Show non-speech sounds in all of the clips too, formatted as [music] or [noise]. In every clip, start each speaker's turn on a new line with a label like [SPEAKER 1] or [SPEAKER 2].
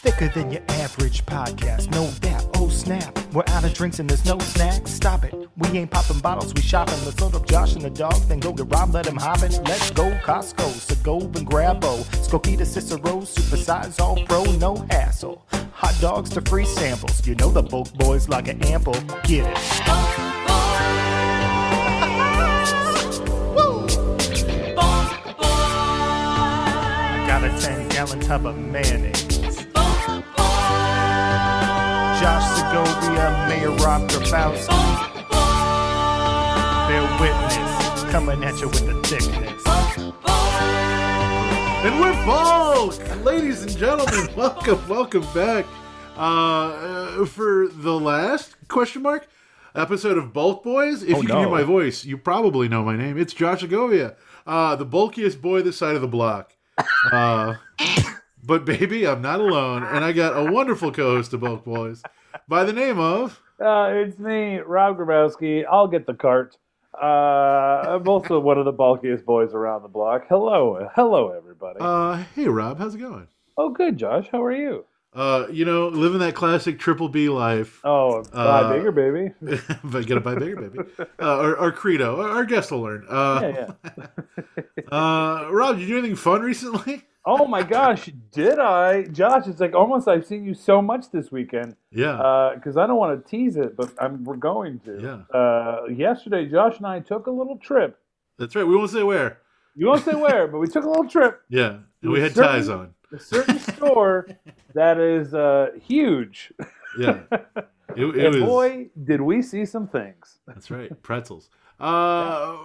[SPEAKER 1] Thicker than your average podcast, no doubt. Oh snap, we're out of drinks and there's no snacks. Stop it, we ain't popping bottles, we shopping. Let's load up Josh and the dog, then go get Rob, let him hop in. Let's go Costco, so go and grabo. Skokie to Cicero, supersize all pro, no hassle. Hot dogs to free samples, you know the bulk boys like an ample. Get it. Got a 10 gallon tub of mayonnaise. Josh Segovia, Mayor Rob Grabowski. Their witness coming at you with the thickness.
[SPEAKER 2] And we're back, ladies and gentlemen. [laughs] Welcome, welcome back. Uh, uh, for the last question mark episode of Bulk Boys. If
[SPEAKER 1] Oh,
[SPEAKER 2] you can hear
[SPEAKER 1] no.
[SPEAKER 2] my voice, you probably know my name. It's Josh Agovia, uh, the bulkiest boy this side of the block. Uh, [coughs] but baby, I'm not alone, and I got a wonderful co-host of Bulk Boys by the name of.
[SPEAKER 3] Uh, it's me, Rob Grabowski. I'll get the cart. Uh, I'm also one of the bulkiest boys around the block. Hello, hello, everybody.
[SPEAKER 2] Uh, hey Rob, how's it going?
[SPEAKER 3] oh, good, Josh. How are you?
[SPEAKER 2] Uh, you know, living that classic triple B life.
[SPEAKER 3] Oh,
[SPEAKER 2] Uh,
[SPEAKER 3] bye,
[SPEAKER 2] [laughs]
[SPEAKER 3] bigger baby.
[SPEAKER 2] but gotta buy bigger, baby. Uh, our, our credo, our, our guest will learn. Uh,
[SPEAKER 3] Yeah, yeah.
[SPEAKER 2] uh, Rob, did you do anything fun recently? [laughs]
[SPEAKER 3] Oh my gosh, did I, Josh? It's like almost I've seen you so much this weekend
[SPEAKER 2] Yeah.
[SPEAKER 3] because I don't want to tease it, but I'm we're going to.
[SPEAKER 2] Yeah.
[SPEAKER 3] Uh, yesterday, Josh and I took a little trip.
[SPEAKER 2] That's right. We won't say where.
[SPEAKER 3] You won't say where, but we took a little trip.
[SPEAKER 2] Yeah. And we had
[SPEAKER 3] Certain-
[SPEAKER 2] ties on. [laughs]
[SPEAKER 3] A certain store that is uh, huge [laughs]
[SPEAKER 2] Yeah. It, it
[SPEAKER 3] And
[SPEAKER 2] was.
[SPEAKER 3] boy, did we see some things.
[SPEAKER 2] That's right. Pretzels. Uh,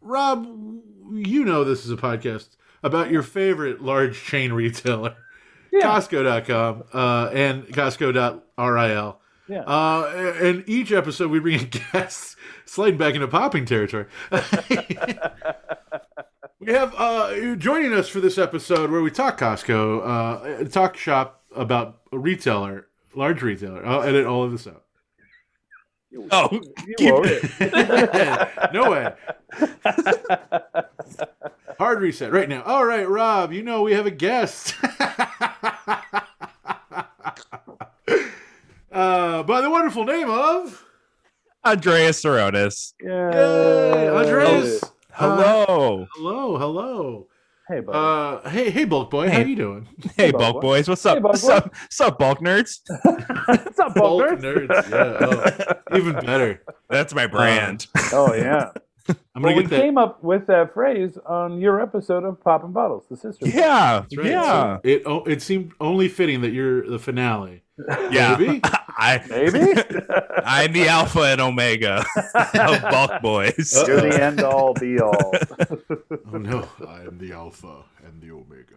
[SPEAKER 2] Rob, you know this is a podcast about your favorite large chain retailer,
[SPEAKER 3] Yeah.
[SPEAKER 2] Costco.com uh, and Costco.ril.
[SPEAKER 3] Yeah.
[SPEAKER 2] Uh, and each episode we bring in [laughs] guests sliding back into popping territory. [laughs] we have uh, joining us for this episode where we talk Costco, uh, talk shop about a retailer, large retailer. I'll edit all of this out.
[SPEAKER 1] Oh,
[SPEAKER 3] You won't.
[SPEAKER 2] [laughs] no way. Hard reset right now. All right, Rob, you know we have a guest. [laughs] uh, by the wonderful name of
[SPEAKER 4] Andreas Soronis.
[SPEAKER 2] Yay, Andres. Uh,
[SPEAKER 4] Hello.
[SPEAKER 2] hello, hello.
[SPEAKER 3] Hey, buddy.
[SPEAKER 2] Uh, hey, hey, Bulk Boy, how
[SPEAKER 4] Hey.
[SPEAKER 2] you doing?
[SPEAKER 4] hey,
[SPEAKER 3] Bulk
[SPEAKER 4] Bulk
[SPEAKER 3] Boy.
[SPEAKER 4] Boys. What's up?
[SPEAKER 3] Bulk
[SPEAKER 4] what's,
[SPEAKER 3] Boy.
[SPEAKER 4] up? what's up, Bulk Nerds?
[SPEAKER 3] What's up,
[SPEAKER 2] [laughs]
[SPEAKER 3] Bulkers?
[SPEAKER 2] nerds. Yeah, oh, even better.
[SPEAKER 4] That's my brand.
[SPEAKER 3] Oh, yeah.
[SPEAKER 2] I'm
[SPEAKER 3] well,
[SPEAKER 2] gonna
[SPEAKER 3] we
[SPEAKER 2] get that.
[SPEAKER 3] came up with that phrase on your episode of Poppin' Bottles, the sister.
[SPEAKER 4] yeah.
[SPEAKER 2] That's right.
[SPEAKER 4] Yeah.
[SPEAKER 2] So It oh, it seemed only fitting that you're the finale.
[SPEAKER 4] yeah.
[SPEAKER 2] Maybe?
[SPEAKER 4] [laughs] I, [laughs]
[SPEAKER 3] Maybe? [laughs]
[SPEAKER 4] I'm the alpha and omega of Bulk Boys.
[SPEAKER 3] You're the end all be all.
[SPEAKER 2] Oh no, I am the alpha and the omega.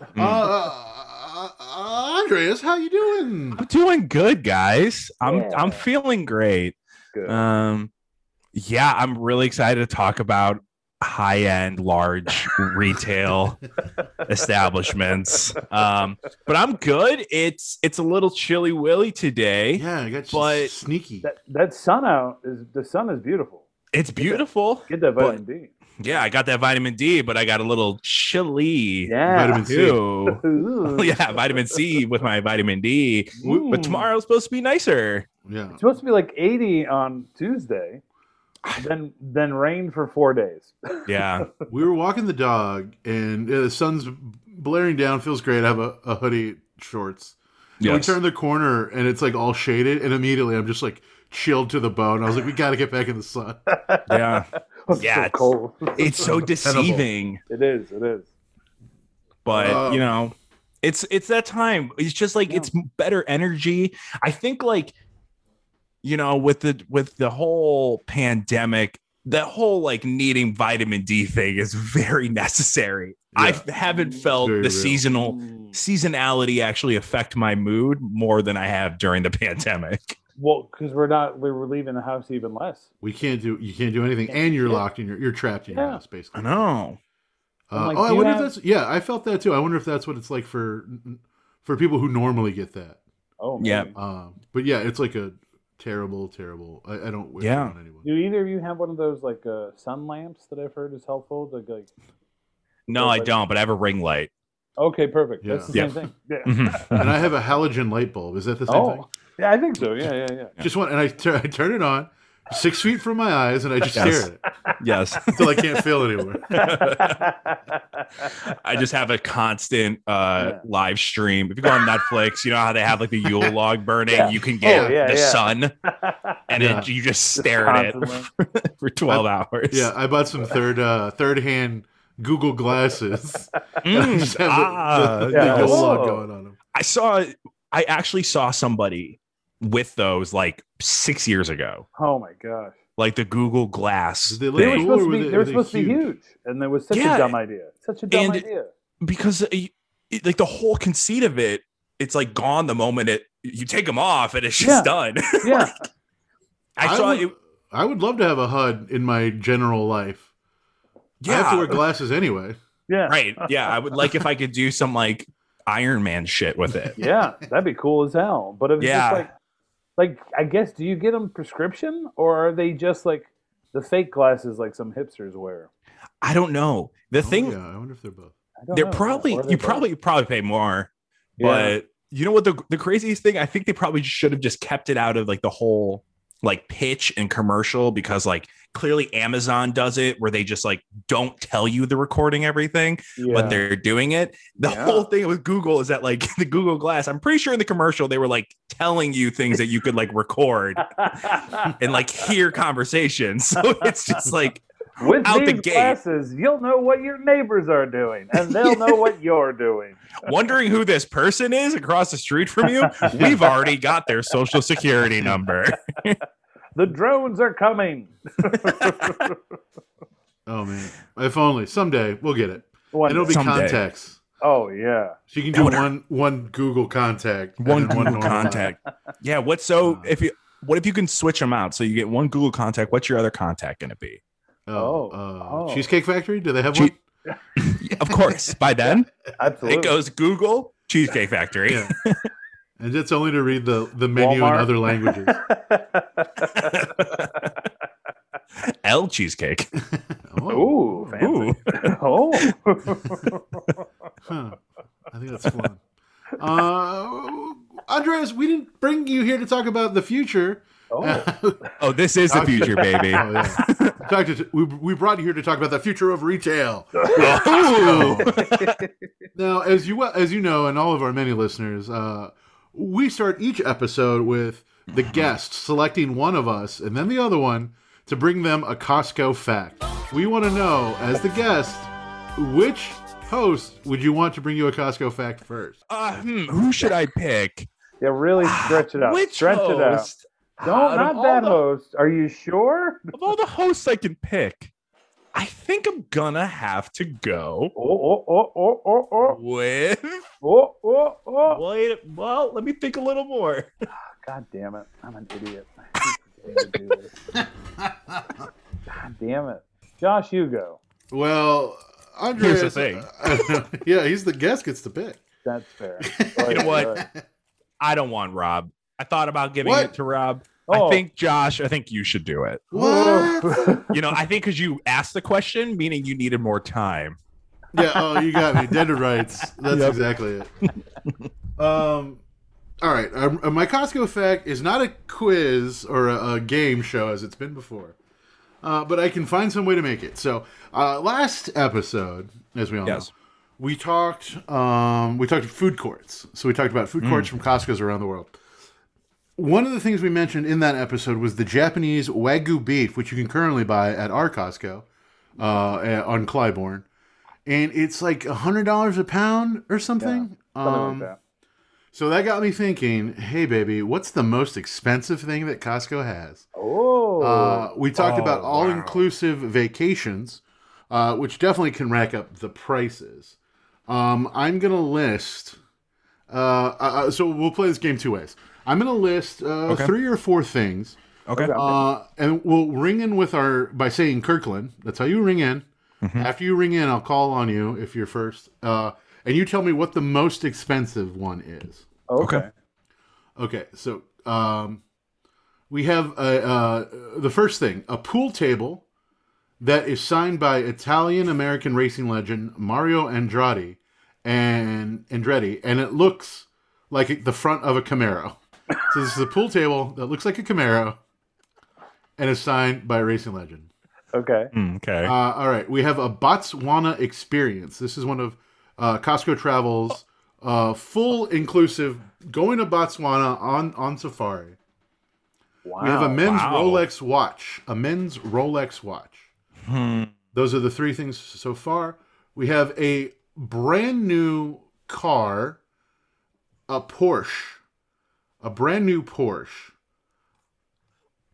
[SPEAKER 4] Mm.
[SPEAKER 2] Uh, uh, Andreas, how you doing?
[SPEAKER 4] I'm doing good, guys. I'm I'm
[SPEAKER 3] Yeah.
[SPEAKER 4] feeling great.
[SPEAKER 3] Good.
[SPEAKER 4] Um, yeah, I'm really excited to talk about high end, large retail establishments. Um, but I'm good. It's it's a little chilly willy today.
[SPEAKER 2] Yeah, I got you
[SPEAKER 4] But-
[SPEAKER 2] sneaky.
[SPEAKER 3] that, that sun out is the sun is beautiful.
[SPEAKER 4] It's beautiful.
[SPEAKER 3] Get that
[SPEAKER 4] But-
[SPEAKER 3] vitamin D.
[SPEAKER 4] Yeah, I got that vitamin D, but I got a little chilly [laughs]
[SPEAKER 3] Yeah.
[SPEAKER 2] Vitamin C.
[SPEAKER 4] too.
[SPEAKER 3] Ooh.
[SPEAKER 4] [laughs] Oh, yeah, vitamin C with my vitamin D.
[SPEAKER 3] Mm.
[SPEAKER 4] But tomorrow's supposed to be nicer.
[SPEAKER 2] Yeah.
[SPEAKER 3] It's supposed to be like 80 on Tuesday, then then rain for four days. [laughs]
[SPEAKER 2] [laughs]
[SPEAKER 4] Yeah.
[SPEAKER 2] We were walking the dog and uh, the sun's blaring down, feels great. I have a, a hoodie, shorts. And
[SPEAKER 4] Yes.
[SPEAKER 2] We turn the corner and it's like all shaded, and immediately I'm just like chilled to the bone. I was like, we got to get back in the sun. [laughs]
[SPEAKER 4] yeah.
[SPEAKER 3] It's
[SPEAKER 4] Yeah,
[SPEAKER 3] so
[SPEAKER 4] it's-
[SPEAKER 3] cold.
[SPEAKER 4] It's so deceiving.
[SPEAKER 3] It is. It is.
[SPEAKER 4] but
[SPEAKER 2] Uh,
[SPEAKER 4] you know it's it's that time it's just like it's better energy i think like you know with the with the whole pandemic that whole like needing vitamin d thing is very [laughs] necessary i haven't felt
[SPEAKER 2] very
[SPEAKER 4] the
[SPEAKER 2] real.
[SPEAKER 4] seasonal seasonality actually affect my mood more than i have during the [laughs] pandemic
[SPEAKER 3] Well, because we're not, we were leaving the house even less.
[SPEAKER 2] We can't do, you can't do anything, and you're locked in your, you're trapped in your
[SPEAKER 3] Yeah.
[SPEAKER 2] house, basically.
[SPEAKER 4] i know
[SPEAKER 2] Uh,
[SPEAKER 3] I'm like,
[SPEAKER 2] oh, I
[SPEAKER 3] do you
[SPEAKER 2] wonder
[SPEAKER 3] have-
[SPEAKER 2] if that's yeah. I felt that too. I wonder if that's what it's like for for people who normally get that.
[SPEAKER 3] Oh,
[SPEAKER 4] Yeah.
[SPEAKER 3] man.
[SPEAKER 2] Um, but yeah, it's like a terrible, terrible. I, I don't wish
[SPEAKER 4] Yeah.
[SPEAKER 2] it on anyone.
[SPEAKER 3] Do either of you have one of those like uh, sun lamps that I've heard is helpful? Like, like
[SPEAKER 4] no i don't but i have a ring light
[SPEAKER 3] Okay, perfect. That's the
[SPEAKER 4] Yeah.
[SPEAKER 3] same thing. Yeah.
[SPEAKER 4] [laughs] Mhm.
[SPEAKER 2] and I have a halogen light bulb. Is that the same thing?
[SPEAKER 3] Oh, yeah, I think so. Yeah, yeah, yeah.
[SPEAKER 2] Just one, and I, tur- I turn it on, six feet from my eyes, and I just
[SPEAKER 4] Yes.
[SPEAKER 2] stare at it
[SPEAKER 4] Yes.
[SPEAKER 2] until I can't feel it
[SPEAKER 4] [laughs]
[SPEAKER 2] anymore.
[SPEAKER 3] [laughs]
[SPEAKER 4] I just have a constant uh
[SPEAKER 3] Yeah.
[SPEAKER 4] live stream. If you go on Netflix, you know how they have like
[SPEAKER 3] [laughs]
[SPEAKER 4] the Yule log burning,
[SPEAKER 3] Yeah.
[SPEAKER 4] you can get
[SPEAKER 3] Oh, yeah,
[SPEAKER 4] the
[SPEAKER 3] yeah.
[SPEAKER 4] sun and
[SPEAKER 2] Yeah.
[SPEAKER 4] it, you just
[SPEAKER 3] Just
[SPEAKER 4] stare at it
[SPEAKER 3] constantly.
[SPEAKER 4] for 12 hours.
[SPEAKER 2] Yeah,
[SPEAKER 4] [laughs]
[SPEAKER 2] I bought some third uh, third hand Google glasses. [laughs]
[SPEAKER 3] [laughs]
[SPEAKER 4] Mm,
[SPEAKER 2] Just have the-
[SPEAKER 4] ah,
[SPEAKER 2] the, the,
[SPEAKER 3] yeah.
[SPEAKER 2] Yule log
[SPEAKER 3] Whoa.
[SPEAKER 2] going on 'em.
[SPEAKER 4] I saw I actually saw somebody with those like 6 years ago.
[SPEAKER 3] Oh my gosh.
[SPEAKER 4] Like the Google Glass.
[SPEAKER 2] Did they look
[SPEAKER 3] They were
[SPEAKER 2] Cool,
[SPEAKER 4] thing.
[SPEAKER 3] supposed
[SPEAKER 2] or
[SPEAKER 3] to
[SPEAKER 2] were
[SPEAKER 3] be,
[SPEAKER 2] they-
[SPEAKER 3] they,
[SPEAKER 2] were
[SPEAKER 3] were
[SPEAKER 2] they
[SPEAKER 3] supposed to be
[SPEAKER 2] huge?
[SPEAKER 3] huge, and there was such
[SPEAKER 4] Yeah.
[SPEAKER 3] a dumb idea. Such a dumb
[SPEAKER 4] And-
[SPEAKER 3] idea.
[SPEAKER 4] [laughs] because uh, you- it, like the whole conceit of it, it's like gone the moment it you take them off and it's just
[SPEAKER 3] Yeah.
[SPEAKER 4] done. [laughs]
[SPEAKER 3] Yeah,
[SPEAKER 4] I, saw
[SPEAKER 2] would,
[SPEAKER 4] it.
[SPEAKER 2] I would love to have a HUD in my general life. I have to
[SPEAKER 4] Yeah,
[SPEAKER 2] wear glasses anyway.
[SPEAKER 3] yeah,
[SPEAKER 4] right. Yeah, I would like if I could do some like Iron Man shit with it.
[SPEAKER 3] yeah. That'd be cool as hell. But it was
[SPEAKER 4] Yeah.
[SPEAKER 3] just like, like I guess, do you get them prescription, or are they just like the fake glasses like some hipsters wear?
[SPEAKER 4] I don't know. The
[SPEAKER 2] Oh,
[SPEAKER 4] thing
[SPEAKER 2] yeah, I wonder if they're both.
[SPEAKER 3] I don't
[SPEAKER 4] they're
[SPEAKER 3] know.
[SPEAKER 4] probably
[SPEAKER 3] Or they
[SPEAKER 4] you
[SPEAKER 3] both?
[SPEAKER 4] probably probably pay more,
[SPEAKER 3] [laughs] Yeah.
[SPEAKER 4] but you know what the the craziest thing? I think they probably should have just kept it out of like the whole like pitch and commercial because like clearly Amazon does it where they just like don't tell you the recording everything.
[SPEAKER 3] Yeah.
[SPEAKER 4] but they're doing it. The
[SPEAKER 3] Yeah.
[SPEAKER 4] whole thing with Google is that like [laughs] the Google Glass, I'm pretty sure in the commercial they were like telling you things that you could like record and like hear conversations. [laughs] So it's just like
[SPEAKER 3] [laughs] With
[SPEAKER 4] out the
[SPEAKER 3] these
[SPEAKER 4] gate.
[SPEAKER 3] glasses, you'll know what your neighbors are doing, and they'll know
[SPEAKER 4] [laughs]
[SPEAKER 3] what you're doing.
[SPEAKER 4] wondering who this person is across the street from you. We've already got their social security number.
[SPEAKER 3] The drones are coming.
[SPEAKER 2] Oh man! If only someday we'll get it.
[SPEAKER 3] One
[SPEAKER 2] And it'll be
[SPEAKER 3] day.
[SPEAKER 4] Someday.
[SPEAKER 2] contacts.
[SPEAKER 3] oh yeah,
[SPEAKER 2] So you can
[SPEAKER 4] That
[SPEAKER 2] do
[SPEAKER 4] would hurt.
[SPEAKER 2] one one Google contact. and
[SPEAKER 4] One
[SPEAKER 2] then
[SPEAKER 4] Google
[SPEAKER 2] normal
[SPEAKER 4] contact. Yeah. What so if you what if you can switch them out? So you get one Google contact. What's your other contact going to be?
[SPEAKER 2] Oh,
[SPEAKER 3] Oh,
[SPEAKER 2] uh,
[SPEAKER 3] oh.
[SPEAKER 2] Cheesecake Factory? Do they have
[SPEAKER 4] Che-
[SPEAKER 2] one?
[SPEAKER 4] Of course, by then
[SPEAKER 3] absolutely.
[SPEAKER 4] it goes Google Cheesecake Factory.
[SPEAKER 2] Yeah. and it's only to read the, the menu
[SPEAKER 3] Walmart.
[SPEAKER 2] in other
[SPEAKER 3] [laughs]
[SPEAKER 2] languages.
[SPEAKER 4] L cheesecake.
[SPEAKER 2] Oh,
[SPEAKER 3] Ooh, fancy.
[SPEAKER 4] Ooh.
[SPEAKER 3] [laughs] Oh, [laughs]
[SPEAKER 2] huh. I think that's fun. Uh, Andres, we didn't bring you here to talk about the future.
[SPEAKER 3] oh,
[SPEAKER 2] [laughs] oh,
[SPEAKER 4] Oh, this is the future, baby.
[SPEAKER 2] yeah.
[SPEAKER 4] [laughs]
[SPEAKER 2] Talk to- we, we brought you here to talk about the future of retail.
[SPEAKER 4] Oh.
[SPEAKER 2] Now, as you well, as you know, and all of our many listeners, uh, we start each episode with the guest selecting one of us and then the other one to bring them a Costco fact. We want to know, as the guest, which host would you want to bring you a Costco fact first?
[SPEAKER 4] Uh, hmm, who should I pick?
[SPEAKER 3] yeah, really stretch it out.
[SPEAKER 4] Ah, Which
[SPEAKER 3] stretch it out.
[SPEAKER 4] host?
[SPEAKER 3] Don't,
[SPEAKER 4] Out of
[SPEAKER 3] not
[SPEAKER 4] all
[SPEAKER 3] that
[SPEAKER 4] the-
[SPEAKER 3] host. Are you sure?
[SPEAKER 4] Of all the hosts I can pick, I think I'm gonna have to go
[SPEAKER 3] Oh, oh, oh, oh, oh, oh,
[SPEAKER 4] with.
[SPEAKER 3] oh, oh, oh.
[SPEAKER 4] Wait, well, let me think a little more.
[SPEAKER 3] God damn it. I'm an idiot. I hate to do this.
[SPEAKER 4] [laughs]
[SPEAKER 3] God damn it. Josh Hugo.
[SPEAKER 2] Well, Andres,
[SPEAKER 4] Here's the thing.
[SPEAKER 2] [laughs] yeah, he's the guest gets to pick.
[SPEAKER 3] That's fair.
[SPEAKER 4] [laughs] You know what?
[SPEAKER 3] All right.
[SPEAKER 4] I don't want Rob. I thought about giving
[SPEAKER 2] What?
[SPEAKER 4] it to Rob.
[SPEAKER 3] Oh.
[SPEAKER 4] I think Josh. I think you should do it.
[SPEAKER 2] What?
[SPEAKER 4] You know, I think because you asked the question, meaning you needed more time.
[SPEAKER 2] yeah, oh, you got me. Dead to rights. That's
[SPEAKER 4] Yep.
[SPEAKER 2] exactly it. Um, all right. Um, uh, my Costco fact is not a quiz or a, a game show as it's been before, uh, but I can find some way to make it. So, uh, last episode, as we all
[SPEAKER 4] Yes.
[SPEAKER 2] know, we talked um, we talked food courts. So we talked about food courts from Costco's around the world. One of the things we mentioned in that episode was the Japanese wagyu beef, which you can currently buy at our Costco uh, at- on Clybourne, and it's like a hundred dollars a pound or something.
[SPEAKER 3] Something
[SPEAKER 2] um,
[SPEAKER 3] like that.
[SPEAKER 2] So that got me thinking. Hey, baby, what's the most expensive thing that Costco has?
[SPEAKER 3] Oh,
[SPEAKER 2] Uh, we talked
[SPEAKER 4] Oh,
[SPEAKER 2] about
[SPEAKER 4] wow.
[SPEAKER 2] all-inclusive vacations, uh, which definitely can rack up the prices. Um, I'm gonna list. Uh, uh, uh, so we'll play this game two ways. I'm gonna list uh,
[SPEAKER 4] Okay.
[SPEAKER 2] three or four things,
[SPEAKER 4] Okay.
[SPEAKER 2] uh, and we'll ring in with our by saying Kirkland. That's how you ring in.
[SPEAKER 4] Mm-hmm.
[SPEAKER 2] After you ring in, I'll call on you if you're first, uh, and you tell me what the most expensive one is.
[SPEAKER 3] okay.
[SPEAKER 4] okay.
[SPEAKER 2] Okay, so um, we have uh uh, the first thing a pool table that is signed by Italian American racing legend Mario Andrade and Andretti, and it looks like the front of a Camaro. So this is a pool table that looks like a Camaro, and is signed by Racing Legend.
[SPEAKER 3] Okay.
[SPEAKER 4] Mm, okay.
[SPEAKER 2] Uh, all right, we have a Botswana experience. This is one of uh, Costco Travel's uh, full inclusive going to Botswana on on safari.
[SPEAKER 3] Wow.
[SPEAKER 2] We have a men's
[SPEAKER 4] wow.
[SPEAKER 2] Rolex watch. A men's Rolex watch.
[SPEAKER 4] Hmm.
[SPEAKER 2] Those are the three things so far. We have a brand new car, a Porsche, a brand new Porsche.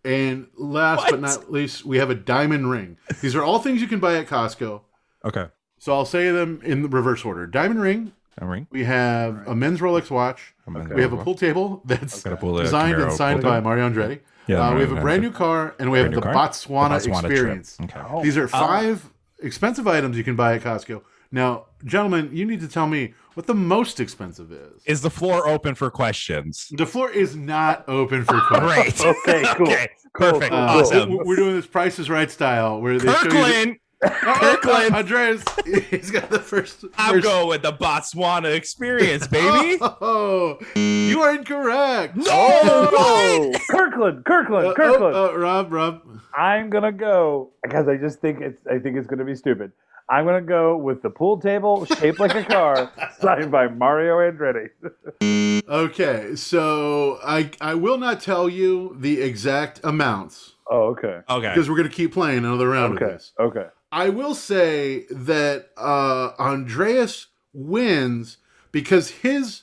[SPEAKER 2] And last but
[SPEAKER 4] What?
[SPEAKER 2] not least, we have a diamond ring. These are all things you can buy at Costco.
[SPEAKER 4] Okay.
[SPEAKER 2] So I'll say them in the reverse order. Diamond ring,
[SPEAKER 4] I'm ring.
[SPEAKER 2] we have a men's Rolex watch.
[SPEAKER 4] I'm in
[SPEAKER 2] We have a
[SPEAKER 4] there.
[SPEAKER 2] pool table that's
[SPEAKER 4] Got a pool, uh,
[SPEAKER 2] designed and
[SPEAKER 4] Camaro
[SPEAKER 2] signed
[SPEAKER 4] pool
[SPEAKER 2] by
[SPEAKER 4] table.
[SPEAKER 2] Mario Andretti.
[SPEAKER 4] Yeah,
[SPEAKER 2] Uh, we
[SPEAKER 4] Mario
[SPEAKER 2] have a brand
[SPEAKER 4] Andretti.
[SPEAKER 2] new car, and we have
[SPEAKER 4] Brand
[SPEAKER 2] the
[SPEAKER 4] new car?
[SPEAKER 2] Botswana,
[SPEAKER 4] The Botswana trip.
[SPEAKER 2] experience.
[SPEAKER 4] Okay.
[SPEAKER 2] These are five expensive items you can buy at Costco. Now, gentlemen, you need to tell me what the most expensive is.
[SPEAKER 4] Is the floor open for
[SPEAKER 3] [laughs]
[SPEAKER 4] questions?
[SPEAKER 2] the floor is not open for questions.
[SPEAKER 4] Great.
[SPEAKER 3] Okay, cool.
[SPEAKER 4] [laughs] Okay.
[SPEAKER 3] Cool,
[SPEAKER 4] Perfect.
[SPEAKER 3] cool,
[SPEAKER 2] Uh,
[SPEAKER 4] awesome.
[SPEAKER 2] we- We're doing this Price is Right style where they show you.
[SPEAKER 4] Kirkland,
[SPEAKER 2] The, [laughs]
[SPEAKER 4] Kirkland.
[SPEAKER 2] Andreas, he's got the first.
[SPEAKER 4] I'm
[SPEAKER 2] first-
[SPEAKER 4] going with the Botswana [laughs] experience, baby.
[SPEAKER 2] [laughs] Oh, you are incorrect.
[SPEAKER 3] Oh, Kirkland, Kirkland,
[SPEAKER 2] Uh,
[SPEAKER 3] Kirkland.
[SPEAKER 2] oh, uh, Rob, Rob.
[SPEAKER 3] I'm gonna go because I just think it's I think it's gonna be stupid. I'm gonna go with the pool table shaped like a
[SPEAKER 2] [laughs]
[SPEAKER 3] car, signed by Mario Andretti.
[SPEAKER 2] Okay, so I I will not tell you the exact amounts
[SPEAKER 3] Oh, okay,
[SPEAKER 4] Okay.
[SPEAKER 2] because we're gonna keep playing another round of
[SPEAKER 3] okay,
[SPEAKER 2] this.
[SPEAKER 3] okay.
[SPEAKER 2] I will say that uh, Andreas wins because his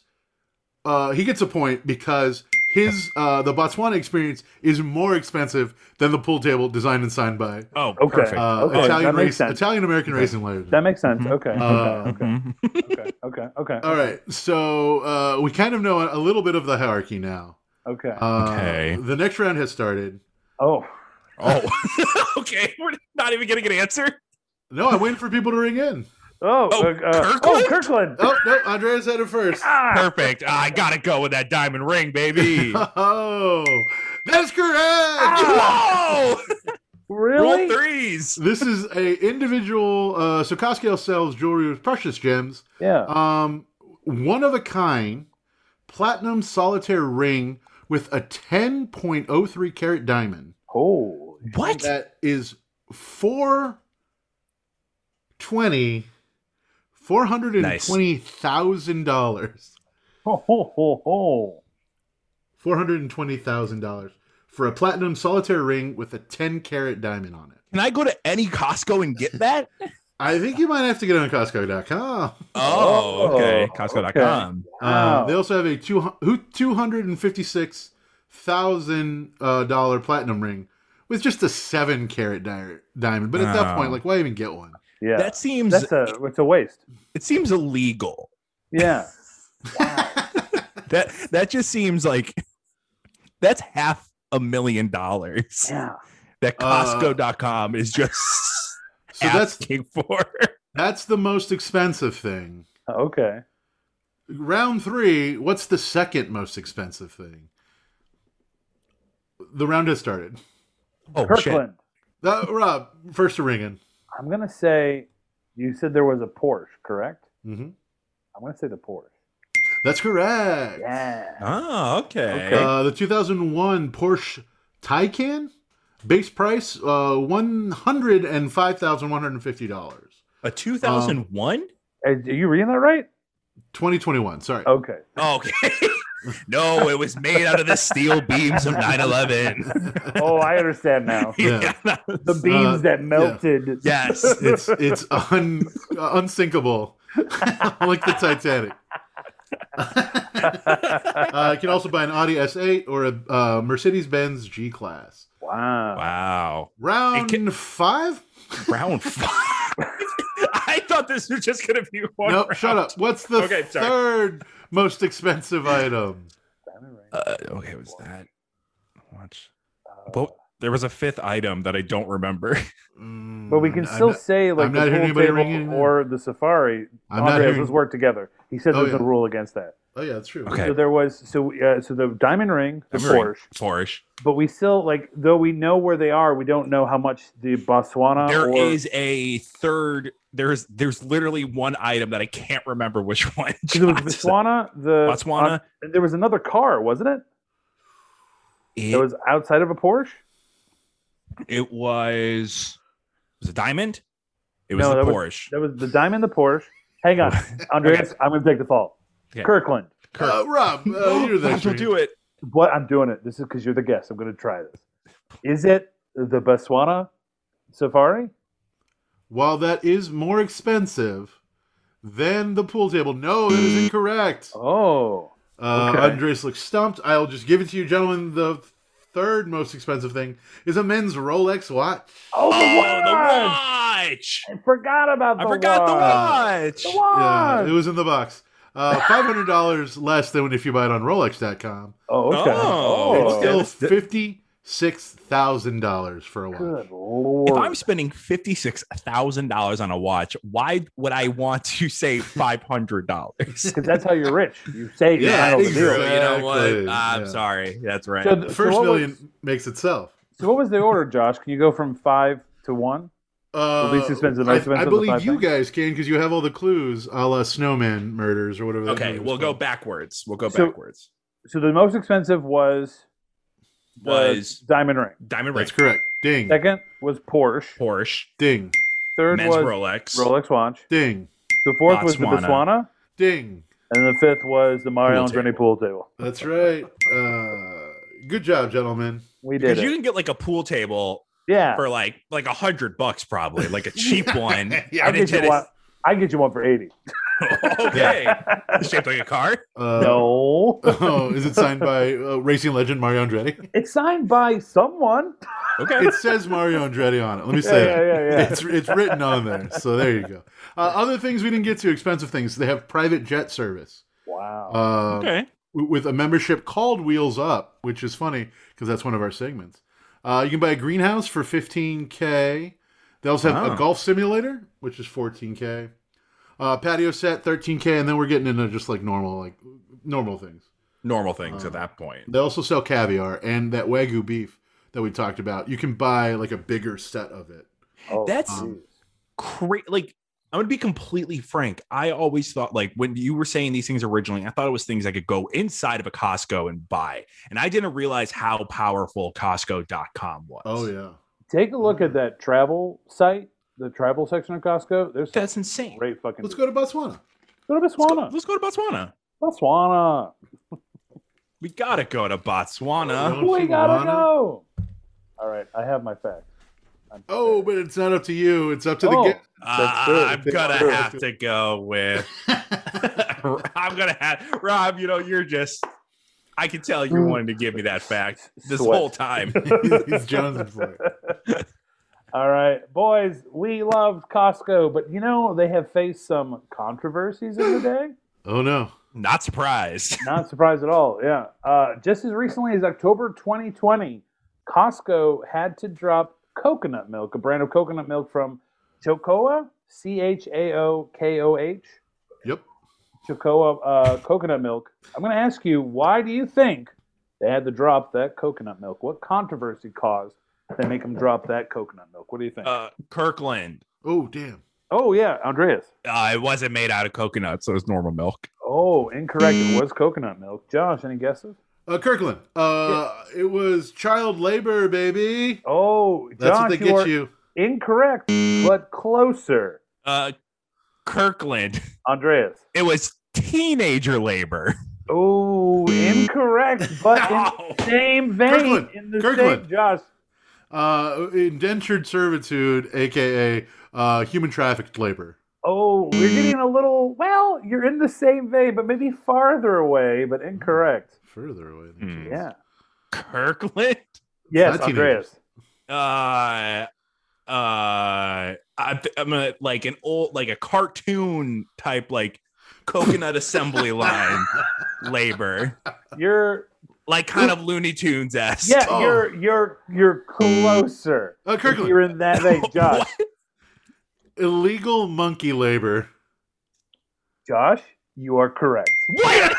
[SPEAKER 2] uh, he gets a point because his uh, the Botswana experience is more expensive than the pool table designed and signed by
[SPEAKER 4] Oh,
[SPEAKER 3] Okay.
[SPEAKER 4] perfect.
[SPEAKER 2] uh,
[SPEAKER 3] Okay, that
[SPEAKER 2] Italian
[SPEAKER 3] makes
[SPEAKER 2] race
[SPEAKER 3] sense.
[SPEAKER 2] Italian American racing legend.
[SPEAKER 3] That [laughs] makes sense.
[SPEAKER 4] Mhm.
[SPEAKER 3] Okay,
[SPEAKER 2] Uh,
[SPEAKER 3] okay,
[SPEAKER 4] Mhm.
[SPEAKER 3] okay, okay, okay,
[SPEAKER 2] All right, so uh, we kind of know a little bit of the hierarchy now.
[SPEAKER 3] okay.
[SPEAKER 2] Uh,
[SPEAKER 4] Okay.
[SPEAKER 2] The next round has started.
[SPEAKER 3] Oh,
[SPEAKER 4] Oh, [laughs] okay. We're not even getting an answer.
[SPEAKER 2] No, I'm waiting for people to ring in.
[SPEAKER 3] oh,
[SPEAKER 4] Oh,
[SPEAKER 3] uh, uh,
[SPEAKER 4] Kirkland?
[SPEAKER 3] oh, Kirkland.
[SPEAKER 2] Oh no, Andreas had it
[SPEAKER 4] [laughs]
[SPEAKER 2] first.
[SPEAKER 3] Ah,
[SPEAKER 4] Perfect. I gotta go with that diamond ring, [laughs] baby.
[SPEAKER 2] Oh, that's correct.
[SPEAKER 4] Ah! Whoa! Roll
[SPEAKER 3] really?
[SPEAKER 4] threes.
[SPEAKER 2] This is a individual. Uh, so Costco sells jewelry with precious gems.
[SPEAKER 3] Yeah.
[SPEAKER 2] Um, one of a kind, platinum solitaire ring with a 10.03 carat diamond.
[SPEAKER 3] Oh,
[SPEAKER 4] What?
[SPEAKER 2] That is four twenty. Four hundred and twenty thousand dollars.
[SPEAKER 3] [laughs] ho ho ho ho.
[SPEAKER 2] Four hundred and twenty thousand dollars for a platinum solitaire ring with a ten carat diamond on it.
[SPEAKER 4] Can I go to any Costco and get that?
[SPEAKER 2] I think you might have to get on Costco.com.
[SPEAKER 4] Oh, okay.
[SPEAKER 3] Oh,
[SPEAKER 4] Costco.com.
[SPEAKER 2] Uh,
[SPEAKER 3] Wow.
[SPEAKER 2] Um, they also have a two who two hundred and fifty six thousand uh, dollar platinum ring with just a seven carat di- diamond. But at that
[SPEAKER 4] Wow.
[SPEAKER 2] point, like, why even get one?
[SPEAKER 3] Yeah.
[SPEAKER 4] That seems
[SPEAKER 3] that's a
[SPEAKER 2] e-
[SPEAKER 3] it's a waste.
[SPEAKER 4] it seems illegal.
[SPEAKER 2] [laughs]
[SPEAKER 3] Yeah.
[SPEAKER 4] That that just seems like that's half a million dollars
[SPEAKER 3] Yeah.
[SPEAKER 4] that
[SPEAKER 2] Uh,
[SPEAKER 4] Costco.com is just
[SPEAKER 2] So that's
[SPEAKER 4] asking for.
[SPEAKER 2] that's the most expensive thing.
[SPEAKER 3] Uh, Okay.
[SPEAKER 2] Round three. What's the second most expensive thing? The round has started.
[SPEAKER 4] Oh
[SPEAKER 3] Kirkland.
[SPEAKER 2] Uh, Rob, first to ring in.
[SPEAKER 3] I'm gonna say you said there was a Porsche, correct?
[SPEAKER 2] Mhm.
[SPEAKER 3] I'm gonna say the Porsche.
[SPEAKER 2] That's correct.
[SPEAKER 4] shit.
[SPEAKER 3] Yeah.
[SPEAKER 4] Oh, okay.
[SPEAKER 3] Okay.
[SPEAKER 2] Uh, the 2001 Porsche Taycan, base price uh, one hundred and five thousand one hundred fifty dollars.
[SPEAKER 4] A 2001?
[SPEAKER 2] um,
[SPEAKER 3] Are you reading that right?
[SPEAKER 2] 2021. Sorry. [laughs]
[SPEAKER 3] Okay.
[SPEAKER 4] Oh, okay. [laughs] no, it was made out of the steel beams of 9/11.
[SPEAKER 3] Oh, I understand now.
[SPEAKER 2] [laughs] Yeah.
[SPEAKER 4] Yeah.
[SPEAKER 3] The
[SPEAKER 2] uh,
[SPEAKER 3] beams that melted.
[SPEAKER 4] Yes.
[SPEAKER 2] [laughs] It's it's un, uh, unsinkable, [laughs] like the Titanic. [laughs] uh, you can also buy an Audi S8 or a uh, Mercedes-Benz G-Class.
[SPEAKER 3] Wow.
[SPEAKER 4] Wow.
[SPEAKER 2] Round
[SPEAKER 4] It can-
[SPEAKER 2] five.
[SPEAKER 4] Round five. [laughs] I thought this was just gonna be one.
[SPEAKER 2] Nope.
[SPEAKER 4] round.
[SPEAKER 2] Shut up. What's the
[SPEAKER 4] Okay, sorry.
[SPEAKER 2] third most
[SPEAKER 4] [laughs]
[SPEAKER 2] expensive item?
[SPEAKER 3] Diamond ring.
[SPEAKER 4] Uh, okay, was that watch?
[SPEAKER 3] Uh,
[SPEAKER 4] What There was a fifth item that I don't remember. [laughs]
[SPEAKER 3] But we can
[SPEAKER 2] Mm, I'm
[SPEAKER 3] still
[SPEAKER 2] not-
[SPEAKER 3] say like
[SPEAKER 2] I'm
[SPEAKER 3] the
[SPEAKER 2] not hearing
[SPEAKER 3] pool
[SPEAKER 2] anybody
[SPEAKER 3] table
[SPEAKER 2] ringing.
[SPEAKER 3] or the safari.
[SPEAKER 2] I'm not
[SPEAKER 3] Andreas,
[SPEAKER 2] hearing-
[SPEAKER 3] let's work together. He said
[SPEAKER 2] Oh,
[SPEAKER 3] there's
[SPEAKER 2] yeah.
[SPEAKER 3] a rule against that.
[SPEAKER 2] Oh yeah, that's true.
[SPEAKER 4] Okay.
[SPEAKER 3] So there was so uh, so the diamond ring, the
[SPEAKER 4] Remembering
[SPEAKER 3] Porsche,
[SPEAKER 4] Porsche.
[SPEAKER 3] but we still like though we know where they are, we don't know how much the Botswana
[SPEAKER 4] There
[SPEAKER 3] or
[SPEAKER 4] is a third. There's there's literally one item that I can't remember which [laughs] one.
[SPEAKER 3] 'cause it was
[SPEAKER 4] Johnson-
[SPEAKER 3] Botswana, the uh,
[SPEAKER 4] Botswana.
[SPEAKER 3] and there was another car, wasn't it?
[SPEAKER 4] It,
[SPEAKER 3] That was outside of a Porsche.
[SPEAKER 4] it was it was a diamond. It was
[SPEAKER 3] No,
[SPEAKER 4] the
[SPEAKER 3] that was-
[SPEAKER 4] Porsche.
[SPEAKER 3] That was the diamond, the Porsche. Hang
[SPEAKER 4] [laughs]
[SPEAKER 3] on, Andreas, I'm gonna take the fall.
[SPEAKER 4] Okay.
[SPEAKER 3] Kirkland,
[SPEAKER 2] Uh, Rob, uh,
[SPEAKER 3] [laughs]
[SPEAKER 2] you're the
[SPEAKER 4] Might as well
[SPEAKER 2] next.
[SPEAKER 4] do it.
[SPEAKER 3] what I'm doing it. This is because you're the guest. I'm gonna try this. Is it the Botswana safari?
[SPEAKER 2] While that is more expensive than the pool table, no, that is incorrect.
[SPEAKER 3] Oh,
[SPEAKER 2] Uh,
[SPEAKER 3] Okay.
[SPEAKER 2] Andres looks stumped. I'll just give it to you, gentlemen. The third most expensive thing is a men's Rolex watch.
[SPEAKER 3] oh, the
[SPEAKER 4] Oh, the
[SPEAKER 3] watch!
[SPEAKER 4] watch.
[SPEAKER 3] I forgot about the
[SPEAKER 4] I forgot the
[SPEAKER 3] The
[SPEAKER 4] watch.
[SPEAKER 2] Yeah,
[SPEAKER 3] watch.
[SPEAKER 2] it was in the box. Uh, Five hundred dollars
[SPEAKER 3] [laughs]
[SPEAKER 2] less than if you buy it on Rolex.com.
[SPEAKER 3] Oh, okay.
[SPEAKER 4] Oh,
[SPEAKER 2] It's
[SPEAKER 4] okay.
[SPEAKER 2] still
[SPEAKER 4] That's di-
[SPEAKER 2] fifty-six thousand dollars for a watch.
[SPEAKER 3] good lord.
[SPEAKER 4] If I'm spending fifty six thousand dollars on a watch, why would I want
[SPEAKER 3] [laughs]
[SPEAKER 4] to save five hundred dollars?
[SPEAKER 3] Because that's how you're rich. You say you're
[SPEAKER 2] Yeah,
[SPEAKER 3] yeah,
[SPEAKER 2] exactly.
[SPEAKER 3] do it.
[SPEAKER 4] You know what?
[SPEAKER 2] Exactly,
[SPEAKER 4] I'm
[SPEAKER 2] yeah.
[SPEAKER 4] sorry. That's right.
[SPEAKER 3] So th-
[SPEAKER 2] The
[SPEAKER 3] so
[SPEAKER 2] first
[SPEAKER 3] what
[SPEAKER 2] million
[SPEAKER 3] Was,
[SPEAKER 2] makes itself.
[SPEAKER 3] so what was the order, Josh? Can you go from five to one?
[SPEAKER 2] Uh,
[SPEAKER 3] least expensive, most
[SPEAKER 2] I- I,
[SPEAKER 3] expensive, the
[SPEAKER 2] believe
[SPEAKER 3] five
[SPEAKER 2] you
[SPEAKER 3] things.
[SPEAKER 2] guys can because you have all the clues, a la Snowman Murders or whatever. that
[SPEAKER 4] okay,
[SPEAKER 2] movie was
[SPEAKER 4] we'll go
[SPEAKER 2] called.
[SPEAKER 4] backwards. We'll go
[SPEAKER 3] So-
[SPEAKER 4] backwards.
[SPEAKER 3] So the most expensive was the
[SPEAKER 4] Was
[SPEAKER 3] diamond ring.
[SPEAKER 4] Diamond Ring
[SPEAKER 2] That's correct. Ding,
[SPEAKER 3] Second was Porsche.
[SPEAKER 4] Porsche,
[SPEAKER 2] ding,
[SPEAKER 3] Third
[SPEAKER 4] men's
[SPEAKER 3] was
[SPEAKER 4] Rolex,
[SPEAKER 3] Rolex watch.
[SPEAKER 2] ding,
[SPEAKER 3] The fourth was the
[SPEAKER 4] Botswana.
[SPEAKER 3] Botswana,
[SPEAKER 2] ding.
[SPEAKER 3] and the fifth was the Mario
[SPEAKER 4] Pool
[SPEAKER 3] and Andretti
[SPEAKER 4] table.
[SPEAKER 3] pool table.
[SPEAKER 2] That's right. Uh, good job, gentlemen.
[SPEAKER 3] We did
[SPEAKER 4] Because
[SPEAKER 3] it.
[SPEAKER 4] you can get like a pool table
[SPEAKER 3] yeah,
[SPEAKER 4] for like like a hundred bucks probably, like a [laughs] cheap one.
[SPEAKER 2] Yeah.
[SPEAKER 3] I
[SPEAKER 4] and it
[SPEAKER 3] get you
[SPEAKER 4] did
[SPEAKER 3] one. I get you one for eighty.
[SPEAKER 4] [laughs] okay, shaped like a car.
[SPEAKER 2] Uh,
[SPEAKER 3] no,
[SPEAKER 2] [laughs] Oh, is it signed by uh, racing legend Mario
[SPEAKER 4] [laughs]
[SPEAKER 2] Andretti?
[SPEAKER 3] it's signed by someone.
[SPEAKER 4] Okay,
[SPEAKER 2] It says Mario Andretti on it. Let me
[SPEAKER 3] Yeah,
[SPEAKER 2] say
[SPEAKER 3] yeah,
[SPEAKER 2] it.
[SPEAKER 3] yeah, yeah.
[SPEAKER 2] It's it's written on there. So there you go. Uh, other things we didn't get to, expensive things. They have private jet service.
[SPEAKER 3] wow.
[SPEAKER 2] Uh,
[SPEAKER 4] okay.
[SPEAKER 2] w- with a membership called Wheels Up, which is funny because that's one of our segments. Uh, you can buy a greenhouse for 15k. They also have
[SPEAKER 4] Oh.
[SPEAKER 2] a golf simulator, which is 14k. Uh, patio set 13k, and then we're getting into just like normal, like normal things.
[SPEAKER 4] Normal things
[SPEAKER 2] Uh,
[SPEAKER 4] at that point.
[SPEAKER 2] They also sell caviar and that wagyu beef that we talked about. You can buy like a bigger set of it.
[SPEAKER 3] Oh,
[SPEAKER 4] that's-
[SPEAKER 3] geez.
[SPEAKER 4] Cra- like I'm gonna be completely frank. I always thought like when you were saying these things originally, I thought it was things I could go inside of a Costco and buy, and I didn't realize how powerful Costco.com was.
[SPEAKER 2] Oh yeah,
[SPEAKER 3] take a look at that travel site, the travel section of Costco. There's some
[SPEAKER 4] that's insane.
[SPEAKER 3] great fucking.
[SPEAKER 2] let's go to Botswana.
[SPEAKER 3] Go to
[SPEAKER 4] Let's go,
[SPEAKER 3] Botswana.
[SPEAKER 4] let's go to Botswana.
[SPEAKER 3] Botswana.
[SPEAKER 4] We gotta go to Botswana.
[SPEAKER 2] Don't
[SPEAKER 3] we
[SPEAKER 2] you
[SPEAKER 3] gotta
[SPEAKER 2] wanna?
[SPEAKER 3] go. All right, I have my facts. I'm
[SPEAKER 2] Oh,
[SPEAKER 3] prepared.
[SPEAKER 2] but it's not up to you. It's up to the
[SPEAKER 3] Oh,
[SPEAKER 2] guest.
[SPEAKER 4] Uh,
[SPEAKER 2] true.
[SPEAKER 4] I'm gonna have to go with. [laughs]
[SPEAKER 3] Oh.
[SPEAKER 4] I'm gonna have Rob. You know, you're just. I can tell
[SPEAKER 2] Mm.
[SPEAKER 4] you wanted to give me
[SPEAKER 2] [laughs]
[SPEAKER 4] that fact this
[SPEAKER 3] Sweat.
[SPEAKER 4] whole time.
[SPEAKER 2] [laughs] He's Johnson for it.
[SPEAKER 3] [laughs] All right, boys, we loved Costco, but you know they have faced some controversies in the day.
[SPEAKER 2] Oh no.
[SPEAKER 4] Not
[SPEAKER 2] [laughs]
[SPEAKER 4] surprised.
[SPEAKER 3] Not surprised at all. Yeah. Uh, just as recently as October 2020, Costco had to drop coconut milk, a brand of coconut milk from Chocoa, C H A O K O H,
[SPEAKER 2] Yep.
[SPEAKER 3] Chocoa uh, coconut milk. I'm going to ask you, why do you think they had to drop that coconut milk? What controversy caused they make them drop that coconut milk? What do you think?
[SPEAKER 4] Uh, Kirkland.
[SPEAKER 2] Oh damn.
[SPEAKER 3] oh, yeah, Andreas.
[SPEAKER 4] Uh, it wasn't made out of coconut, so it was normal milk.
[SPEAKER 3] Oh, incorrect. It was coconut milk. Josh, any guesses?
[SPEAKER 2] Uh, Kirkland. Uh, it was child labor, baby.
[SPEAKER 3] Oh,
[SPEAKER 2] That's
[SPEAKER 3] Josh,
[SPEAKER 2] what they
[SPEAKER 3] you
[SPEAKER 2] get
[SPEAKER 3] are
[SPEAKER 2] you.
[SPEAKER 3] Incorrect, but closer.
[SPEAKER 4] Uh, Kirkland.
[SPEAKER 3] Andreas.
[SPEAKER 4] It was teenager
[SPEAKER 2] [laughs]
[SPEAKER 4] labor.
[SPEAKER 3] Oh, incorrect, but in the same vein.
[SPEAKER 2] Kirkland,
[SPEAKER 3] In the
[SPEAKER 2] Kirkland.
[SPEAKER 3] same, Josh.
[SPEAKER 2] Uh, indentured servitude, aka uh, human trafficked labor.
[SPEAKER 3] Oh, we're getting a little. Well, you're in the same vein, but maybe farther away, but incorrect.
[SPEAKER 2] Further away. Than
[SPEAKER 4] Hmm.
[SPEAKER 2] kids.
[SPEAKER 3] Yeah.
[SPEAKER 4] Kirkland.
[SPEAKER 3] Yes,
[SPEAKER 2] Not
[SPEAKER 3] Andreas.
[SPEAKER 4] Uh, uh, I, I'm a, like an old, like a cartoon
[SPEAKER 2] [laughs]
[SPEAKER 4] type, like coconut assembly line labor.
[SPEAKER 3] You're
[SPEAKER 4] like kind of Looney Tunes esque.
[SPEAKER 3] Yeah,
[SPEAKER 2] Oh.
[SPEAKER 3] you're you're you're closer.
[SPEAKER 2] Uh,
[SPEAKER 3] If
[SPEAKER 2] Kirkland,
[SPEAKER 3] you're in
[SPEAKER 2] [laughs]
[SPEAKER 3] that vein, Josh.
[SPEAKER 2] illegal monkey
[SPEAKER 3] [laughs]
[SPEAKER 2] labor.
[SPEAKER 3] Josh, you are correct.
[SPEAKER 4] What?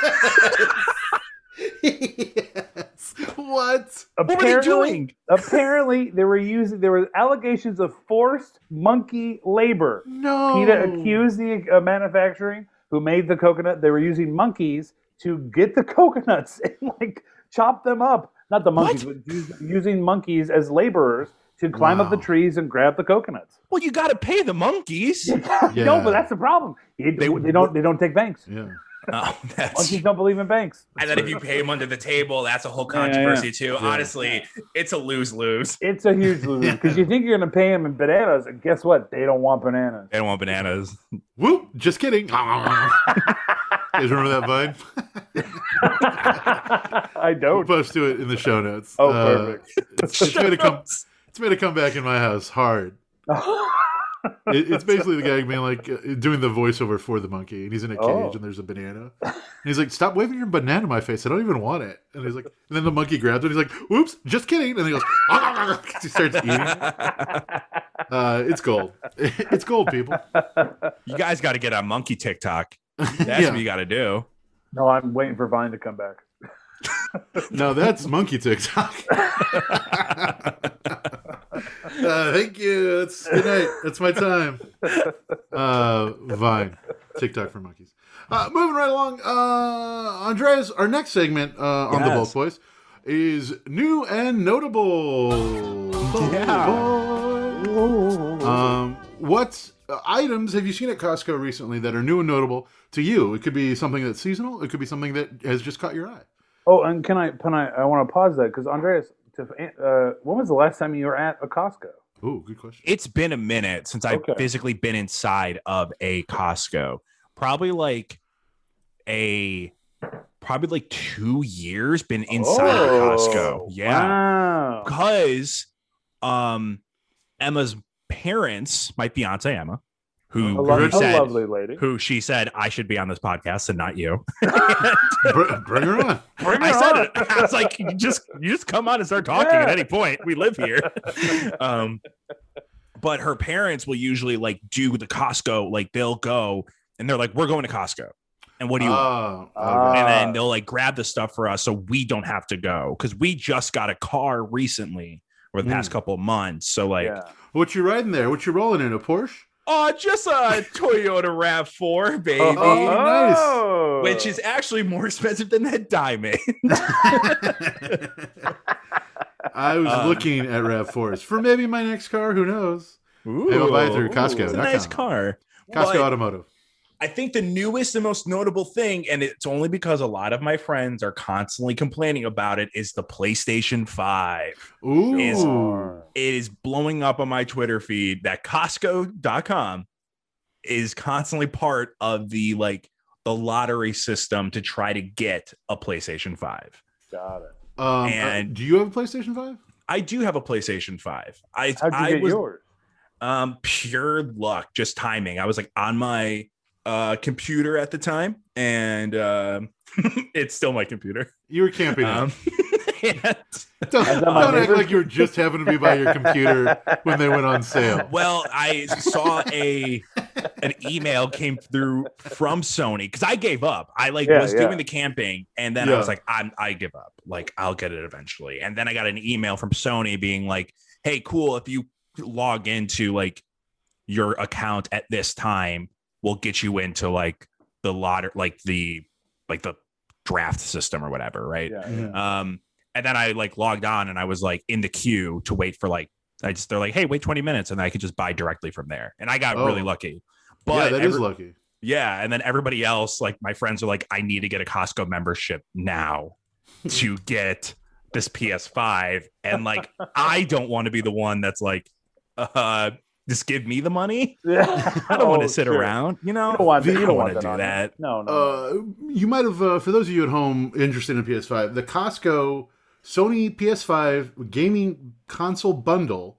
[SPEAKER 2] yes. What?
[SPEAKER 4] What were they doing?
[SPEAKER 3] Apparently, they were using there were allegations of forced monkey labor.
[SPEAKER 2] No.
[SPEAKER 3] PETA accused the uh, manufacturing who made the coconut. They were using monkeys to get the [laughs] coconuts and like chop them up. Not the monkeys, but us- using monkeys as laborers to climb up the
[SPEAKER 2] Wow.
[SPEAKER 3] trees and grab the coconuts.
[SPEAKER 4] Well, you got to pay the monkeys.
[SPEAKER 2] Yeah.
[SPEAKER 3] No, but that's the problem. They,
[SPEAKER 4] They-
[SPEAKER 3] they don't. They don't take banks.
[SPEAKER 2] Yeah.
[SPEAKER 4] Oh,
[SPEAKER 2] [laughs]
[SPEAKER 4] that's.
[SPEAKER 3] Monkeys don't believe in banks.
[SPEAKER 4] And then if you pay them under the table, that's a whole
[SPEAKER 3] Yeah, yeah,
[SPEAKER 4] controversy too.
[SPEAKER 2] Yeah.
[SPEAKER 4] Honestly, it's a lose lose.
[SPEAKER 3] It's a huge loser because you think you're going to pay them in bananas, and guess what? They don't want bananas.
[SPEAKER 4] They don't want bananas.
[SPEAKER 2] Whoop! Just kidding. [laughs] Guys, remember that vine?
[SPEAKER 3] [laughs] [laughs] I
[SPEAKER 2] We'll
[SPEAKER 3] don't.
[SPEAKER 2] post to it in the show notes.
[SPEAKER 3] Oh,
[SPEAKER 2] Uh,
[SPEAKER 3] perfect.
[SPEAKER 2] [laughs] It's, it's
[SPEAKER 4] [laughs]
[SPEAKER 2] made a come. [laughs] It's made a comeback in my house hard. It, it's basically the guy being like uh, doing the voiceover for the monkey, and he's in a cage,
[SPEAKER 3] Oh.
[SPEAKER 2] and there's a banana. And he's like, "Stop waving your banana in my face! I don't even want it." And he's like, and then the monkey grabs it. and He's like, "Whoops! Just kidding!" And he goes, [laughs] "Ah, he starts eating. it.
[SPEAKER 3] [laughs]
[SPEAKER 2] Uh, it's gold. [laughs] It's gold, people.
[SPEAKER 4] you guys got to get on
[SPEAKER 2] [laughs]
[SPEAKER 4] monkey TikTok. That's
[SPEAKER 2] Yeah.
[SPEAKER 4] what you got to do.
[SPEAKER 3] [laughs] no, I'm waiting for Vine to come back.
[SPEAKER 2] No, that's monkey TikTok. uh, thank you. That's good night. That's my time. Uh, Vine, TikTok for monkeys. Uh, moving right along, uh, Andreas. Our next segment uh, on the
[SPEAKER 4] Yes.
[SPEAKER 2] Bulk Boys is new and notable. Um, what uh, items have you seen at Costco recently that are new and notable to you? It could be something that's seasonal. It could be something that has just caught your eye.
[SPEAKER 3] Oh, and can I? Can I? I want to pause that because Andreas, to, uh, when was the last time you were at a Costco?
[SPEAKER 2] Ooh, good question.
[SPEAKER 4] It's been a minute since I've
[SPEAKER 3] Okay.
[SPEAKER 4] physically been inside of a Costco. Probably like a probably like two years been inside
[SPEAKER 3] Oh,
[SPEAKER 4] of Costco. Yeah.
[SPEAKER 3] Wow.
[SPEAKER 4] because um Emma's parents, my fiance Emma, who,
[SPEAKER 3] A,
[SPEAKER 4] who
[SPEAKER 3] lo- a
[SPEAKER 4] said
[SPEAKER 3] lovely lady.
[SPEAKER 4] who she said I should be on this podcast and not you.
[SPEAKER 2] Br- bring her on.
[SPEAKER 3] Bring her
[SPEAKER 4] I said
[SPEAKER 3] on.
[SPEAKER 4] it. [laughs] I was like, you just you just come on and start talking at
[SPEAKER 3] Yeah.
[SPEAKER 4] any point. We
[SPEAKER 2] [laughs]
[SPEAKER 4] live here. um, but her parents will usually like do the Costco. Like they'll go and they're like, we're going to Costco. And what do you? want?
[SPEAKER 2] Oh,
[SPEAKER 3] Ah.
[SPEAKER 2] okay.
[SPEAKER 4] and then they'll like grab the stuff for us so we don't have to go because we just got a car recently over the
[SPEAKER 2] Hmm.
[SPEAKER 4] past couple of months. So like, [laughs]
[SPEAKER 3] yeah.
[SPEAKER 2] what you riding there? What you rolling in a Porsche?
[SPEAKER 4] oh, just a Toyota Rav Four, baby.
[SPEAKER 2] Oh. nice.
[SPEAKER 3] Oh.
[SPEAKER 4] Which is actually more [laughs] expensive than that diamond.
[SPEAKER 2] I was
[SPEAKER 4] Um.
[SPEAKER 2] looking at Rav Forest for maybe my next car. Who knows?
[SPEAKER 4] Ooh,
[SPEAKER 2] Maybe I'll buy it through
[SPEAKER 3] Ooh.
[SPEAKER 4] it's
[SPEAKER 2] Costco.
[SPEAKER 4] a nice car.
[SPEAKER 2] Costco
[SPEAKER 4] But-
[SPEAKER 2] Automotive.
[SPEAKER 4] I think the newest and most notable thing, and it's only because a lot of my friends are constantly complaining about it, is the PlayStation 5.
[SPEAKER 2] Ooh, um,
[SPEAKER 4] Is- It is blowing up on my Twitter feed that Costco.com is constantly part of the like the lottery system to try to get a PlayStation 5.
[SPEAKER 3] Got it.
[SPEAKER 2] um, uh,
[SPEAKER 4] and-
[SPEAKER 2] do you have a PlayStation Five?
[SPEAKER 4] I do have a PlayStation 5. I
[SPEAKER 3] How'd you
[SPEAKER 4] I
[SPEAKER 3] get
[SPEAKER 4] was
[SPEAKER 3] yours?
[SPEAKER 4] um pure luck just timing i was like on my uh computer at the time and um [laughs] it's still my computer
[SPEAKER 2] You were camping. out.
[SPEAKER 4] um [laughs] and-
[SPEAKER 2] [laughs] Don't,
[SPEAKER 3] Is that
[SPEAKER 2] don't
[SPEAKER 3] my
[SPEAKER 2] act
[SPEAKER 3] neighbor?
[SPEAKER 2] like you were just happened to be by your
[SPEAKER 3] [laughs]
[SPEAKER 2] computer when they went on sale.
[SPEAKER 4] well i saw a an email came through from sony because i gave up i like
[SPEAKER 3] Yeah,
[SPEAKER 4] was
[SPEAKER 3] yeah.
[SPEAKER 4] doing the camping and then i
[SPEAKER 2] Yeah.
[SPEAKER 4] was like i'm i give up like i'll get it eventually and then i got an email from sony being like hey cool if you log into like your account at this time will get you into like the lottery like the like the draft system or whatever right
[SPEAKER 2] [laughs]
[SPEAKER 3] Yeah.
[SPEAKER 2] Yeah.
[SPEAKER 4] um and then i like logged on and i was like in the queue to wait for like i just they're like hey wait 20 minutes and i could just buy directly from there and i got
[SPEAKER 2] Oh.
[SPEAKER 4] really lucky
[SPEAKER 2] yeah,
[SPEAKER 4] but
[SPEAKER 2] that is
[SPEAKER 4] every-
[SPEAKER 2] lucky.
[SPEAKER 4] yeah and then everybody else like my friends are like i need to get a costco membership
[SPEAKER 3] [laughs]
[SPEAKER 4] now to get this ps5 and like i don't want to be the one that's like uh just give me the money
[SPEAKER 3] Yeah.
[SPEAKER 4] [laughs] I don't want
[SPEAKER 3] Oh,
[SPEAKER 4] to sit
[SPEAKER 3] sure.
[SPEAKER 4] around, you know.
[SPEAKER 3] You don't want that.
[SPEAKER 4] I
[SPEAKER 3] You
[SPEAKER 4] don't
[SPEAKER 3] don't
[SPEAKER 4] want
[SPEAKER 3] want that
[SPEAKER 4] to do
[SPEAKER 3] on
[SPEAKER 4] that.
[SPEAKER 3] you. No, no.
[SPEAKER 2] Uh, you might have, uh, for those of you at home interested in PS5, the Costco Sony PS5 gaming console bundle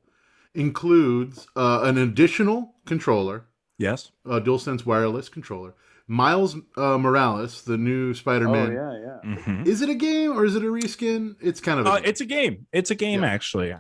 [SPEAKER 2] includes uh, an additional controller,
[SPEAKER 4] Yes.
[SPEAKER 2] a DualSense wireless controller, Miles uh, Morales, the new
[SPEAKER 3] Oh
[SPEAKER 2] Spider-Man.
[SPEAKER 3] yeah, yeah.
[SPEAKER 4] Mhm.
[SPEAKER 2] Is it a game or is it a reskin? It's kind of. A
[SPEAKER 4] Uh,
[SPEAKER 2] game.
[SPEAKER 4] it's a game. It's a game,
[SPEAKER 2] Yeah.
[SPEAKER 4] actually.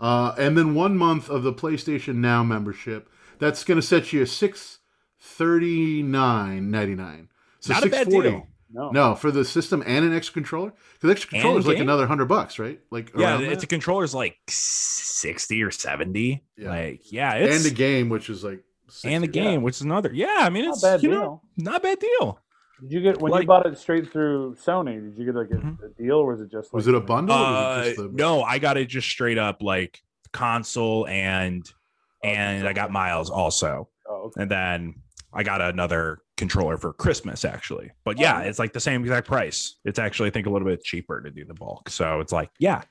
[SPEAKER 2] Uh, and then one month of the PlayStation Now membership. That's going to set you a six thirty nine ninety nine. So
[SPEAKER 4] Not a bad
[SPEAKER 2] $6.40.
[SPEAKER 4] deal. [laughs]
[SPEAKER 3] No.
[SPEAKER 2] No, for the system and an extra controller. Because extra
[SPEAKER 4] And
[SPEAKER 2] controller is like
[SPEAKER 4] game?
[SPEAKER 2] another hundred bucks, right? Like
[SPEAKER 4] Yeah,
[SPEAKER 2] around
[SPEAKER 4] it's a
[SPEAKER 2] that.
[SPEAKER 4] controller's like sixty or seventy.
[SPEAKER 2] Yeah.
[SPEAKER 4] Like, yeah, it's
[SPEAKER 2] and a game, which is like
[SPEAKER 4] and
[SPEAKER 2] 60.
[SPEAKER 4] the game, which is another. Yeah, I mean,
[SPEAKER 3] Not
[SPEAKER 4] it's
[SPEAKER 3] bad
[SPEAKER 4] you
[SPEAKER 3] deal.
[SPEAKER 4] know not bad deal.
[SPEAKER 3] Did you get when
[SPEAKER 4] Like-
[SPEAKER 3] you bought it straight through Sony? Did you get like a,
[SPEAKER 4] Mhm.
[SPEAKER 3] a deal, or was it just like
[SPEAKER 2] Was it a bundle? or
[SPEAKER 4] Uh,
[SPEAKER 2] was it just the-
[SPEAKER 4] no, I got it just straight up like console and and I got Miles also,
[SPEAKER 3] Oh, okay.
[SPEAKER 4] and then I got another controller for Christmas actually. But
[SPEAKER 3] Oh,
[SPEAKER 4] yeah,
[SPEAKER 3] nice.
[SPEAKER 4] it's like the same exact price. It's actually I think a little bit cheaper to do the bulk. So it's like yeah,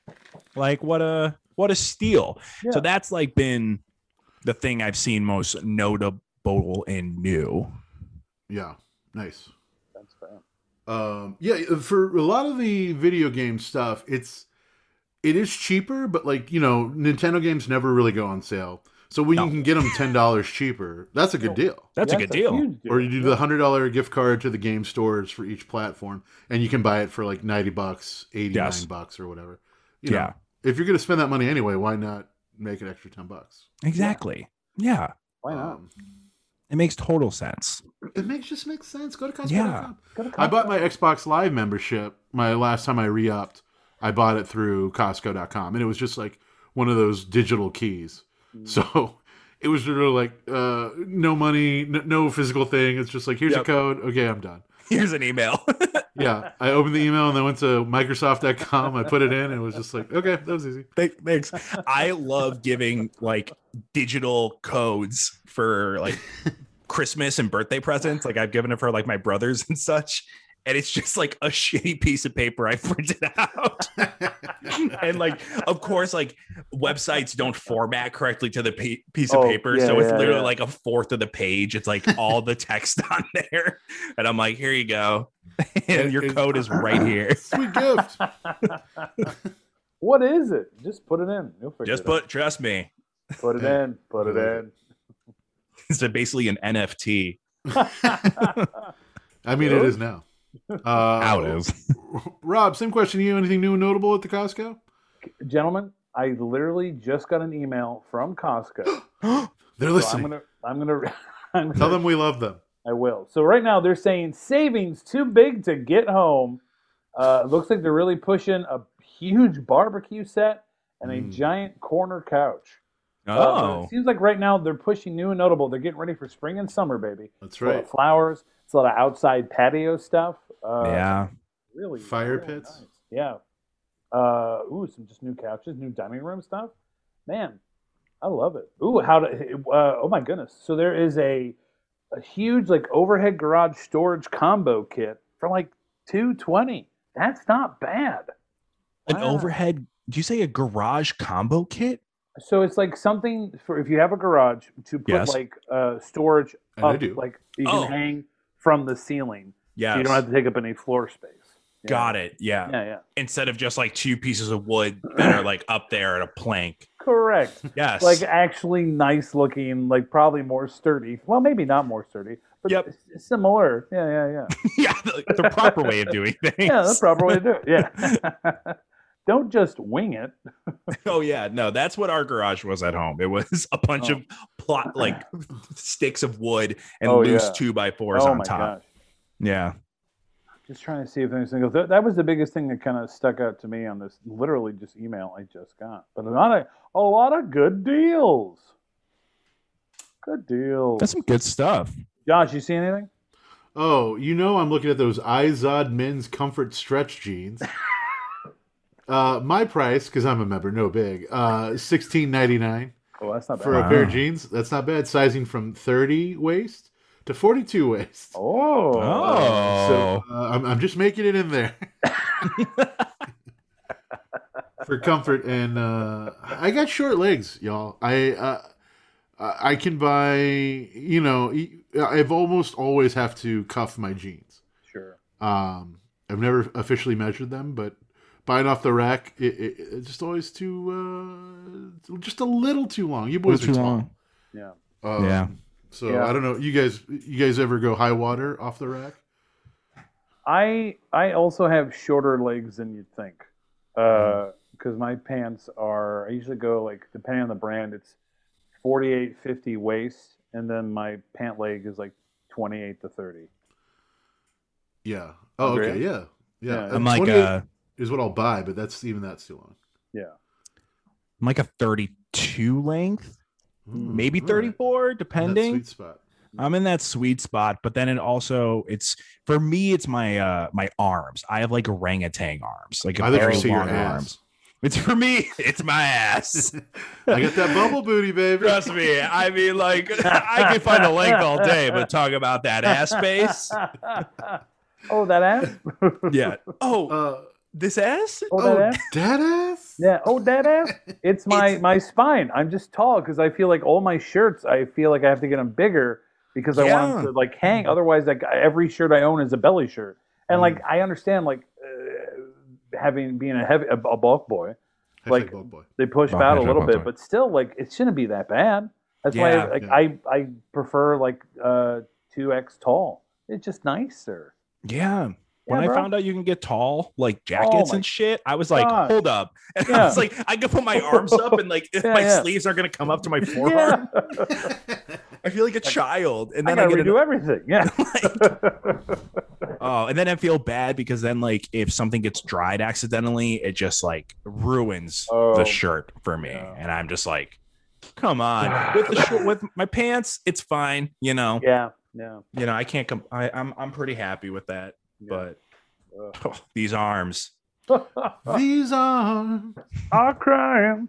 [SPEAKER 4] like what a what a steal.
[SPEAKER 3] Yeah.
[SPEAKER 4] So that's like been the thing I've seen most notable and new.
[SPEAKER 2] Yeah, nice.
[SPEAKER 3] That's fair.
[SPEAKER 2] Um, yeah, for a lot of the video game stuff, it's it is cheaper, but like you know, Nintendo games never really go on sale. So when
[SPEAKER 4] No.
[SPEAKER 2] you can get them ten dollars cheaper, that's a good deal.
[SPEAKER 4] That's a good deal.
[SPEAKER 3] huge
[SPEAKER 2] Or you do the hundred dollar gift card to the game stores for each platform, and you can buy it for like ninety bucks, eighty nine
[SPEAKER 4] Yes.
[SPEAKER 2] bucks, or whatever. You know,
[SPEAKER 4] Yeah,
[SPEAKER 2] if you're gonna spend that money anyway, why not make an extra ten bucks?
[SPEAKER 4] exactly. Yeah,
[SPEAKER 3] Why not?
[SPEAKER 2] Um,
[SPEAKER 4] it makes total sense. [laughs]
[SPEAKER 2] it makes just makes sense. Go to Costco.
[SPEAKER 4] Yeah.
[SPEAKER 3] Go to
[SPEAKER 2] I bought
[SPEAKER 3] Costco.
[SPEAKER 2] my Xbox Live membership my last time I re upped. I bought it through Costco.com and it was just like one of those digital keys.
[SPEAKER 3] Mm.
[SPEAKER 2] So [laughs] it was really like uh, no money, n- no physical thing. It's just like, here's a
[SPEAKER 4] Yep.
[SPEAKER 2] code. Okay, I'm done.
[SPEAKER 4] Here's an email.
[SPEAKER 2] Yeah. I opened the email and I went to Microsoft.com. I put it in and it was just like, okay, that was easy.
[SPEAKER 4] Thank- Thanks. I love giving like digital codes for
[SPEAKER 3] [laughs]
[SPEAKER 4] like Christmas and birthday presents. Like I've given it for like my brothers and such. And it's just like a [laughs] shitty piece of paper I printed out. [laughs] and like, of course, like websites don't format correctly to the pa- piece of
[SPEAKER 3] Oh,
[SPEAKER 4] paper.
[SPEAKER 3] yeah,
[SPEAKER 4] so it's
[SPEAKER 3] yeah,
[SPEAKER 4] literally
[SPEAKER 3] yeah.
[SPEAKER 4] like a fourth of the page. It's like all the text [laughs] on there. And I'm like, here you go. [laughs] and your
[SPEAKER 2] It- it-
[SPEAKER 4] code is right here.
[SPEAKER 2] Sweet gift.
[SPEAKER 4] [laughs]
[SPEAKER 3] [laughs] What is it? Just put it in. You'll figure
[SPEAKER 4] Just
[SPEAKER 3] it out.
[SPEAKER 4] put, trust me. [laughs]
[SPEAKER 3] put it in. Put it in.
[SPEAKER 4] It's basically an NFT.
[SPEAKER 2] I mean, it is now. Uh,
[SPEAKER 4] How
[SPEAKER 3] Oh.
[SPEAKER 4] it is.
[SPEAKER 2] Rob, same question to you. Anything new and notable at the Costco?
[SPEAKER 3] Gentlemen, I literally just got an email from
[SPEAKER 2] [gasps]
[SPEAKER 3] Costco.
[SPEAKER 2] They're
[SPEAKER 3] So I'm
[SPEAKER 2] listening.
[SPEAKER 3] gonna, I'm gonna, [laughs] I'm gonna
[SPEAKER 2] Tell them we love them.
[SPEAKER 3] I will. So right now they're saying savings too big to get home. Uh, it looks like they're really pushing a huge barbecue set and a
[SPEAKER 2] Mm.
[SPEAKER 3] giant corner couch. Uh, but
[SPEAKER 4] [laughs] Oh,
[SPEAKER 3] it seems like right now they're pushing new and notable. They're getting ready for spring and summer, baby.
[SPEAKER 2] That's
[SPEAKER 3] It's a lot
[SPEAKER 2] right.
[SPEAKER 3] of flowers. It's a lot of outside patio stuff. Uh,
[SPEAKER 4] yeah.
[SPEAKER 3] Really.
[SPEAKER 2] Fire
[SPEAKER 3] really
[SPEAKER 2] pits.
[SPEAKER 3] nice. Yeah. Uh, ooh, some just new couches, new dining room stuff. Man, I love it. Ooh, how to? Uh, oh my goodness! So there is a a huge like overhead garage storage combo kit for like two twenty. That's not bad.
[SPEAKER 4] An
[SPEAKER 3] Wow.
[SPEAKER 4] overhead. Do you say a garage combo kit?
[SPEAKER 3] So it's like something for if you have a garage to put
[SPEAKER 4] Yes.
[SPEAKER 3] like uh, storage
[SPEAKER 2] And
[SPEAKER 3] up,
[SPEAKER 2] I do.
[SPEAKER 3] like you
[SPEAKER 4] Oh.
[SPEAKER 3] can hang from the ceiling.
[SPEAKER 4] Yeah.
[SPEAKER 3] So you don't have to take up any floor space. Yeah.
[SPEAKER 4] Got it. Yeah.
[SPEAKER 3] Yeah, yeah.
[SPEAKER 4] Instead of just like two pieces of wood that are like up there at a plank.
[SPEAKER 3] Correct.
[SPEAKER 4] [laughs] Yes.
[SPEAKER 3] like actually nice looking, like probably more sturdy. Well, maybe not more sturdy, but
[SPEAKER 4] Yep.
[SPEAKER 3] s- similar. Yeah, yeah,
[SPEAKER 4] [laughs]
[SPEAKER 3] yeah.
[SPEAKER 4] yeah, the, the proper way of doing things.
[SPEAKER 3] [laughs] Yeah, that's the proper way to do it. Yeah. [laughs] Don't just wing it.
[SPEAKER 4] oh yeah. No, that's what our garage was at home. It was a bunch
[SPEAKER 3] Oh.
[SPEAKER 4] of plot like sticks of wood and
[SPEAKER 3] Oh,
[SPEAKER 4] loose
[SPEAKER 3] yeah.
[SPEAKER 4] two by fours
[SPEAKER 3] oh
[SPEAKER 4] on
[SPEAKER 3] my
[SPEAKER 4] top.
[SPEAKER 3] gosh.
[SPEAKER 4] Yeah.
[SPEAKER 3] Just trying to see if anything goes. That, that was the biggest thing that kind of stuck out to me on this literally just email I just got. But a lot of a lot of good deals. Good deals.
[SPEAKER 4] That's some good stuff.
[SPEAKER 3] Josh, you see anything?
[SPEAKER 2] Oh, you know I'm looking at those Izod men's comfort stretch
[SPEAKER 3] [laughs]
[SPEAKER 2] jeans. Uh, my price, because I'm a member, no big, uh, sixteen ninety nine
[SPEAKER 3] Oh, that's not bad.
[SPEAKER 2] for a pair of
[SPEAKER 4] Wow.
[SPEAKER 2] jeans. That's not bad. Sizing from thirty waist to forty two waist.
[SPEAKER 3] oh.
[SPEAKER 4] Oh.
[SPEAKER 2] So uh, I'm, I'm just making it in there [laughs] for comfort. And uh, I got short legs, y'all. I uh, I I can buy. You know, I've almost always have to cuff my jeans.
[SPEAKER 3] Sure.
[SPEAKER 2] Um, I've never officially measured them, but buying off the rack, it, it, it's just always too uh, just a little too long. You boys are too
[SPEAKER 4] Too long.
[SPEAKER 2] Um,
[SPEAKER 4] Yeah.
[SPEAKER 2] So
[SPEAKER 3] Yeah.
[SPEAKER 2] I don't know. You guys, you guys ever go high water off the rack?
[SPEAKER 3] I I also have shorter legs than you'd think, because my pants are. I usually go like depending on the brand, it's 48, 50 waist, and then my pant leg is like 28 to 30.
[SPEAKER 2] Yeah. Oh,
[SPEAKER 3] Agree.
[SPEAKER 2] okay. Yeah. Yeah.
[SPEAKER 3] Yeah.
[SPEAKER 4] I'm like uh,
[SPEAKER 2] 28
[SPEAKER 4] a
[SPEAKER 2] is what I'll buy, but that's even that's too long.
[SPEAKER 4] I'm like a 32 length,
[SPEAKER 2] Mm,
[SPEAKER 4] maybe
[SPEAKER 2] all right.
[SPEAKER 4] 34,
[SPEAKER 2] That
[SPEAKER 4] depending.
[SPEAKER 2] sweet spot.
[SPEAKER 4] I'm in that sweet spot, but then it also it's for me it's my uh my arms. I have like orangutan arms, like a
[SPEAKER 2] I
[SPEAKER 4] very
[SPEAKER 2] think you see your
[SPEAKER 4] long
[SPEAKER 2] ass.
[SPEAKER 4] arms. It's for me, [laughs] it's
[SPEAKER 2] [laughs]
[SPEAKER 4] my ass.
[SPEAKER 2] I got that
[SPEAKER 4] [laughs]
[SPEAKER 2] bubble booty, baby.
[SPEAKER 4] Trust me. I mean, like I can find a length all day, but talk about that ass space.
[SPEAKER 3] oh, that ass.
[SPEAKER 2] [laughs]
[SPEAKER 4] Yeah. Oh,
[SPEAKER 2] Uh,
[SPEAKER 4] this ass?
[SPEAKER 3] Oh, that
[SPEAKER 2] oh,
[SPEAKER 3] ass.
[SPEAKER 2] dead ass.
[SPEAKER 3] Yeah. Oh, that
[SPEAKER 4] [laughs]
[SPEAKER 3] ass. It's my
[SPEAKER 4] It's-
[SPEAKER 3] my spine. I'm just tall because I feel like all my shirts. I feel like I have to get them bigger because I want
[SPEAKER 4] Yeah. Mm-hmm.
[SPEAKER 3] them to like hang. Otherwise, like every shirt I own is a belly shirt. And like I understand, like uh, having being a heavy a, a bulk boy,
[SPEAKER 2] Hashtag
[SPEAKER 3] Like-
[SPEAKER 2] bulk
[SPEAKER 3] [laughs]
[SPEAKER 2] boy.
[SPEAKER 3] they push
[SPEAKER 4] Oh,
[SPEAKER 3] out a
[SPEAKER 4] yeah,
[SPEAKER 3] little
[SPEAKER 4] yeah,
[SPEAKER 3] bit,
[SPEAKER 4] yeah.
[SPEAKER 3] but still, like it shouldn't be that bad. That's
[SPEAKER 4] Yeah,
[SPEAKER 3] why, like
[SPEAKER 2] yeah.
[SPEAKER 3] I I prefer like uh two X tall. It's just nicer.
[SPEAKER 4] Yeah. When
[SPEAKER 3] Yeah,
[SPEAKER 4] I
[SPEAKER 3] bro.
[SPEAKER 4] found out you can get tall,
[SPEAKER 2] Oh
[SPEAKER 4] like jackets
[SPEAKER 3] my
[SPEAKER 4] and shit, I was like,
[SPEAKER 3] God.
[SPEAKER 4] hold up. [laughs] And I
[SPEAKER 3] Yeah.
[SPEAKER 4] was like, I could
[SPEAKER 2] [laughs]
[SPEAKER 4] put my arms up and like
[SPEAKER 3] Yeah,
[SPEAKER 4] my
[SPEAKER 3] yeah.
[SPEAKER 4] sleeves aren't gonna come up to my forearm.
[SPEAKER 3] yeah,
[SPEAKER 4] I feel like a child.
[SPEAKER 3] [laughs]
[SPEAKER 4] And
[SPEAKER 3] I
[SPEAKER 4] then I,
[SPEAKER 3] gotta
[SPEAKER 4] get an-
[SPEAKER 3] redo everything.
[SPEAKER 4] [laughs]
[SPEAKER 3] Yeah,
[SPEAKER 4] oh, and then I feel bad because then like if something gets dried accidentally, it just like ruins
[SPEAKER 3] Oh.
[SPEAKER 4] the shirt for me.
[SPEAKER 3] Yeah.
[SPEAKER 4] And I'm just like, come on.
[SPEAKER 3] [sighs]
[SPEAKER 4] with the short with my pants, it's fine, you know.
[SPEAKER 3] [laughs] yeah, yeah.
[SPEAKER 4] You know, I can't come I, I'm I'm pretty happy with that. But [sighs] these arms. [laughs]
[SPEAKER 2] These are.
[SPEAKER 3] I'm
[SPEAKER 2] [laughs]
[SPEAKER 3] crying.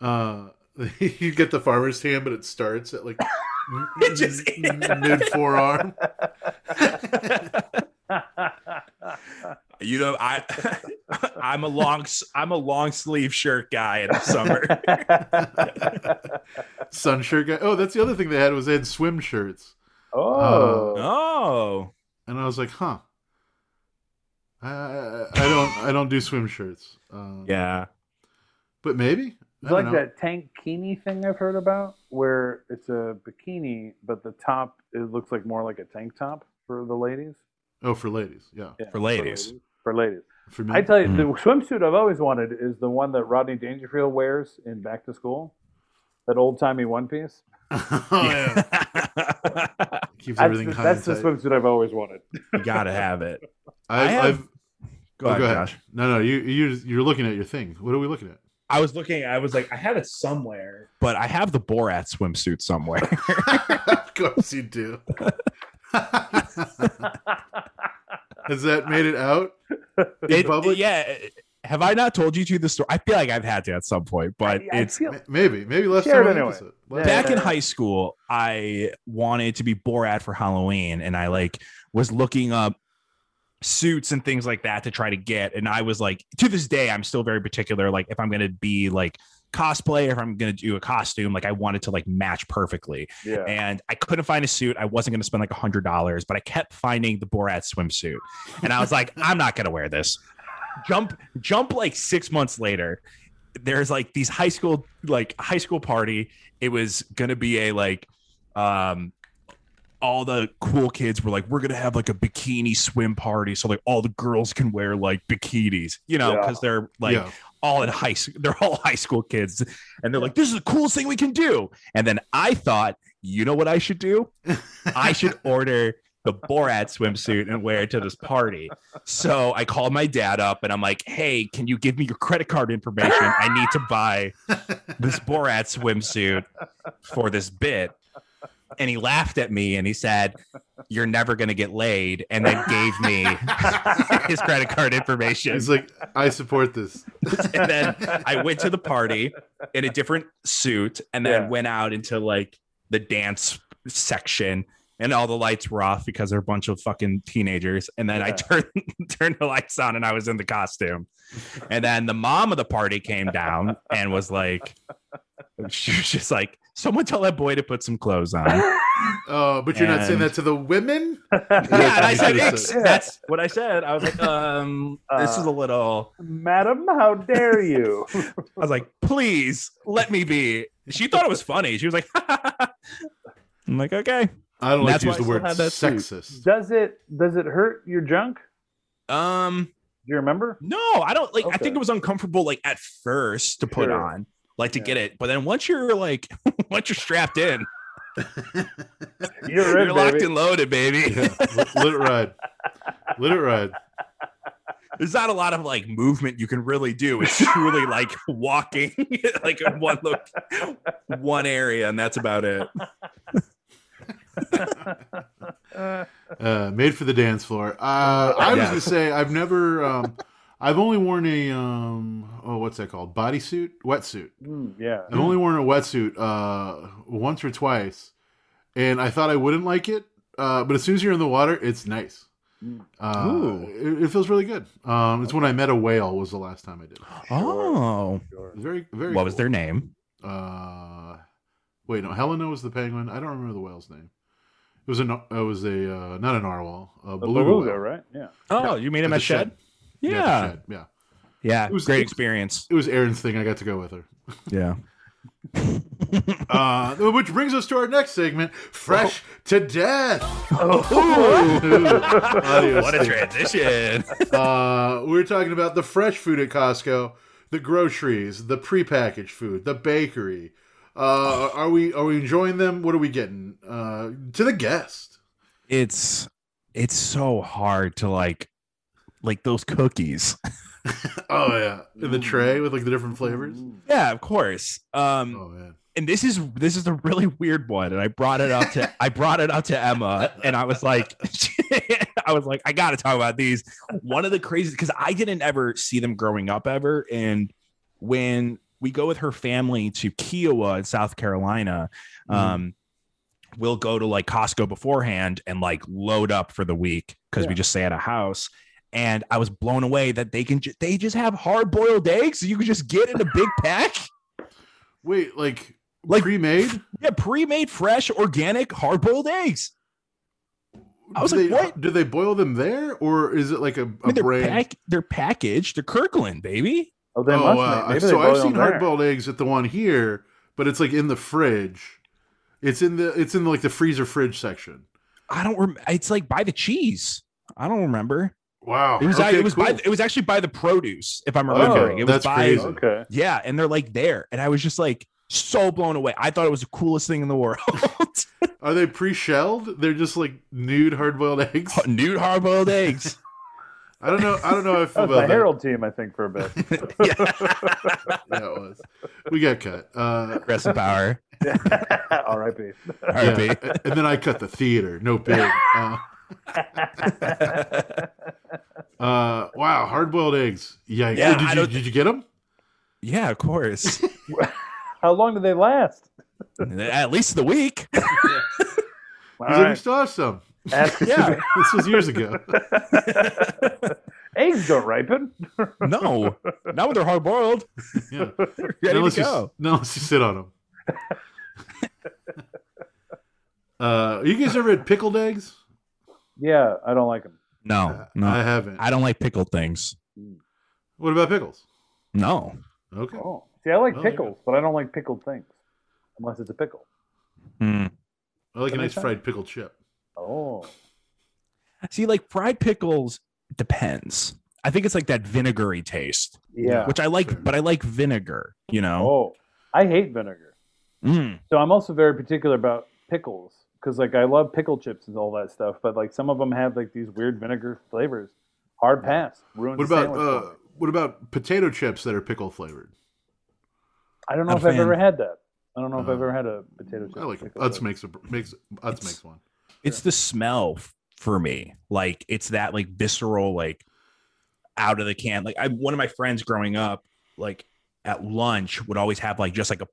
[SPEAKER 2] Uh, [laughs] you get the farmer's tan, but it starts at like
[SPEAKER 4] [laughs] It just-
[SPEAKER 2] mid forearm.
[SPEAKER 4] You know, I [laughs] I'm a long s- I'm a long sleeve shirt guy in the
[SPEAKER 3] [laughs]
[SPEAKER 4] summer.
[SPEAKER 2] Sun shirt guy. Oh, that's the other thing they had was they had swim shirts, Uh,
[SPEAKER 3] oh,
[SPEAKER 4] oh.
[SPEAKER 2] and I was like, huh. I, I, I don't I don't do swim shirts. Um,
[SPEAKER 4] Yeah.
[SPEAKER 2] but maybe I
[SPEAKER 3] it's
[SPEAKER 2] don't
[SPEAKER 3] like
[SPEAKER 2] know.
[SPEAKER 3] that tankini thing I've heard about, where it's a bikini, but the top it looks like more like a tank top for the ladies.
[SPEAKER 2] Oh, for Mm-hmm. ladies, yeah.
[SPEAKER 3] Yeah,
[SPEAKER 4] For ladies.
[SPEAKER 3] For ladies.
[SPEAKER 2] For me,
[SPEAKER 3] I tell you, the swimsuit I've always wanted is the one that Rodney Dangerfield wears in Back to School, that old timey one piece.
[SPEAKER 2] [laughs] oh,
[SPEAKER 4] [laughs]
[SPEAKER 2] yeah.
[SPEAKER 4] yeah.
[SPEAKER 2] keeps
[SPEAKER 3] That's,
[SPEAKER 2] everything
[SPEAKER 3] the,
[SPEAKER 2] high
[SPEAKER 3] that's the
[SPEAKER 2] and tight.
[SPEAKER 3] swimsuit I've always wanted.
[SPEAKER 4] [laughs] you gotta have it.
[SPEAKER 2] I've,
[SPEAKER 4] I have-
[SPEAKER 2] I've
[SPEAKER 4] Go,
[SPEAKER 2] Oh,
[SPEAKER 4] ahead,
[SPEAKER 2] go ahead.
[SPEAKER 4] Josh.
[SPEAKER 2] No, no, you you're you're looking at your thing. What are we looking at?
[SPEAKER 4] I was looking, I was like, I have it somewhere, but I have the Borat swimsuit somewhere. [laughs]
[SPEAKER 2] of course you do. [laughs] Has that made it out in
[SPEAKER 4] It-
[SPEAKER 2] public?
[SPEAKER 4] yeah. eh, Have I not told you to the story? I feel like I've had to at some point, but
[SPEAKER 3] I
[SPEAKER 4] it's
[SPEAKER 3] feel-
[SPEAKER 2] M- Maybe, maybe last
[SPEAKER 3] Share it
[SPEAKER 2] time on the
[SPEAKER 3] anyway.
[SPEAKER 2] episode. Last-
[SPEAKER 3] Yeah.
[SPEAKER 4] back in high school i wanted to be borat for halloween and i like was looking up suits and things like that to try to get and i was like to this day i'm still very particular like if i'm gonna be like cosplay or if i'm gonna do a costume like i wanted to like match perfectly
[SPEAKER 3] yeah.
[SPEAKER 2] [laughs]
[SPEAKER 4] and i couldn't find a suit i wasn't gonna spend like a hundred dollars but i kept finding the borat swimsuit and i was like [laughs] i'm not gonna wear this jump jump like six months later there's like these high school like high school party it was gonna be a like um all the cool kids were like we're gonna have like a bikini swim party so like all the girls can wear like bikinis you know
[SPEAKER 3] Yeah.
[SPEAKER 4] because they're like
[SPEAKER 2] yeah.
[SPEAKER 4] all in high school they're all [laughs] high school kids and they're like this is the coolest thing we can do and then i thought you know what i should do i should order the borat swimsuit and wear it to this party so i called my dad up and i'm like hey can you give me your credit card information i need to buy this borat swimsuit for this bit and he laughed at me and he said you're never going to get laid and then gave me [laughs] his
[SPEAKER 3] [laughs]
[SPEAKER 4] credit card information
[SPEAKER 2] He's
[SPEAKER 4] [laughs]
[SPEAKER 2] like, I support this.
[SPEAKER 4] and then I went to the party in a different suit and then
[SPEAKER 3] Yeah.
[SPEAKER 4] went out into like the dance section and all the lights were off because they're a bunch of fucking teenagers and then I
[SPEAKER 3] Yeah.
[SPEAKER 4] turned [laughs] turned the lights on and I was in the costume and then the mom of the party came down and was like she was just like someone tell that boy to put some clothes on
[SPEAKER 2] Uh, but you're not saying
[SPEAKER 4] And-
[SPEAKER 2] that to the women.
[SPEAKER 4] yeah [laughs] and I said
[SPEAKER 2] Yeah.
[SPEAKER 4] "Ex- that's what I said I was like um this is a little
[SPEAKER 3] Madam, how dare you?
[SPEAKER 4] I was like, please let me be. She thought it was funny. She was like, [laughs] I'm like, okay.
[SPEAKER 2] I don't like
[SPEAKER 4] That's
[SPEAKER 2] to use the
[SPEAKER 4] why I still
[SPEAKER 2] word
[SPEAKER 4] have that suit.
[SPEAKER 2] sexist.
[SPEAKER 3] Does it does it hurt your junk?
[SPEAKER 4] Um,
[SPEAKER 3] Do
[SPEAKER 2] [laughs]
[SPEAKER 3] you remember?
[SPEAKER 4] No, I don't like. I
[SPEAKER 3] Okay.
[SPEAKER 4] think it was uncomfortable, like at first, to put
[SPEAKER 3] Sure.
[SPEAKER 4] on, like to
[SPEAKER 3] Yeah.
[SPEAKER 4] get it. But then once you're like, [laughs] once you're strapped in,
[SPEAKER 3] You're,
[SPEAKER 4] you're
[SPEAKER 3] in,
[SPEAKER 4] locked
[SPEAKER 3] baby.
[SPEAKER 4] and loaded, baby.
[SPEAKER 2] Yeah, let, let it ride. Let it ride.
[SPEAKER 4] [laughs] There's not a lot of like movement you can really do. It's truly like walking, [laughs] like in one look, one area, and that's about it.
[SPEAKER 3] Uh,
[SPEAKER 2] Uh, made for the dance floor. Uh, I was
[SPEAKER 4] Yeah.
[SPEAKER 2] gonna say I've never. Um, I've only worn a um, oh, what's that called? Bodysuit, wetsuit.
[SPEAKER 3] mm, yeah.
[SPEAKER 2] I've only worn a wetsuit uh, once or twice, and I thought I wouldn't like it, uh, but as soon as you're in the water, it's nice.
[SPEAKER 3] Mm.
[SPEAKER 2] Uh,
[SPEAKER 4] Ooh.
[SPEAKER 2] It, it feels really good. Um, it's when I met a whale was the last time I did it.
[SPEAKER 4] Oh,
[SPEAKER 3] Sure.
[SPEAKER 2] Very, very.
[SPEAKER 4] what was
[SPEAKER 2] cool.
[SPEAKER 4] their name?
[SPEAKER 2] Uh, wait, no, Helena was the penguin. I don't remember the whale's name. It was a, no- it was a uh, not a narwhal, a
[SPEAKER 3] The
[SPEAKER 2] beluga,
[SPEAKER 3] beluga,
[SPEAKER 2] whale.
[SPEAKER 3] right? Yeah.
[SPEAKER 4] Oh, you made him
[SPEAKER 2] the
[SPEAKER 4] at shed?
[SPEAKER 2] at the
[SPEAKER 4] Yeah,
[SPEAKER 2] shed, yeah.
[SPEAKER 4] yeah,
[SPEAKER 2] It was-
[SPEAKER 4] great
[SPEAKER 2] it-
[SPEAKER 4] experience.
[SPEAKER 2] It was Aaron's thing. I got to go with
[SPEAKER 4] [laughs]
[SPEAKER 2] her.
[SPEAKER 4] Yeah.
[SPEAKER 2] Uh, which brings us to our next segment: Fresh
[SPEAKER 4] Oh.
[SPEAKER 2] to Death.
[SPEAKER 4] Oh.
[SPEAKER 2] Audio
[SPEAKER 4] what a
[SPEAKER 2] stick.
[SPEAKER 4] transition.
[SPEAKER 2] [laughs] uh, we're talking about the fresh food at Costco, the groceries, the prepackaged food, the bakery. Uh, are we are we enjoying them? What are we getting? Uh, to the guest.
[SPEAKER 4] [laughs] it's it's so hard to like like those cookies
[SPEAKER 2] Oh yeah, in the tray with like the different flavors.
[SPEAKER 3] Mm.
[SPEAKER 4] yeah of course um
[SPEAKER 2] Oh man,
[SPEAKER 4] and this is this is a really weird one and i brought it up to i brought it up to emma and i was like [laughs] i was like i gotta talk about these one of the crazy because i didn't ever see them growing up ever and when we go with her family to kiowa in south carolina um we'll go to like costco beforehand and like load up for the week because we
[SPEAKER 3] Yeah.
[SPEAKER 4] just stay at a house and i was blown away that they can ju- they just have hard boiled eggs you can just get in a big pack
[SPEAKER 2] wait, like
[SPEAKER 4] Like-
[SPEAKER 2] pre-made?
[SPEAKER 4] yeah, pre-made, fresh, organic, hard-boiled eggs. I was
[SPEAKER 2] do
[SPEAKER 4] like,
[SPEAKER 2] they,
[SPEAKER 4] what?
[SPEAKER 2] Do they boil them there, or is it like a, a
[SPEAKER 4] I mean, they're,
[SPEAKER 2] brand?
[SPEAKER 4] pack- they're packaged. They're Kirkland, baby.
[SPEAKER 3] Oh, they
[SPEAKER 2] oh,
[SPEAKER 3] must.
[SPEAKER 2] wow.
[SPEAKER 3] make- Maybe
[SPEAKER 2] so
[SPEAKER 3] they
[SPEAKER 2] I've
[SPEAKER 3] boil
[SPEAKER 2] seen
[SPEAKER 3] them there.
[SPEAKER 2] hard boiled eggs at the one here, but it's like in the fridge. It's in the it's in like the freezer fridge section.
[SPEAKER 4] I don't remember. It's like by the cheese. I don't remember.
[SPEAKER 2] Wow,
[SPEAKER 4] It was
[SPEAKER 2] Okay,
[SPEAKER 4] it was by
[SPEAKER 2] cool. Oh,
[SPEAKER 4] the- it was actually by the produce, if I'm
[SPEAKER 3] Okay,
[SPEAKER 4] remembering. it was
[SPEAKER 2] that's
[SPEAKER 4] by
[SPEAKER 2] crazy.
[SPEAKER 3] Okay.
[SPEAKER 4] yeah, and they're like there, and I was just like so blown away. I thought it was the coolest thing in the [laughs] world.
[SPEAKER 2] Are they pre-shelled? They're just like nude hard-boiled eggs.
[SPEAKER 4] Nude hard-boiled [laughs] eggs.
[SPEAKER 2] I don't know. I don't
[SPEAKER 3] [laughs]
[SPEAKER 2] know how I
[SPEAKER 3] That
[SPEAKER 2] feel
[SPEAKER 3] was
[SPEAKER 2] about
[SPEAKER 3] the
[SPEAKER 2] that.
[SPEAKER 3] Herald team, I think, for
[SPEAKER 2] [laughs]
[SPEAKER 3] a bit. [laughs]
[SPEAKER 2] Yeah, it was. We got cut.
[SPEAKER 3] [laughs]
[SPEAKER 2] Uh,
[SPEAKER 4] Rest in power.
[SPEAKER 3] R.I.P.
[SPEAKER 4] R.I.P.
[SPEAKER 2] yeah. And then I cut the theater. No big.
[SPEAKER 3] [laughs]
[SPEAKER 2] Uh, uh, wow, hard-boiled eggs. Yikes.
[SPEAKER 4] Yeah,
[SPEAKER 2] Oh, did,
[SPEAKER 4] I
[SPEAKER 2] you,
[SPEAKER 4] don't-
[SPEAKER 2] did you get them?
[SPEAKER 4] yeah,
[SPEAKER 2] [laughs]
[SPEAKER 4] of course.
[SPEAKER 3] How long did they last?
[SPEAKER 4] At least the week.
[SPEAKER 3] All
[SPEAKER 2] He's like, we
[SPEAKER 3] right.
[SPEAKER 2] still have some.
[SPEAKER 3] Ask
[SPEAKER 4] Yeah.
[SPEAKER 2] [laughs] This was years ago.
[SPEAKER 3] [laughs] Eggs don't ripen.
[SPEAKER 4] [laughs] No, not when they're hard boiled.
[SPEAKER 3] [laughs]
[SPEAKER 2] Yeah.
[SPEAKER 4] Ready
[SPEAKER 2] now
[SPEAKER 4] to
[SPEAKER 2] let's just-
[SPEAKER 4] go.
[SPEAKER 2] now let's just sit on them. uh, you guys ever had pickled eggs?
[SPEAKER 3] Yeah, I don't like them.
[SPEAKER 4] No,
[SPEAKER 2] Uh, I
[SPEAKER 4] no,
[SPEAKER 2] haven't.
[SPEAKER 4] I don't like pickled things.
[SPEAKER 2] What about pickles?
[SPEAKER 4] No,
[SPEAKER 2] Okay.
[SPEAKER 3] Oh, see, I like
[SPEAKER 2] Oh, yeah.
[SPEAKER 3] pickles, but I don't like pickled things, unless it's a pickle.
[SPEAKER 4] Mm.
[SPEAKER 2] I like a
[SPEAKER 3] That
[SPEAKER 2] nice
[SPEAKER 3] makes sense.
[SPEAKER 2] fried pickle chip.
[SPEAKER 3] Oh,
[SPEAKER 4] see, like fried pickles depends. I think it's like that vinegary taste,
[SPEAKER 3] yeah.
[SPEAKER 4] which I like,
[SPEAKER 2] Sure.
[SPEAKER 4] but I like vinegar. You know,
[SPEAKER 3] Oh, I hate vinegar.
[SPEAKER 4] Mm.
[SPEAKER 3] So I'm also very particular about pickles because, like, I love pickle chips and all that stuff, but like some of them have like these weird vinegar flavors. Hard pass. Ruins
[SPEAKER 2] What
[SPEAKER 3] the
[SPEAKER 2] about
[SPEAKER 3] sandwich for
[SPEAKER 2] uh,
[SPEAKER 3] me.
[SPEAKER 2] what about potato chips that are pickle flavored?
[SPEAKER 3] I don't know
[SPEAKER 4] not a
[SPEAKER 3] if I've
[SPEAKER 4] fan.
[SPEAKER 3] ever had that. I don't know if
[SPEAKER 2] Uh,
[SPEAKER 3] I've ever had a potato chip.
[SPEAKER 2] I like it.
[SPEAKER 3] pickle
[SPEAKER 2] Utz
[SPEAKER 3] chip.
[SPEAKER 2] makes a makes Utz
[SPEAKER 4] It's-
[SPEAKER 2] makes one.
[SPEAKER 4] it's the smell f- for me. Like it's that like visceral, like out of the can. Like I, one of my friends growing up, like at lunch would always have like just like a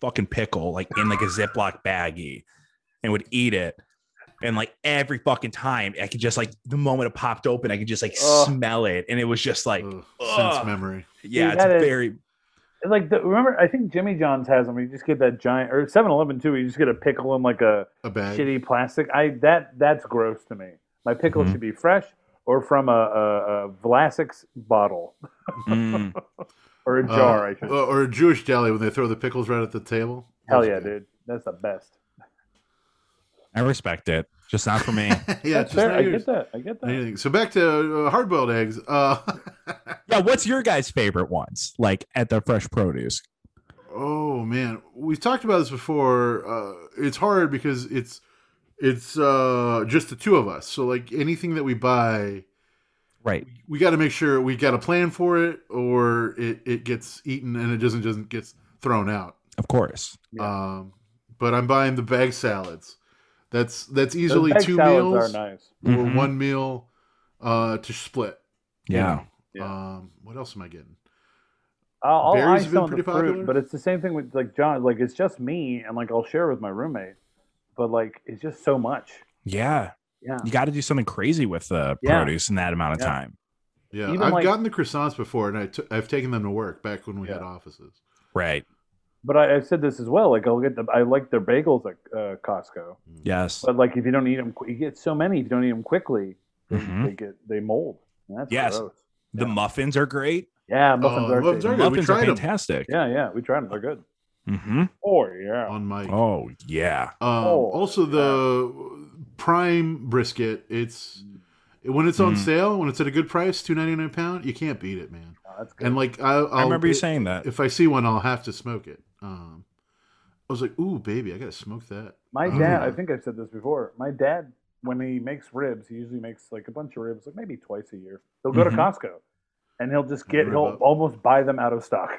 [SPEAKER 4] fucking pickle, like in like a Ziploc baggie, and would eat it. And like every fucking time, I could just like the moment it popped open, I could just like
[SPEAKER 3] Ugh.
[SPEAKER 4] smell it, and it was just like,
[SPEAKER 2] Ugh,
[SPEAKER 4] ugh.
[SPEAKER 2] sense memory.
[SPEAKER 4] yeah,
[SPEAKER 3] Dude,
[SPEAKER 4] it's
[SPEAKER 3] that is-
[SPEAKER 4] very
[SPEAKER 3] And, Like the, remember, I think Jimmy John's has them. You just get that giant or 7-Eleven too. You just get a pickle and like a
[SPEAKER 2] A bag.
[SPEAKER 3] shitty plastic. I that that's gross to me. My pickle
[SPEAKER 2] Mm-hmm.
[SPEAKER 4] Mhm.
[SPEAKER 3] should be fresh or from a, a, a Vlasics bottle
[SPEAKER 4] mm,
[SPEAKER 3] or a
[SPEAKER 2] Uh,
[SPEAKER 3] jar. I should.
[SPEAKER 2] or or a Jewish deli when they throw the pickles right at the table.
[SPEAKER 3] Hell
[SPEAKER 2] Those
[SPEAKER 3] yeah,
[SPEAKER 2] are good.
[SPEAKER 3] dude. That's the best.
[SPEAKER 4] I respect it. Just not for [laughs]
[SPEAKER 2] [laughs]
[SPEAKER 4] me.
[SPEAKER 2] yeah,
[SPEAKER 3] That's
[SPEAKER 2] just
[SPEAKER 3] fair.
[SPEAKER 2] not
[SPEAKER 3] I
[SPEAKER 2] yours.
[SPEAKER 3] get that. I get that.
[SPEAKER 2] Anything. So back to uh, hard boiled eggs. Uh, [laughs]
[SPEAKER 4] yeah, what's your guys' favorite ones? Like at the fresh produce?
[SPEAKER 2] oh man, we've talked about this before. Uh, it's hard because it's it's uh, just the two of us. So like anything that we buy,
[SPEAKER 4] Right.
[SPEAKER 2] we got to make sure we got a plan for it, or it, it gets eaten and it doesn't doesn't gets thrown out.
[SPEAKER 4] Of course.
[SPEAKER 2] Um, but I'm buying the bag salads. That's that's easily
[SPEAKER 3] Those egg
[SPEAKER 2] two
[SPEAKER 3] salads
[SPEAKER 2] meals
[SPEAKER 3] are nice.
[SPEAKER 2] or
[SPEAKER 4] Mhm.
[SPEAKER 2] one meal uh, to split. you
[SPEAKER 4] Yeah.
[SPEAKER 2] know?
[SPEAKER 3] Yeah.
[SPEAKER 2] Um, what else am I getting?
[SPEAKER 3] Uh, I'll
[SPEAKER 2] Berries
[SPEAKER 3] ice
[SPEAKER 2] have been
[SPEAKER 3] on the
[SPEAKER 2] pretty
[SPEAKER 3] fruit,
[SPEAKER 2] popular.
[SPEAKER 3] but it's the same thing with like John. Like it's just me, and like I'll share with my roommate, but like it's just so much.
[SPEAKER 4] Yeah.
[SPEAKER 3] Yeah.
[SPEAKER 4] You got to do something crazy with the
[SPEAKER 3] Yeah.
[SPEAKER 4] produce in that amount of
[SPEAKER 3] Yeah.
[SPEAKER 4] time.
[SPEAKER 2] Yeah,
[SPEAKER 3] Even
[SPEAKER 2] I've
[SPEAKER 3] like-
[SPEAKER 2] gotten the croissants before, and I t- I've taken them to work back when we had
[SPEAKER 3] Yeah.
[SPEAKER 2] offices.
[SPEAKER 4] Right.
[SPEAKER 3] But I, I've said this as well. Like I'll get the I like their bagels at uh, Costco,
[SPEAKER 4] Yes.
[SPEAKER 3] but like if you don't eat them, you get so many. If you don't eat them quickly, they-
[SPEAKER 4] Mhm.
[SPEAKER 3] they get they mold. And that's
[SPEAKER 4] Yes.
[SPEAKER 3] gross.
[SPEAKER 4] The muffins are great.
[SPEAKER 3] Yeah, muffins
[SPEAKER 2] Oh,
[SPEAKER 3] are.
[SPEAKER 2] muffins
[SPEAKER 3] tasty.
[SPEAKER 2] are good. we
[SPEAKER 4] Muffins are
[SPEAKER 2] tried 'em.
[SPEAKER 4] fantastic.
[SPEAKER 3] Yeah, yeah, we tried them. They're good.
[SPEAKER 4] Mm-hmm.
[SPEAKER 3] Oh yeah.
[SPEAKER 2] on my um,
[SPEAKER 4] Oh yeah.
[SPEAKER 3] Oh,
[SPEAKER 2] also the prime brisket it's when it's on
[SPEAKER 4] Mm.
[SPEAKER 2] sale when it's at a good price 2.99 a pound you can't beat it man
[SPEAKER 3] Oh, that's good.
[SPEAKER 2] and like I, I'll,
[SPEAKER 4] i remember you
[SPEAKER 2] if-
[SPEAKER 4] saying that.
[SPEAKER 2] if i see one i'll have to smoke it um i was like ooh baby i gotta smoke that
[SPEAKER 3] My
[SPEAKER 2] Oh,
[SPEAKER 3] dad,
[SPEAKER 2] yeah.
[SPEAKER 3] I think I've said this before. My dad, when he makes ribs, he usually makes like a bunch of ribs, like maybe twice a year. He'll go
[SPEAKER 4] Mhm.
[SPEAKER 3] to Costco, and he'll just get,
[SPEAKER 2] Mm-hmm. Rib
[SPEAKER 3] he'll
[SPEAKER 2] up.
[SPEAKER 3] almost buy them out of
[SPEAKER 2] [laughs]
[SPEAKER 3] stock.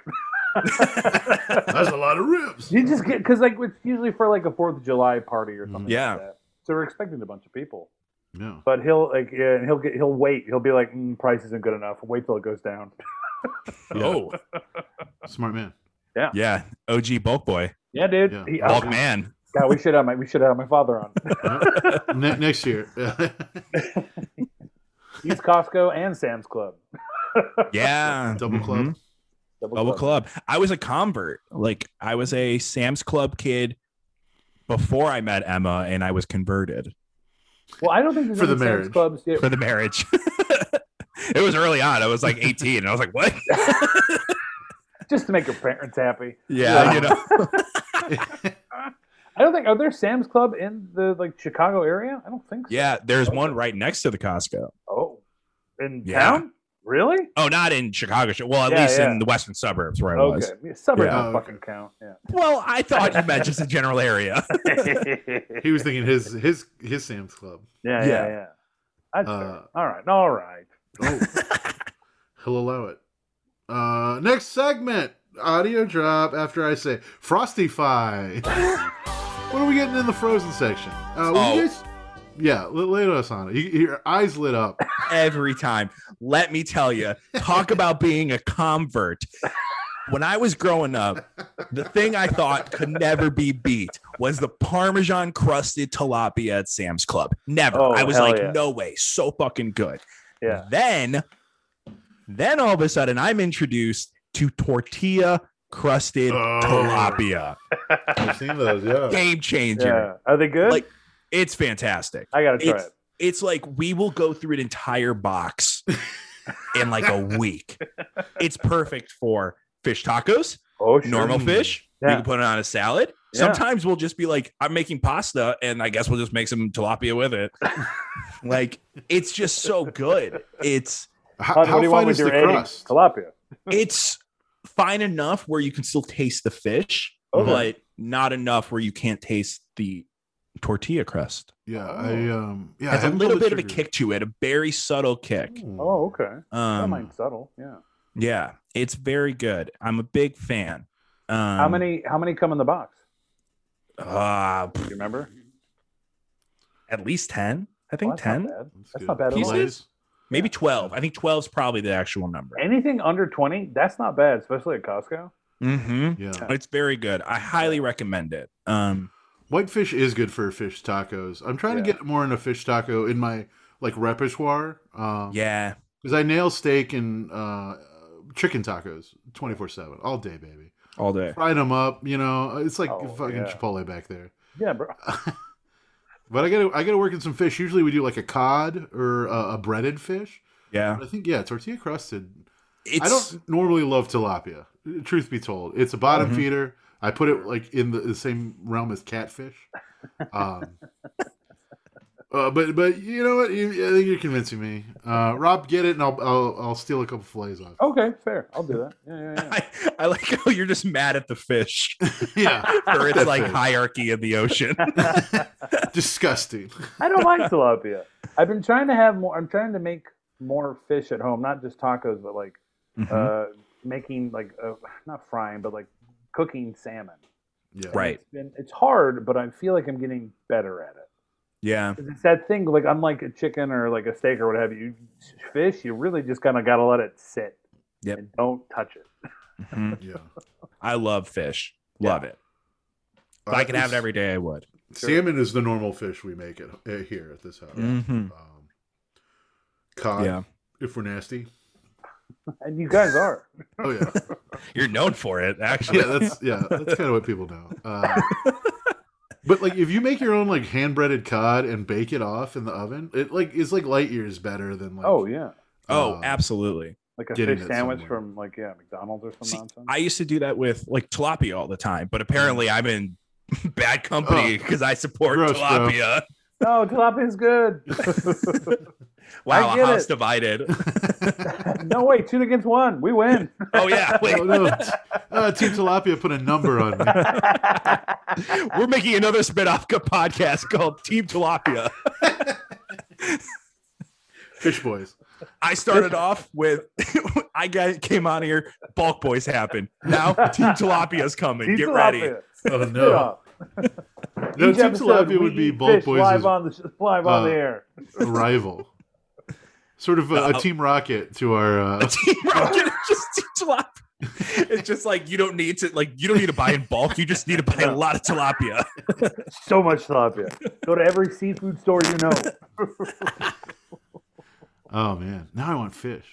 [SPEAKER 2] that's a lot of [laughs] ribs
[SPEAKER 3] you just get because like it's usually for like a Fourth of July party
[SPEAKER 2] Mm,
[SPEAKER 3] or something.
[SPEAKER 4] Yeah.
[SPEAKER 3] Like that. So we're expecting a bunch of people,
[SPEAKER 2] no
[SPEAKER 3] but he'll like yeah, and he'll get he'll wait. He'll be like, mm, price isn't good enough. Wait till it goes down.
[SPEAKER 4] Oh
[SPEAKER 2] smart man
[SPEAKER 4] yeah. OG bulk boy.
[SPEAKER 3] Yeah, dude.
[SPEAKER 2] Yeah.
[SPEAKER 3] He- uh,
[SPEAKER 4] Bulk man.
[SPEAKER 3] God, we should have my we should have my father
[SPEAKER 2] [laughs]
[SPEAKER 3] on.
[SPEAKER 2] Yep. ne- next year [laughs]
[SPEAKER 3] He's Costco and Sam's Club.
[SPEAKER 4] Yeah.
[SPEAKER 2] [laughs] double club
[SPEAKER 4] Mhm. Bubble Club. I was a convert. Like I was a Sam's Club kid before I met Emma, and I was converted
[SPEAKER 3] Well, I don't think there's
[SPEAKER 2] For the
[SPEAKER 3] any Sam's
[SPEAKER 2] marriage.
[SPEAKER 3] Clubs. Yeah,
[SPEAKER 4] for the marriage. [laughs] it was early on. I was like 18, and I was like, "What?" [laughs]
[SPEAKER 3] just to make your parents happy.
[SPEAKER 4] Yeah,
[SPEAKER 2] Yeah.
[SPEAKER 4] you know.
[SPEAKER 3] I don't think are there Sam's Club in the like Chicago area? I don't think so.
[SPEAKER 4] Yeah, there's one right next to the Costco.
[SPEAKER 3] Oh. In
[SPEAKER 4] Yeah.
[SPEAKER 3] town? Really?
[SPEAKER 4] Oh, not in Chicago. Well, at
[SPEAKER 3] Yeah,
[SPEAKER 4] least
[SPEAKER 3] yeah.
[SPEAKER 4] in the western suburbs where I
[SPEAKER 3] Okay.
[SPEAKER 4] was.
[SPEAKER 3] Yeah, suburbs
[SPEAKER 4] Yeah.
[SPEAKER 3] don't fucking count.
[SPEAKER 4] Well, I thought you meant just the general area.
[SPEAKER 3] [laughs] Yeah.
[SPEAKER 2] he was thinking his his his sam's club
[SPEAKER 3] yeah, yeah,
[SPEAKER 4] Yeah.
[SPEAKER 3] yeah. That's
[SPEAKER 2] Uh,
[SPEAKER 3] fair. all right. All right.
[SPEAKER 2] Oh, he'll allow it. Uh, next segment audio drop after I say Frostify. [laughs] what are we getting in the frozen section? Uh, would you
[SPEAKER 4] Oh.
[SPEAKER 2] guys- yeah, l- lay us on it. You, your eyes lit up.
[SPEAKER 4] [laughs] every time. Let me tell you, talk about being a convert. When I was growing up, the thing I thought could never be beat was the Parmesan crusted tilapia at Sam's Club. Never.
[SPEAKER 3] Oh,
[SPEAKER 4] I was
[SPEAKER 3] hell
[SPEAKER 4] like,
[SPEAKER 3] yeah.
[SPEAKER 4] no way. So fucking good.
[SPEAKER 3] Yeah.
[SPEAKER 4] [laughs]
[SPEAKER 3] [laughs]
[SPEAKER 4] Then, then all of a sudden, I'm introduced to tortilla crusted
[SPEAKER 2] Oh.
[SPEAKER 4] tilapia.
[SPEAKER 2] I've seen those. Yeah.
[SPEAKER 4] Game changer.
[SPEAKER 3] [laughs] Yeah. Are they good?
[SPEAKER 4] Like- It's fantastic
[SPEAKER 3] I gotta try
[SPEAKER 4] it's
[SPEAKER 3] it.
[SPEAKER 4] it's like we will go through an entire box in
[SPEAKER 3] [laughs]
[SPEAKER 4] like a week. It's perfect for fish tacos,
[SPEAKER 3] Oh sure.
[SPEAKER 4] normal fish. You
[SPEAKER 3] Yeah.
[SPEAKER 4] can put it on a salad.
[SPEAKER 3] Yeah.
[SPEAKER 4] Sometimes we'll just be like, I'm making pasta, and I guess we'll just make some tilapia
[SPEAKER 3] [laughs]
[SPEAKER 4] with it. like it's just so good. It's
[SPEAKER 2] How,
[SPEAKER 3] Todd, what
[SPEAKER 2] how
[SPEAKER 3] do you want
[SPEAKER 2] fine
[SPEAKER 3] with
[SPEAKER 2] is the
[SPEAKER 3] your egg?
[SPEAKER 2] crust?
[SPEAKER 3] Tilapia.
[SPEAKER 4] [laughs] it's fine enough where you can still taste the fish,
[SPEAKER 3] Okay.
[SPEAKER 4] but not enough where you can't taste the tortilla crust.
[SPEAKER 2] Yeah, I
[SPEAKER 3] Oh.
[SPEAKER 2] um, yeah, I
[SPEAKER 4] Has a
[SPEAKER 2] haven't
[SPEAKER 4] little
[SPEAKER 2] pulled the
[SPEAKER 4] bit of a
[SPEAKER 2] trigger.
[SPEAKER 4] kick to it, a very subtle kick.
[SPEAKER 2] Ooh.
[SPEAKER 3] Oh, okay. That
[SPEAKER 4] Um,
[SPEAKER 3] might subtle. Yeah.
[SPEAKER 4] Yeah, it's very good. I'm a big fan. Um,
[SPEAKER 3] how many how many come in the box?
[SPEAKER 4] Uh,
[SPEAKER 3] Do you remember?
[SPEAKER 4] at least ten. I
[SPEAKER 3] Well,
[SPEAKER 4] think
[SPEAKER 3] Oh, that's
[SPEAKER 4] ten,
[SPEAKER 3] Not bad.
[SPEAKER 2] That's,
[SPEAKER 3] That's
[SPEAKER 2] good.
[SPEAKER 3] not bad at all.
[SPEAKER 2] Pieces?
[SPEAKER 4] maybe twelve. I think 12 is probably the actual number.
[SPEAKER 3] Anything under twenty, that's not bad, especially at Costco.
[SPEAKER 4] Mm-hmm.
[SPEAKER 2] Yeah.
[SPEAKER 4] It's very good. I highly recommend it. Um,
[SPEAKER 2] Whitefish is good for fish tacos. I'm trying to
[SPEAKER 3] Yeah.
[SPEAKER 2] get more into fish taco in my like repertoire. Um,
[SPEAKER 4] yeah,
[SPEAKER 2] Because I nail steak and uh, chicken tacos 24 7, all day, baby.
[SPEAKER 4] all day.
[SPEAKER 2] Fried them up, you know, Uh, it's like
[SPEAKER 3] Oh,
[SPEAKER 2] fucking
[SPEAKER 3] yeah.
[SPEAKER 2] Chipotle back there.
[SPEAKER 3] Yeah, bro.
[SPEAKER 2] But I gotta, I gotta work in some fish. Usually we do like a cod or a, a breaded fish.
[SPEAKER 4] Yeah,
[SPEAKER 2] But I think, yeah, tortilla crusted.
[SPEAKER 4] it's [laughs]
[SPEAKER 2] I don't normally love tilapia,
[SPEAKER 3] Mm-hmm.
[SPEAKER 2] truth be told. It's a bottom
[SPEAKER 4] Mhm.
[SPEAKER 2] feeder. I put it like in the, the same realm as catfish.
[SPEAKER 3] [laughs]
[SPEAKER 2] Um, uh, but but you know what? You, I think you're convincing me. Uh, Rob, get it, and I'll I'll, I'll steal a couple fillets off. [laughs]
[SPEAKER 3] Okay, fair. I'll do that. Yeah, yeah,
[SPEAKER 4] [laughs]
[SPEAKER 3] yeah.
[SPEAKER 4] I, I like how you're just mad at the fish
[SPEAKER 2] yeah,
[SPEAKER 4] for its
[SPEAKER 2] That
[SPEAKER 4] like
[SPEAKER 2] fish.
[SPEAKER 4] hierarchy of the ocean.
[SPEAKER 2] disgusting.
[SPEAKER 3] I don't like tilapia. I've been trying to have more. I'm trying to make more fish at home, not just tacos, but like [laughs]
[SPEAKER 4] Mhm.
[SPEAKER 3] uh, making like uh, not frying, but like cooking salmon.
[SPEAKER 2] Yeah,
[SPEAKER 4] right.
[SPEAKER 3] And it's hard, but I feel like I'm getting better at it.
[SPEAKER 4] Yeah.
[SPEAKER 3] 'Cause It's that thing like unlike a chicken or like a steak or what have you. you Fish, you really just kind of gotta let it sit.
[SPEAKER 4] Yep.
[SPEAKER 3] And don't touch it.
[SPEAKER 4] Mhm.
[SPEAKER 2] Yeah,
[SPEAKER 4] I love fish. Love it. If I could have it every day, I would.
[SPEAKER 2] Uh, Salmon is the normal fish we make it uh, here at this house.
[SPEAKER 3] Mm.
[SPEAKER 4] Mhm.
[SPEAKER 2] Um,
[SPEAKER 3] Uh,
[SPEAKER 2] cod,
[SPEAKER 4] Yeah.
[SPEAKER 2] if we're nasty.
[SPEAKER 3] And you guys are.
[SPEAKER 2] Oh
[SPEAKER 3] [laughs]
[SPEAKER 2] yeah,
[SPEAKER 4] You're known for it, actually.
[SPEAKER 2] yeah. That's yeah. That's kind of what people know.
[SPEAKER 3] [laughs]
[SPEAKER 2] Uh, but like, if you make your own like hand breaded cod and bake it off in the oven, it like is like light years better than like.
[SPEAKER 3] Oh yeah.
[SPEAKER 4] Oh,
[SPEAKER 2] uh,
[SPEAKER 4] absolutely.
[SPEAKER 3] Like a
[SPEAKER 2] Getting
[SPEAKER 3] fish
[SPEAKER 2] it
[SPEAKER 3] sandwich
[SPEAKER 2] somewhere.
[SPEAKER 3] from like yeah McDonald's or some
[SPEAKER 4] See,
[SPEAKER 3] nonsense.
[SPEAKER 4] I used to do that with like tilapia all the time, but apparently I'm in [laughs] bad company
[SPEAKER 3] Oh.
[SPEAKER 4] because I support
[SPEAKER 2] Gross, bro.
[SPEAKER 4] tilapia.
[SPEAKER 3] no, tilapia's good.
[SPEAKER 2] [laughs]
[SPEAKER 4] Wow,
[SPEAKER 3] I
[SPEAKER 4] a
[SPEAKER 3] get
[SPEAKER 4] house
[SPEAKER 3] it.
[SPEAKER 4] divided.
[SPEAKER 3] no way, two against one. We
[SPEAKER 2] [laughs]
[SPEAKER 3] win. [laughs]
[SPEAKER 4] oh yeah, wait,
[SPEAKER 2] Oh, no. Uh, Team Tilapia put a number on me.
[SPEAKER 4] we're making another spin-off co- podcast called Team Tilapia.
[SPEAKER 2] Fish boys.
[SPEAKER 4] I started off with [laughs] I got came on here, Bulk Boys happened. Now Team Tilapia's coming.
[SPEAKER 3] Team
[SPEAKER 4] Get ready. [laughs]
[SPEAKER 3] tilapia.
[SPEAKER 2] Oh
[SPEAKER 3] Get off.
[SPEAKER 2] No,
[SPEAKER 3] Each
[SPEAKER 2] Team Tilapia
[SPEAKER 3] episode, we
[SPEAKER 2] would be
[SPEAKER 3] eat
[SPEAKER 2] Bulk
[SPEAKER 3] fish live
[SPEAKER 2] Boys'
[SPEAKER 3] on the sh- live on the
[SPEAKER 2] uh,
[SPEAKER 3] air.
[SPEAKER 2] rival. Sort of a, a
[SPEAKER 4] Uh,
[SPEAKER 2] Team Rocket to our. Uh,
[SPEAKER 4] Team Rocket is just Team Tilapia. It's just like you don't need to like you don't need to buy in bulk. You just need to buy a lot of tilapia.
[SPEAKER 3] So much tilapia. Go to every seafood store you know.
[SPEAKER 2] Uh. oh man, now I want fish.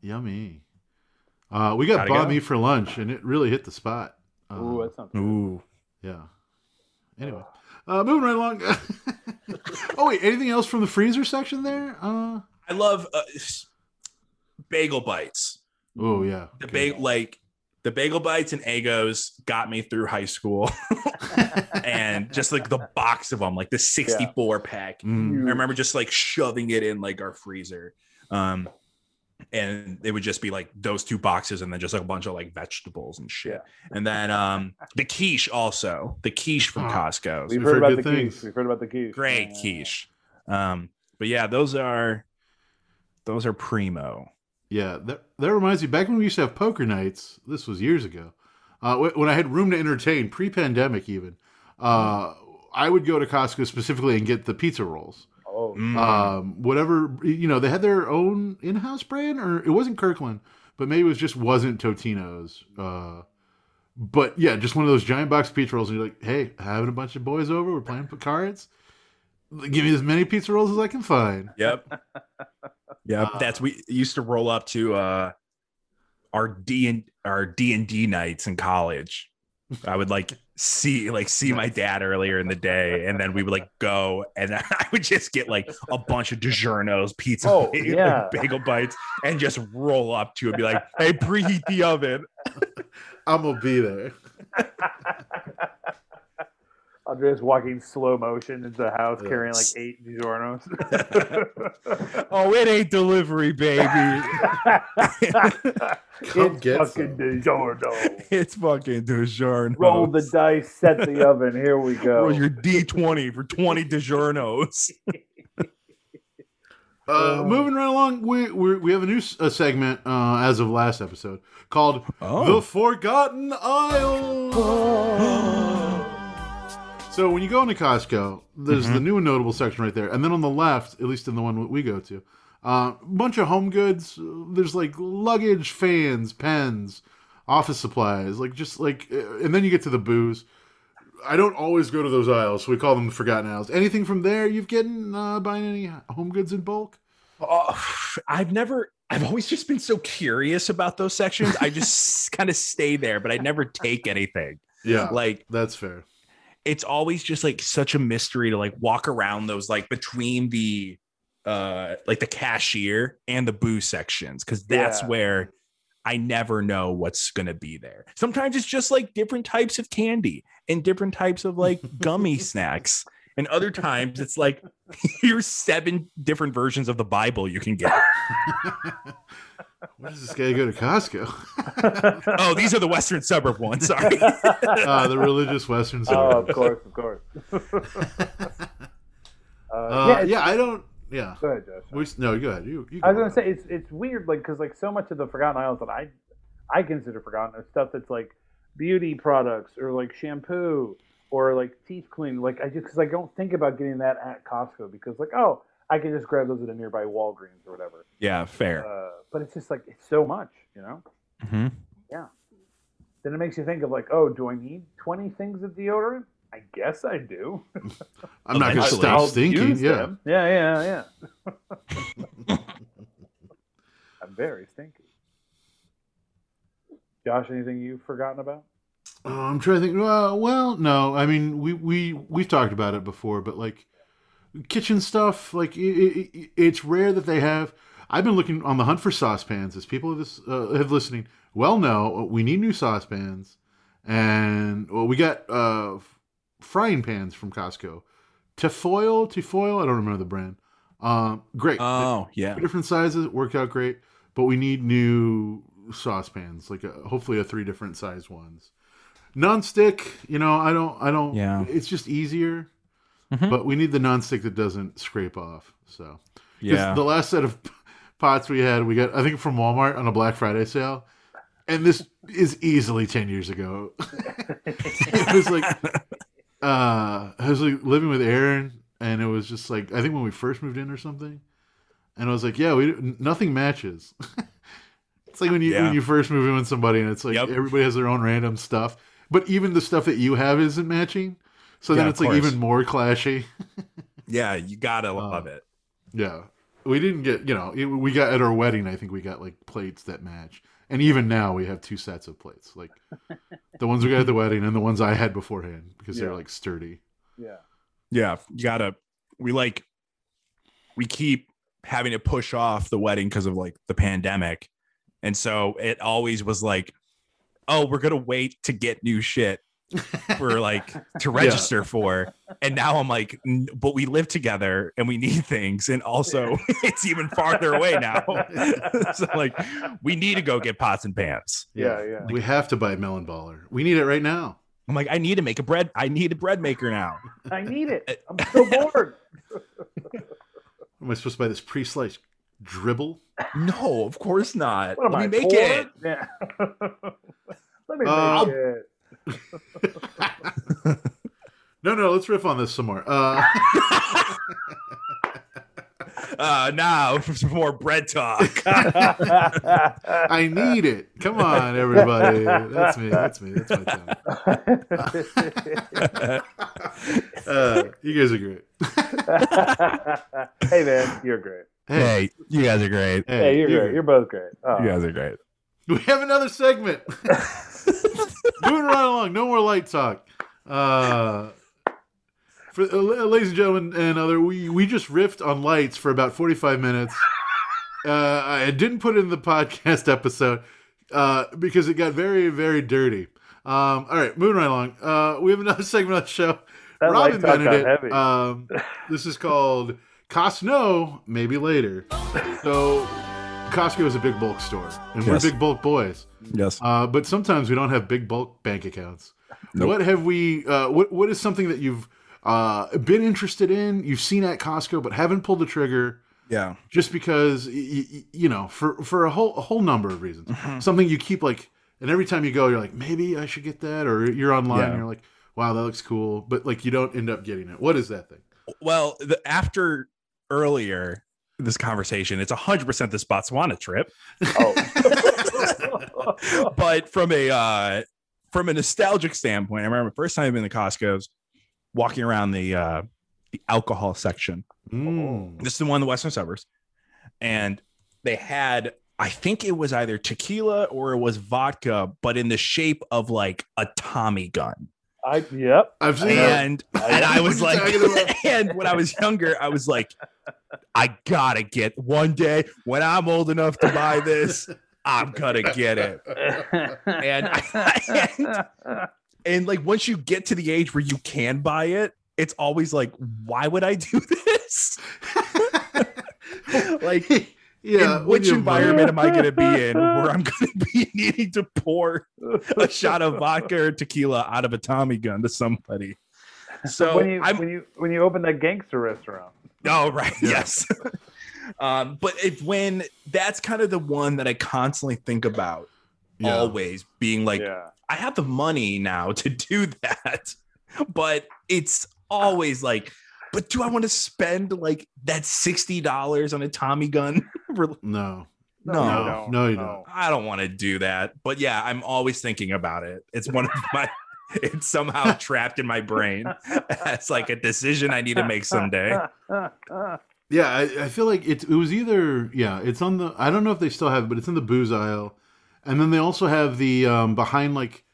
[SPEAKER 2] Yummy. Uh, we got
[SPEAKER 4] Gotta go.
[SPEAKER 2] banh mi for lunch, and it really hit the spot. Uh,
[SPEAKER 3] Ooh, that's not
[SPEAKER 4] Ooh.
[SPEAKER 2] yeah. Anyway, uh, moving right along. [laughs] oh wait, anything else from the freezer section there? Uh,
[SPEAKER 4] I love uh, bagel bites.
[SPEAKER 2] oh yeah.
[SPEAKER 4] The
[SPEAKER 2] okay.
[SPEAKER 4] bag like the bagel bites and egos got me through high school, [laughs] and just like the box of them, like the sixty-four pack.
[SPEAKER 2] Mm.
[SPEAKER 4] I remember just like shoving it in like our freezer. Um and it would just be like those two boxes and then just like a bunch of like vegetables and shit. And then um the quiche also. The quiche from
[SPEAKER 2] Oh,
[SPEAKER 4] Costco.
[SPEAKER 3] We've
[SPEAKER 2] We've
[SPEAKER 3] heard
[SPEAKER 2] heard
[SPEAKER 3] about the
[SPEAKER 2] good
[SPEAKER 3] quiche.
[SPEAKER 2] things.
[SPEAKER 3] We've heard about the quiche.
[SPEAKER 4] Great
[SPEAKER 3] Yeah.
[SPEAKER 4] quiche. Um but yeah, those are those are primo.
[SPEAKER 2] Yeah, that, that reminds me. Back when we used to have poker nights, this was years ago, uh, wh- when I had room to entertain, pre-pandemic even, uh, I would go to Costco specifically and get the pizza rolls.
[SPEAKER 3] Oh,
[SPEAKER 4] Mm.
[SPEAKER 2] Um, whatever you know, they had their own in-house brand, or it wasn't Kirkland, but maybe it was just wasn't Totino's. Uh, but yeah, just one of those giant box pizza rolls, and you're like, hey, having a bunch of boys over, we're playing cards. Give me as many pizza rolls as I can find.
[SPEAKER 4] Yep. yep.
[SPEAKER 2] Uh,
[SPEAKER 4] That's we used to roll up to uh our D and our D and D nights in college. I would like see like see my dad earlier in the day, and then we would like go, and [laughs] I would just get like a bunch of DiGiorno's pizza,
[SPEAKER 3] Oh,
[SPEAKER 4] like,
[SPEAKER 3] yeah.
[SPEAKER 4] bagel bites, and just roll up to it, and be like, "Hey, preheat the oven."
[SPEAKER 2] I'm gonna be there.
[SPEAKER 3] Andrea's walking slow motion into the house
[SPEAKER 2] Yeah.
[SPEAKER 3] carrying like eight
[SPEAKER 2] [laughs]
[SPEAKER 3] [laughs] DiGiorno's.
[SPEAKER 4] oh, it ain't delivery, baby.
[SPEAKER 2] Come
[SPEAKER 3] it's
[SPEAKER 2] get
[SPEAKER 3] fucking
[SPEAKER 2] some. [laughs]
[SPEAKER 3] DiGiorno.
[SPEAKER 4] [laughs] it's fucking DiGiorno.
[SPEAKER 3] Roll the dice, set the oven. Here
[SPEAKER 2] [laughs]
[SPEAKER 3] we go.
[SPEAKER 4] Roll your D twenty for twenty DiGiornos.
[SPEAKER 2] Uh,
[SPEAKER 3] Uh,
[SPEAKER 2] moving right along, we we we have a new s- a segment uh, as of last episode called
[SPEAKER 4] Oh.
[SPEAKER 2] "The Forgotten Isle." so when you go into Costco, there's the new and notable section right there, and then on the left, at least in the one we go to, a bunch of home goods. There's like luggage, fans, pens, office supplies, like just like, uh, and then you get to the booze. I don't always go to those aisles, so we call them the forgotten aisles. Anything from there you've getting uh, buying any home goods in bulk?
[SPEAKER 4] Oh, I've never. I've always just been so curious about those sections. I just kind of stay there, but I never take anything.
[SPEAKER 2] Yeah,
[SPEAKER 4] Like
[SPEAKER 2] that's fair.
[SPEAKER 4] it's always just like such a mystery to like walk around those like between the uh like the cashier and the boo sections because that's
[SPEAKER 3] Yeah.
[SPEAKER 4] where I never know what's gonna be there. Sometimes it's just like different types of candy and different types of like gummy snacks. and other times it's like [laughs] here's seven different versions of the Bible you can get.
[SPEAKER 2] Where does this guy go to
[SPEAKER 3] [laughs]
[SPEAKER 2] Costco?
[SPEAKER 4] Oh, these are the Western suburb ones. Sorry.
[SPEAKER 2] Uh, the religious Western
[SPEAKER 3] [laughs] oh,
[SPEAKER 2] suburb.
[SPEAKER 3] of course, of course. Uh,
[SPEAKER 2] Uh,
[SPEAKER 3] yeah,
[SPEAKER 2] yeah,
[SPEAKER 3] it's-
[SPEAKER 2] I don't. Yeah.
[SPEAKER 3] Go ahead, Josh.
[SPEAKER 2] Which, no, go ahead. You, you
[SPEAKER 3] I was
[SPEAKER 2] go.
[SPEAKER 3] gonna say it's it's weird, like because like so much of the Forgotten Isles that I I consider forgotten is stuff that's like beauty products or like shampoo or like teeth clean. Like I just because I don't think about getting that at Costco because like oh I can just grab those at a nearby Walgreens or whatever.
[SPEAKER 4] yeah, fair.
[SPEAKER 3] Uh, but it's just like it's so much, you know.
[SPEAKER 4] Mhm.
[SPEAKER 3] Then it makes you think of like oh do I need twenty things of deodorant? I guess I do.
[SPEAKER 2] I'm not going to
[SPEAKER 4] Eventually.
[SPEAKER 2] stop
[SPEAKER 3] I'll
[SPEAKER 2] stinking.
[SPEAKER 3] use
[SPEAKER 2] Yeah.
[SPEAKER 3] them. yeah, yeah, yeah. I'm very stinky. Josh, anything you've forgotten about?
[SPEAKER 2] Oh, I'm trying to think. Well, well, no. I mean, we we we've talked about it before, but like kitchen stuff, like i i i it's rare that they have. I've been looking on the hunt for saucepans. As people of this uh, have listening, well, know we need new saucepans, and well, we got uh, f- frying pans from Costco. Tefoil, Tefoil. I don't remember the brand. Um, great
[SPEAKER 4] Oh, yeah.
[SPEAKER 2] different sizes worked out great but we need new saucepans like a, hopefully a three different size ones non-stick you know i don't i don't
[SPEAKER 4] Yeah.
[SPEAKER 2] it's just easier
[SPEAKER 4] Mhm.
[SPEAKER 2] but we need the non-stick that doesn't scrape off so 'Cause
[SPEAKER 4] Yeah.
[SPEAKER 2] the last set of pots we had we got i think from walmart on a black friday sale and this is easily 10 years ago [laughs] it was like uh i was like living with aaron and it was just like i think when we first moved in or something and i was like yeah we n- nothing matches [laughs] it's like when you
[SPEAKER 4] Yeah.
[SPEAKER 2] when you first move in with somebody and it's like
[SPEAKER 4] Yep.
[SPEAKER 2] everybody has their own random stuff but even the stuff that you have isn't matching so then
[SPEAKER 4] Yeah, of
[SPEAKER 2] it's like
[SPEAKER 4] course.
[SPEAKER 2] even more clashy
[SPEAKER 4] yeah, you gotta love it.
[SPEAKER 2] yeah we didn't get you know it, we got at our wedding i think we got like plates that match and even now we have two sets of plates like the ones we got at the wedding and the ones i had beforehand because they're
[SPEAKER 3] Yeah.
[SPEAKER 2] like sturdy
[SPEAKER 3] Yeah.
[SPEAKER 4] Yeah, you gotta. We like, we keep having to push off the wedding because of like the pandemic, and so it always was like, oh, we're gonna wait to get new shit
[SPEAKER 3] [laughs]
[SPEAKER 4] for like to register for. And now I'm like, "N- but we live together and we need things, and also [laughs] it's even farther away
[SPEAKER 3] [laughs]
[SPEAKER 4] now. so like, we need to go get pots and pans.
[SPEAKER 3] Yeah, yeah.
[SPEAKER 2] We have to buy Melon Baller. We need it right now.
[SPEAKER 4] I'm like, I need to make a bread. I need a bread maker now.
[SPEAKER 3] I need it.
[SPEAKER 4] Uh,
[SPEAKER 3] I'm so
[SPEAKER 4] [laughs]
[SPEAKER 3] bored.
[SPEAKER 2] Am I supposed to buy this pre-sliced dribble?
[SPEAKER 4] No, of course not.
[SPEAKER 3] What am
[SPEAKER 4] Let me
[SPEAKER 3] I
[SPEAKER 4] make
[SPEAKER 3] poor?
[SPEAKER 4] it. Uh,
[SPEAKER 3] Yeah. [laughs] Let me make
[SPEAKER 2] Um,
[SPEAKER 3] it. [laughs]
[SPEAKER 2] No, no. Let's riff on this some more. Uh,
[SPEAKER 4] Uh, now [laughs] for some more bread talk.
[SPEAKER 2] I need it. Come on, everybody. That's me. That's me. That's my time. Uh, you guys are great.
[SPEAKER 3] hey man, you're great.
[SPEAKER 2] Hey,
[SPEAKER 4] you guys are great.
[SPEAKER 2] hey,
[SPEAKER 3] Hey, you're
[SPEAKER 2] you-
[SPEAKER 3] great. You're both great. Oh,
[SPEAKER 4] You guys are great.
[SPEAKER 2] We have another segment. Moving right along. No more light talk. Uh, for, uh, la- ladies and gentlemen and other, we, we just riffed on lights for about 45 minutes. Uh, I didn't put it in the podcast [laughs] episode uh, because it got very, very dirty. Um, all right, moving right along. Uh, we have another [laughs] segment on the show.
[SPEAKER 3] That light talk got heavy. [laughs]
[SPEAKER 2] Um, this is called Costco, maybe later. So Costco is a big bulk store, and
[SPEAKER 4] Yes.
[SPEAKER 2] we're big bulk boys.
[SPEAKER 4] Yes.
[SPEAKER 2] Uh, but sometimes we don't have big bulk bank accounts.
[SPEAKER 4] Nope.
[SPEAKER 2] What have we? Uh, what What is something that you've uh, been interested in? You've seen at Costco, but haven't pulled the trigger
[SPEAKER 4] Yeah.
[SPEAKER 2] just because y- y- you know for for a whole a whole number of reasons.
[SPEAKER 4] Mm-hmm.
[SPEAKER 2] Something you keep like, and every time you go, you're like, maybe I should get that, or you're online,
[SPEAKER 4] Yeah.
[SPEAKER 2] and you're like, wow, that looks cool, but like you don't end up getting it. What is that thing?
[SPEAKER 4] Well, the, after earlier this conversation, it's hundred percent the Botswana trip,
[SPEAKER 3] oh.
[SPEAKER 4] [laughs] but from a uh, from a nostalgic standpoint, I remember the first time I've been to Costco's, walking around the uh, the alcohol section,
[SPEAKER 2] Mm.
[SPEAKER 4] This is the one in the western suburbs, and they had I think it was either tequila or it was vodka, but in the shape of like a Tommy gun.
[SPEAKER 3] [laughs] I
[SPEAKER 4] [laughs]
[SPEAKER 3] yep.
[SPEAKER 2] I've seen that.
[SPEAKER 4] And
[SPEAKER 3] I
[SPEAKER 4] and
[SPEAKER 3] know
[SPEAKER 4] I
[SPEAKER 2] what
[SPEAKER 4] was
[SPEAKER 2] you're
[SPEAKER 4] like,
[SPEAKER 2] talking about.
[SPEAKER 4] [laughs] and when I was younger, I was like, I gotta get one day when I'm old enough to buy this, I'm gonna get it.
[SPEAKER 3] and
[SPEAKER 4] And- and like once you get to the age where you can buy it, it's always like, why would I do [laughs] this? like,
[SPEAKER 2] [laughs] yeah,
[SPEAKER 4] in
[SPEAKER 2] when
[SPEAKER 4] which
[SPEAKER 2] you're
[SPEAKER 4] environment am I going to be in
[SPEAKER 2] [laughs]
[SPEAKER 4] where I'm going to be [laughs] needing to pour a shot of vodka or tequila out of a Tommy gun to somebody? So
[SPEAKER 3] when you
[SPEAKER 4] I'm
[SPEAKER 3] when you when you open that gangster restaurant.
[SPEAKER 4] Oh, right. Yes. [laughs] um, but it, when that's kind of the one that I constantly think about
[SPEAKER 2] Yeah.
[SPEAKER 4] always being like,
[SPEAKER 3] yeah.
[SPEAKER 4] I have the money now to do that. [laughs] But it's always like, but do I want to spend like that $60 on a Tommy gun? Rel-
[SPEAKER 2] No,
[SPEAKER 3] you
[SPEAKER 4] No.
[SPEAKER 2] No,
[SPEAKER 3] don't.
[SPEAKER 2] no, you don't.
[SPEAKER 4] I don't want to do that. But yeah, I'm always thinking about it. It's one of my, [laughs]
[SPEAKER 3] [laughs]
[SPEAKER 4] it's somehow trapped in my brain. It's like a decision I need to make [laughs] someday.
[SPEAKER 2] yeah, I, I feel like it's it was either yeah, it's on the I don't know if they still have, it, but it's in the booze aisle, and then they also have the um, behind like.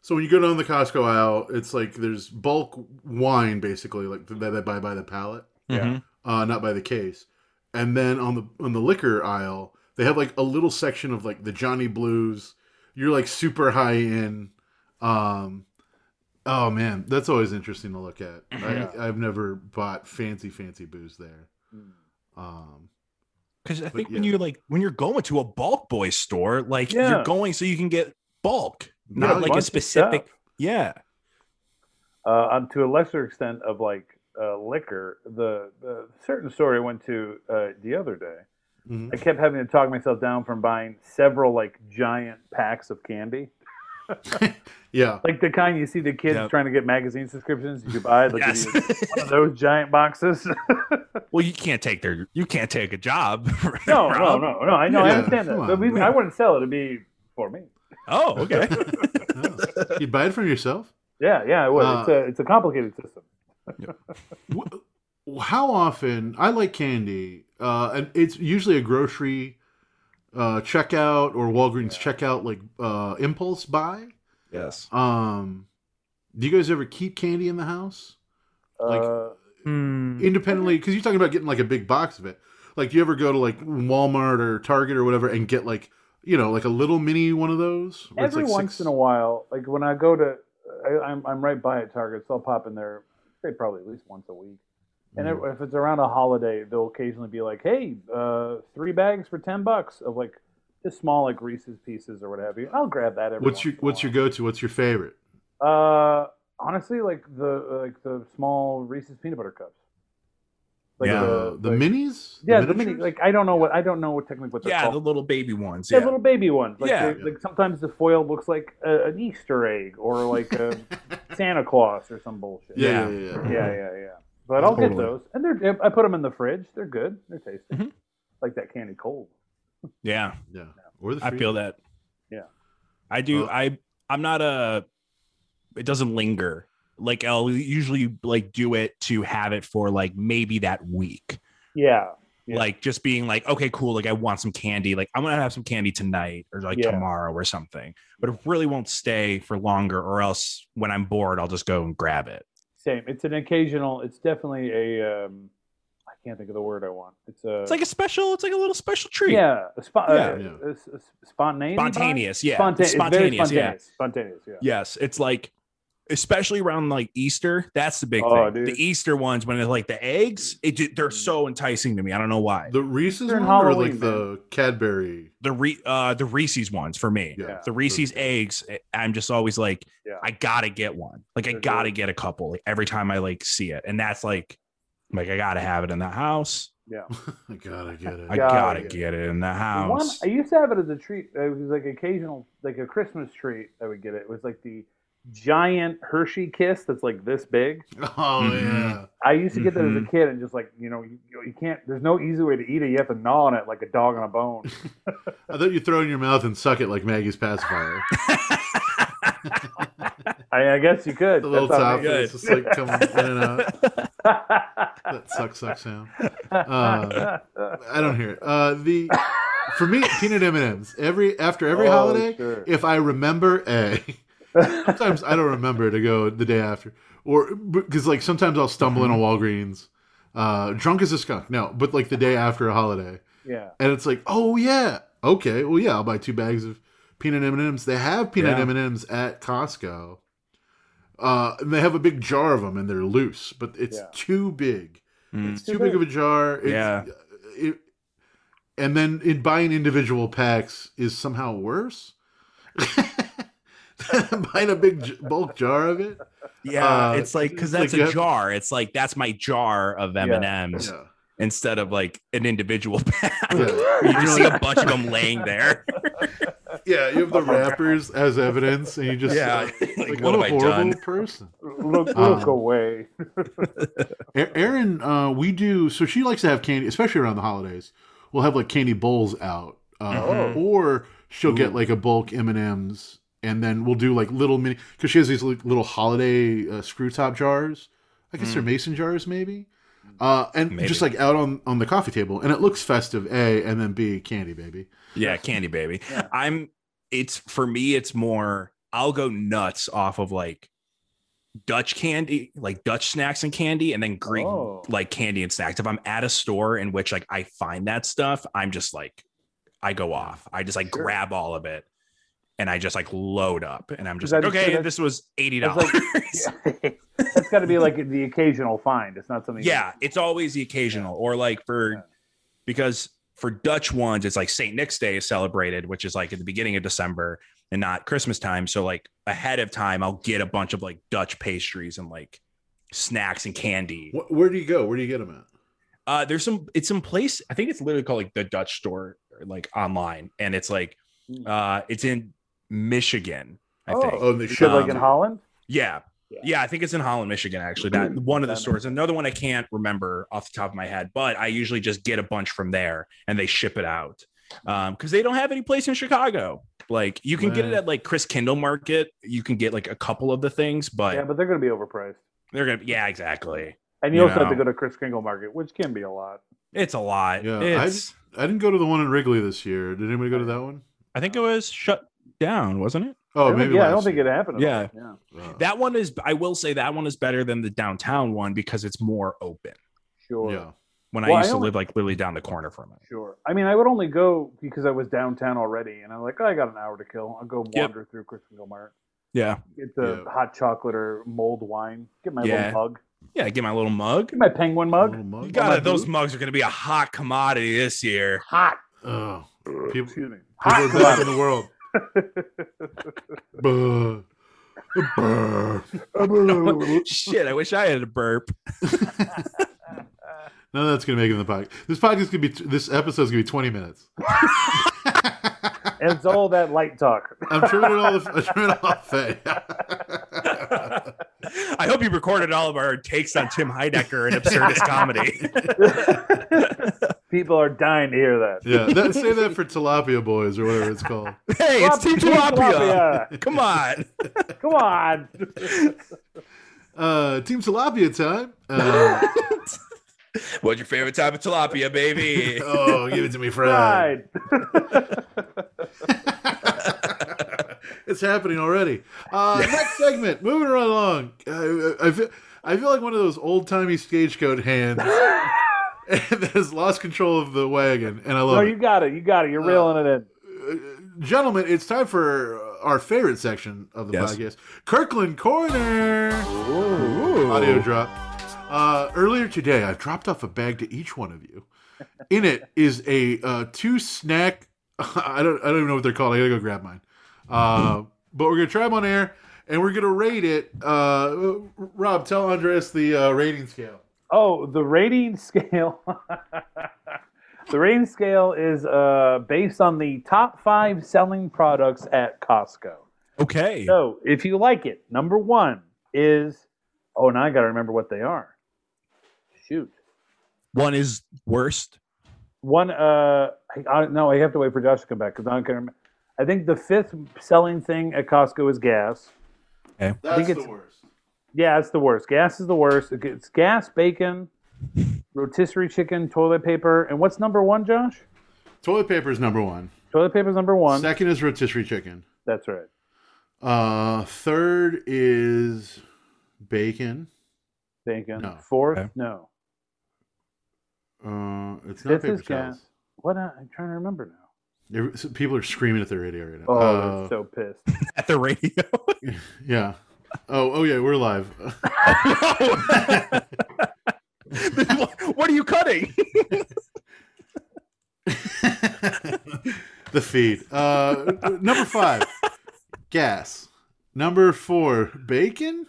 [SPEAKER 2] So when you go down the Costco aisle, it's like there's bulk wine basically, like that they buy by the pallet.
[SPEAKER 4] Mhm.
[SPEAKER 2] uh, not by the case. And then on the on the liquor aisle, they have like a little section of like the Johnny Blues. You're like super high in. Um, oh man, that's always interesting to look at.
[SPEAKER 3] Yeah.
[SPEAKER 2] I, I've never bought fancy fancy booze there. Um,
[SPEAKER 4] Because I think when
[SPEAKER 2] yeah.
[SPEAKER 4] you're like when you're going to a bulk boy store, like
[SPEAKER 3] Yeah.
[SPEAKER 4] you're going so you can get bulk,
[SPEAKER 2] No,
[SPEAKER 4] not like
[SPEAKER 3] bunch
[SPEAKER 4] a
[SPEAKER 3] of
[SPEAKER 4] specific.
[SPEAKER 3] stuff.
[SPEAKER 4] Yeah,
[SPEAKER 3] [laughs] Uh, and to a lesser extent of like uh, liquor, the, the certain store I went to uh, the other day,
[SPEAKER 2] mhm.
[SPEAKER 3] I kept having to talk myself down from buying several like giant packs of candy, [laughs]
[SPEAKER 2] yeah,
[SPEAKER 3] like the kind you see the kids
[SPEAKER 4] Yep.
[SPEAKER 3] trying to get magazine subscriptions. You could buy like
[SPEAKER 4] Yes.
[SPEAKER 3] one
[SPEAKER 4] [laughs]
[SPEAKER 3] of those giant boxes. [laughs]
[SPEAKER 4] well, you can't take their you can't take a job. [laughs]
[SPEAKER 3] no, no,
[SPEAKER 4] Rob.
[SPEAKER 3] no, no. I know, I
[SPEAKER 2] Yeah,
[SPEAKER 3] understand that,
[SPEAKER 2] come
[SPEAKER 3] but
[SPEAKER 2] on,
[SPEAKER 3] we,
[SPEAKER 2] man.
[SPEAKER 3] I wouldn't sell it. It'd be for me.
[SPEAKER 4] Oh, [laughs] okay.
[SPEAKER 2] No. you buy it from yourself.
[SPEAKER 3] Yeah, yeah, I would.
[SPEAKER 2] Uh,
[SPEAKER 3] it's a it's a complicated system.
[SPEAKER 2] Wh- How often I like candy, uh, and it's usually a grocery uh, checkout or Walgreens checkout, like uh, impulse buy.
[SPEAKER 4] yes.
[SPEAKER 2] Um, do you guys ever keep candy in the house like-
[SPEAKER 3] uh,
[SPEAKER 2] independently? Because you're talking about getting like a big box of it. Like, you ever go to like Walmart or Target or whatever and get like you know like a little mini one of those? where it's,
[SPEAKER 3] every
[SPEAKER 2] like
[SPEAKER 3] once in a while, like when I go to, I, I'm I'm right by at Target, so I'll pop in there. I'd say probably at least once a week. And
[SPEAKER 2] Mm-hmm.
[SPEAKER 3] if- if it's around a holiday, they'll occasionally be like, "Hey, uh, three bags for ten bucks of like just small like Reese's pieces or what have you." I'll grab that. Every
[SPEAKER 2] What's your
[SPEAKER 3] once in a
[SPEAKER 2] what's your go to? What's your favorite?
[SPEAKER 3] while. Uh, honestly, like the like the small Reese's peanut butter cups.
[SPEAKER 4] Yeah,
[SPEAKER 2] the, the
[SPEAKER 3] like-
[SPEAKER 2] minis.
[SPEAKER 3] Yeah, the mini.
[SPEAKER 2] miniatures?
[SPEAKER 3] Like I don't know what I don't know what technically what they're
[SPEAKER 4] Yeah,
[SPEAKER 3] called.
[SPEAKER 4] the little baby ones.
[SPEAKER 3] yeah,
[SPEAKER 4] Yeah.
[SPEAKER 3] Oh. little baby ones. Like,
[SPEAKER 4] Yeah.
[SPEAKER 3] they- like sometimes the foil looks like a, an Easter egg or like
[SPEAKER 4] [laughs]
[SPEAKER 3] a Santa Claus or some bullshit.
[SPEAKER 2] yeah, yeah, yeah.
[SPEAKER 3] yeah, yeah, yeah. But I'll get
[SPEAKER 4] Totally.
[SPEAKER 3] those, and they're I put them in the fridge. They're good. They're tasty.
[SPEAKER 4] Mhm.
[SPEAKER 3] Like that candy cold.
[SPEAKER 4] yeah.
[SPEAKER 2] yeah. Or the
[SPEAKER 4] I feel that.
[SPEAKER 3] Yeah.
[SPEAKER 4] I do.
[SPEAKER 2] Well-
[SPEAKER 4] I I'm not a. It doesn't linger. Like I'll usually like do it to have it for like maybe that week.
[SPEAKER 3] Yeah, Yeah.
[SPEAKER 4] like just being like okay cool like i want some candy like i'm gonna have some candy tonight or like
[SPEAKER 3] Yeah.
[SPEAKER 4] tomorrow or something but it really won't stay for longer or else when i'm bored i'll just go and grab it
[SPEAKER 3] same. It's an occasional. It's definitely a. Um, I can't think of the word I want. It's a.
[SPEAKER 4] it's like a special it's like a little special treat
[SPEAKER 3] yeah, a spo-
[SPEAKER 4] Yeah.
[SPEAKER 3] uh,
[SPEAKER 2] Yeah.
[SPEAKER 3] a s- a s- spontaneity box?
[SPEAKER 4] spontaneous yeah
[SPEAKER 3] Sponta- it's very
[SPEAKER 4] spontaneous, yeah
[SPEAKER 3] spontaneous. Spontaneous. Yeah.
[SPEAKER 4] yes it's like especially around like easter that's the big
[SPEAKER 3] Oh,
[SPEAKER 4] thing
[SPEAKER 3] dude.
[SPEAKER 4] the easter ones when it's like the eggs it, ju- they're so enticing to me i don't know why
[SPEAKER 2] the Reese's
[SPEAKER 3] They're
[SPEAKER 2] one
[SPEAKER 3] in
[SPEAKER 2] or
[SPEAKER 3] Halloween,
[SPEAKER 2] like the Cadbury.
[SPEAKER 4] the re uh the reese's ones for me
[SPEAKER 2] Yeah,
[SPEAKER 4] the Reese's eggs, I- I'm just always like,
[SPEAKER 3] Yeah.
[SPEAKER 4] I gotta get one. Like I
[SPEAKER 3] They're
[SPEAKER 4] gotta
[SPEAKER 3] good.
[SPEAKER 4] get a couple. Like every time I like see it, and that's like, like I gotta have it in the house.
[SPEAKER 2] [laughs] I gotta get it.
[SPEAKER 4] I
[SPEAKER 3] Gotta
[SPEAKER 4] gotta
[SPEAKER 3] get
[SPEAKER 4] get it in the
[SPEAKER 3] The One,
[SPEAKER 4] house.
[SPEAKER 3] I used to have it as a treat. It was like occasional, like a Christmas treat. I would get it. It was like the giant Hershey Kiss that's like this big.
[SPEAKER 2] [laughs] oh
[SPEAKER 4] Mhm.
[SPEAKER 2] yeah.
[SPEAKER 3] I used to get that
[SPEAKER 2] Mm-hmm.
[SPEAKER 3] as a kid and just like you know you, you can't. There's no easy way to eat it. You have to gnaw on it like a dog on a bone.
[SPEAKER 2] I thought you throw it in your mouth and suck it like Maggie's
[SPEAKER 3] [laughs]
[SPEAKER 2] pacifier.
[SPEAKER 3] I, I guess
[SPEAKER 2] [laughs]
[SPEAKER 3] you could.
[SPEAKER 2] the little
[SPEAKER 3] That's
[SPEAKER 2] top.
[SPEAKER 3] how
[SPEAKER 4] it is.
[SPEAKER 2] It's just like coming in and out. that suck suck sound. Uh, I don't hear it. Uh, the for me, peanut M and M's every after every
[SPEAKER 3] Oh,
[SPEAKER 2] holiday.
[SPEAKER 3] sure.
[SPEAKER 2] If I remember a, [laughs] sometimes I don't remember to go the day after, or because like sometimes I'll stumble into Walgreens, uh, drunk as a skunk. No, but like the day after a holiday,
[SPEAKER 3] yeah.
[SPEAKER 2] and it's like, oh yeah, okay, well yeah, I'll buy two bags of peanut M and M's. They have peanut
[SPEAKER 4] Yeah.
[SPEAKER 2] M and M's at Costco, Uh, and they have a big jar of them, and they're loose, but it's
[SPEAKER 3] Yeah.
[SPEAKER 2] too big.
[SPEAKER 4] Mm.
[SPEAKER 2] It's too big of a jar. It's, uh,
[SPEAKER 4] Yeah.
[SPEAKER 2] It, and then in buying individual packs is somehow worse. [laughs] than buying a big j- bulk jar of it.
[SPEAKER 4] Yeah,
[SPEAKER 2] Uh,
[SPEAKER 4] it's like
[SPEAKER 2] it's
[SPEAKER 4] because
[SPEAKER 2] like
[SPEAKER 4] that's
[SPEAKER 2] you
[SPEAKER 4] a
[SPEAKER 2] have-
[SPEAKER 4] jar. It's like that's my jar of M and M's
[SPEAKER 2] Yeah.
[SPEAKER 4] instead of like an individual [laughs] pack.
[SPEAKER 2] Yeah.
[SPEAKER 4] you just see a bunch of them laying there.
[SPEAKER 2] Yeah, you have the wrappers as evidence, and you just
[SPEAKER 4] Oh Yeah,
[SPEAKER 2] uh, [laughs] like,
[SPEAKER 4] [laughs] like,
[SPEAKER 2] what,
[SPEAKER 4] what
[SPEAKER 2] a
[SPEAKER 4] have I
[SPEAKER 2] horrible
[SPEAKER 4] done?
[SPEAKER 2] person.
[SPEAKER 3] Look, look
[SPEAKER 2] Um,
[SPEAKER 3] away.
[SPEAKER 2] A- Erin, uh, we do so she likes to have candy, especially around the holidays. We'll have like candy bowls out, uh,
[SPEAKER 3] Mhm.
[SPEAKER 2] or she'll get like a bulk M and M's, and then we'll do like little mini because she has these like, little holiday uh, screw top jars. I guess they're mason jars, maybe. Uh, and
[SPEAKER 4] Maybe.
[SPEAKER 2] just like out on on the coffee table, and it looks festive. A and then B, candy baby.
[SPEAKER 4] yeah, candy baby.
[SPEAKER 3] Yeah.
[SPEAKER 4] I'm. It's for me. It's more. I'll go nuts off of like Dutch candy, like Dutch snacks and candy, and then Greek
[SPEAKER 3] Oh.
[SPEAKER 4] like candy and snacks. If I'm at a store in which like I find that stuff, I'm just like, I go off. I just like
[SPEAKER 3] Sure.
[SPEAKER 4] grab all of it, and I just like load up, and I'm just
[SPEAKER 3] Is
[SPEAKER 4] like,
[SPEAKER 3] that-
[SPEAKER 4] okay,
[SPEAKER 3] that's-
[SPEAKER 4] this was eighty
[SPEAKER 3] that's
[SPEAKER 4] dollars.
[SPEAKER 3] like- That's got to be like the occasional find. It's not something.
[SPEAKER 4] yeah, it's always the occasional, or like for
[SPEAKER 3] Yeah.
[SPEAKER 4] because for Dutch ones, it's like Saint Nick's Day is celebrated, which is like at the beginning of December and not Christmas time. So like ahead of time, I'll get a bunch of like Dutch pastries and like snacks and candy.
[SPEAKER 2] Wh- where do you go? Where do you get them at?
[SPEAKER 4] Uh, there's some. It's some place. I think it's literally called like the Dutch store, or, like online, and it's like,
[SPEAKER 3] Mm.
[SPEAKER 4] uh, it's in Michigan. I
[SPEAKER 3] Oh.
[SPEAKER 4] think.
[SPEAKER 2] Oh, and they
[SPEAKER 3] You
[SPEAKER 2] ship
[SPEAKER 3] said like in
[SPEAKER 2] them.
[SPEAKER 3] Holland.
[SPEAKER 4] Yeah.
[SPEAKER 3] Yeah.
[SPEAKER 4] Yeah, I think it's in Holland, Michigan,
[SPEAKER 3] [clears throat]
[SPEAKER 4] actually. That one of the stores. Another one I can't remember off the top of my head, but I usually just get a bunch from there and they ship it out. Um, because they don't have any place in Chicago. Like you can get it
[SPEAKER 2] Right.
[SPEAKER 4] at like Chris Kindle Market. You can get like a couple of the things, but
[SPEAKER 3] yeah, but they're going to be overpriced.
[SPEAKER 4] they're gonna yeah, exactly.
[SPEAKER 3] And you,
[SPEAKER 4] You
[SPEAKER 3] also have to go
[SPEAKER 4] know.
[SPEAKER 3] to Chris Kringle Market, which can be a lot.
[SPEAKER 4] It's a lot.
[SPEAKER 2] Yeah, I
[SPEAKER 4] it's
[SPEAKER 2] I didn't go to the one in Wrigley this year. Did anybody go to that one?
[SPEAKER 4] I, think it was shut down, wasn't it?
[SPEAKER 2] Oh,
[SPEAKER 3] I don't-
[SPEAKER 2] maybe.
[SPEAKER 3] yeah, I
[SPEAKER 2] last
[SPEAKER 3] don't think
[SPEAKER 2] year.
[SPEAKER 3] it happened. at
[SPEAKER 4] Yeah.
[SPEAKER 3] all.
[SPEAKER 2] Uh,
[SPEAKER 4] That one is I will say that one is better than the downtown one because it's more open.
[SPEAKER 3] sure.
[SPEAKER 2] yeah.
[SPEAKER 4] When
[SPEAKER 3] Well, I
[SPEAKER 4] I used to
[SPEAKER 3] only-
[SPEAKER 4] live like literally down the corner from it.
[SPEAKER 3] Sure. I mean, I would only go because I was downtown already, and I'm like, oh, I got an hour to kill. I'll go
[SPEAKER 4] Yep.
[SPEAKER 3] wander through Chris Kringle Market,
[SPEAKER 4] Yeah.
[SPEAKER 3] get the
[SPEAKER 2] Yeah.
[SPEAKER 3] hot chocolate or mold wine, get my
[SPEAKER 4] Yeah.
[SPEAKER 3] little mug,
[SPEAKER 4] Yeah, I get my little mug.
[SPEAKER 3] get my penguin
[SPEAKER 2] Little
[SPEAKER 3] mug.
[SPEAKER 2] mug.
[SPEAKER 4] You got
[SPEAKER 3] my
[SPEAKER 4] it. Those
[SPEAKER 3] boot?
[SPEAKER 4] mugs are going to be a hot commodity this year.
[SPEAKER 3] Hot.
[SPEAKER 2] Oh, people, people
[SPEAKER 3] Excuse me.
[SPEAKER 2] are
[SPEAKER 3] Hot.
[SPEAKER 2] best in
[SPEAKER 3] commodity.
[SPEAKER 2] the world. Buh. Buh.
[SPEAKER 4] [laughs] Shit, I wish I had a burp.
[SPEAKER 2] None of that's gonna make it in the podcast. This podcast could be. T- this episode's gonna be twenty minutes.
[SPEAKER 3] And it's all that light talk.
[SPEAKER 2] I'm trimming it all. The, I'm trimming it all the
[SPEAKER 4] I hope you recorded all of our takes on Tim Heidecker and [laughs] absurdist comedy.
[SPEAKER 3] People are dying to hear that.
[SPEAKER 2] yeah, that, say that for tilapia boys or whatever it's called.
[SPEAKER 4] hey, it's Team Tilapia.
[SPEAKER 3] Tilapia.
[SPEAKER 4] Come on.
[SPEAKER 3] Come on.
[SPEAKER 2] Uh, Team tilapia time. Uh,
[SPEAKER 4] What's your favorite type of tilapia, baby?
[SPEAKER 2] oh, give it to me, fried.
[SPEAKER 3] Right.
[SPEAKER 2] it's happening already. Uh, next segment, moving right along. Uh, I, feel, I feel like one of those old timey stagecoach hands that has lost control of the wagon, and I love
[SPEAKER 3] No,
[SPEAKER 2] it.
[SPEAKER 3] you got it. You got it. You're reeling it in.
[SPEAKER 2] Gentlemen, it's time for our favorite section of the
[SPEAKER 4] Yes.
[SPEAKER 2] podcast, Kirkland Corner. Audio drop. Uh, earlier today, I dropped off a bag to each one of you. In
[SPEAKER 3] [laughs]
[SPEAKER 2] it is a uh, two snack. [laughs] I don't. I don't even know what they're called. I gotta go grab mine.
[SPEAKER 3] [laughs]
[SPEAKER 2] Uh, but we're gonna try them on air, and we're gonna rate it. Uh, Rob, tell Andres the uh, rating scale.
[SPEAKER 3] Oh, the rating scale. [laughs] the rating scale is uh, based on the top five selling products at Costco.
[SPEAKER 4] [laughs] Okay.
[SPEAKER 3] So if you like it, number one is oh, now I got to remember what they are. Shoot.
[SPEAKER 4] One is worst.
[SPEAKER 3] One, uh, I, I, no, I have to wait for Josh to come back because I'm going to. I think the fifth selling thing at Costco is gas.
[SPEAKER 2] That's
[SPEAKER 3] think
[SPEAKER 2] the
[SPEAKER 3] it's-
[SPEAKER 2] worst.
[SPEAKER 3] Yeah, it's the worst. Gas is the worst. It's gas, bacon, rotisserie chicken, toilet paper, and what's number one, Josh?
[SPEAKER 2] Toilet paper is number one.
[SPEAKER 3] Toilet paper's number one.
[SPEAKER 2] Second is rotisserie chicken.
[SPEAKER 3] That's right.
[SPEAKER 2] Uh, third is bacon.
[SPEAKER 3] Bacon.
[SPEAKER 2] No.
[SPEAKER 3] Fourth,
[SPEAKER 4] Okay.
[SPEAKER 3] no.
[SPEAKER 2] Uh, it's not
[SPEAKER 3] Fifth
[SPEAKER 2] paper
[SPEAKER 3] is gas.
[SPEAKER 2] towels.
[SPEAKER 3] What? I- I'm trying to remember now.
[SPEAKER 2] Every- Oh, so People are screaming at their radio right now.
[SPEAKER 3] Oh,
[SPEAKER 2] Uh,
[SPEAKER 3] I'm so pissed.
[SPEAKER 4] At the radio.
[SPEAKER 2] Yeah. Oh, oh yeah, we're live.
[SPEAKER 4] [laughs]
[SPEAKER 2] [laughs]
[SPEAKER 4] what are you cutting?
[SPEAKER 2] the feed. Uh, number five, gas. Number four, bacon.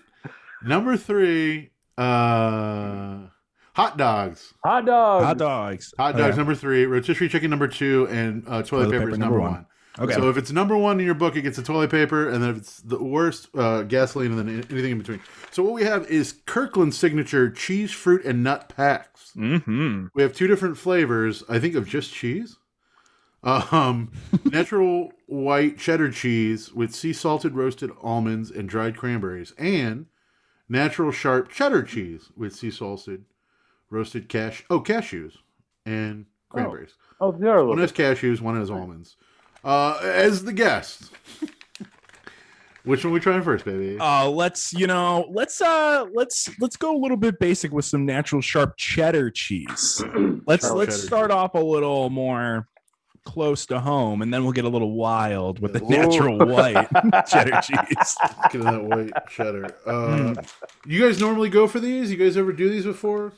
[SPEAKER 2] Number three, uh, hot dogs.
[SPEAKER 3] Hot dogs.
[SPEAKER 4] Hot dogs.
[SPEAKER 2] Hot dogs. Number three, rotisserie chicken. Number two, and uh, Oh, toilet, paper, is number, one.
[SPEAKER 4] Okay.
[SPEAKER 2] So if it's number one in your book, it gets a toilet paper, and then if it's the worst, uh, gasoline, and then anything in between. So what we have is Kirkland signature cheese, fruit, and nut packs.
[SPEAKER 4] mm-hmm.
[SPEAKER 2] We have two different flavors, I think, of just cheese. Um, [laughs] natural white cheddar cheese with sea salted roasted almonds and dried cranberries, and natural sharp cheddar cheese with sea salted roasted cash oh cashews and cranberries.
[SPEAKER 3] Oh, they are a
[SPEAKER 2] One
[SPEAKER 3] little.
[SPEAKER 2] has cashews, one has almonds. Uh, as the guest, which one we trying first, baby?
[SPEAKER 4] Uh, let's you know, let's uh, let's let's go a little bit basic with some natural sharp cheddar
[SPEAKER 2] [clears throat]
[SPEAKER 4] cheese. Let's
[SPEAKER 2] Sharp
[SPEAKER 4] let's
[SPEAKER 2] cheddar
[SPEAKER 4] start off a little more close to home, and then we'll get a little wild with the
[SPEAKER 2] Ooh. [laughs]
[SPEAKER 4] natural white [laughs] cheddar cheese.
[SPEAKER 2] Get in that white cheddar. Uh, you guys normally go for these? You guys ever do these before?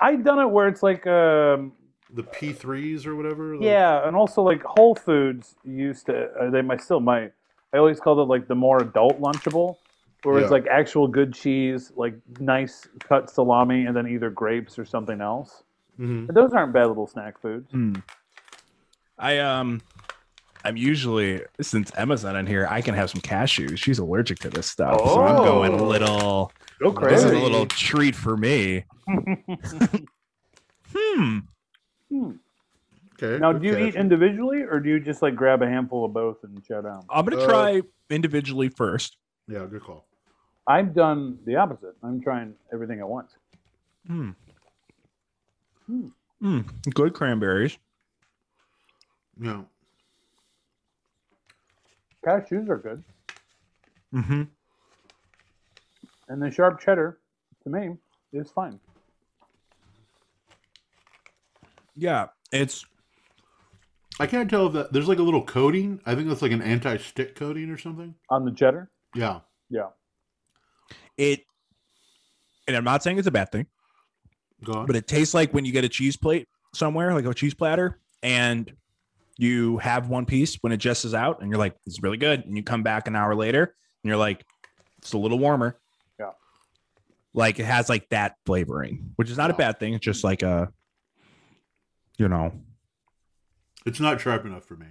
[SPEAKER 3] I've done it where it's like, um,
[SPEAKER 2] The P threes or whatever. The-
[SPEAKER 3] yeah, and also like Whole Foods used to. Uh, they might still might. I always called it like the more adult lunchable, where
[SPEAKER 2] Yeah.
[SPEAKER 3] it's like actual good cheese, like nice cut salami, and then either grapes or something else.
[SPEAKER 4] Mm-hmm.
[SPEAKER 2] Mhm.
[SPEAKER 3] But those aren't bad little snack foods.
[SPEAKER 4] Hmm. I um I'm usually since Emma's not in here, I can have some cashews. She's allergic to this stuff. So I'm going a
[SPEAKER 2] Oh.
[SPEAKER 4] little
[SPEAKER 3] Go
[SPEAKER 4] this is
[SPEAKER 3] crazy.
[SPEAKER 4] a little treat
[SPEAKER 2] [laughs]
[SPEAKER 4] for me. hmm.
[SPEAKER 2] Okay.
[SPEAKER 3] Now, do you
[SPEAKER 2] okay.
[SPEAKER 3] eat individually, or do you just like grab a handful of both and chow down?
[SPEAKER 4] I'm gonna
[SPEAKER 2] Uh,
[SPEAKER 4] try individually first.
[SPEAKER 2] Yeah, good call.
[SPEAKER 3] I've done the opposite. I'm trying everything at once.
[SPEAKER 4] Hmm. Hmm. Good cranberries.
[SPEAKER 2] Yeah.
[SPEAKER 3] Cashews are good,
[SPEAKER 4] Mm-hmm.
[SPEAKER 3] and the sharp cheddar, to me, is fine.
[SPEAKER 4] Yeah. It's
[SPEAKER 2] I can't tell if that there's like a little coating. I think that's like an anti-stick coating or something.
[SPEAKER 3] On the cheddar,
[SPEAKER 2] Yeah.
[SPEAKER 3] yeah.
[SPEAKER 4] it and I'm not saying it's a bad thing.
[SPEAKER 2] Go on.
[SPEAKER 4] but it tastes like when you get a cheese plate somewhere, like a cheese platter, and you have one piece when it just is out, and you're like, it's really good. And you come back an hour later and you're like, it's a little warmer.
[SPEAKER 3] Yeah.
[SPEAKER 4] Like it has like that flavoring, which is not a bad thing. It's just like a, you know,
[SPEAKER 2] it's not sharp enough for me.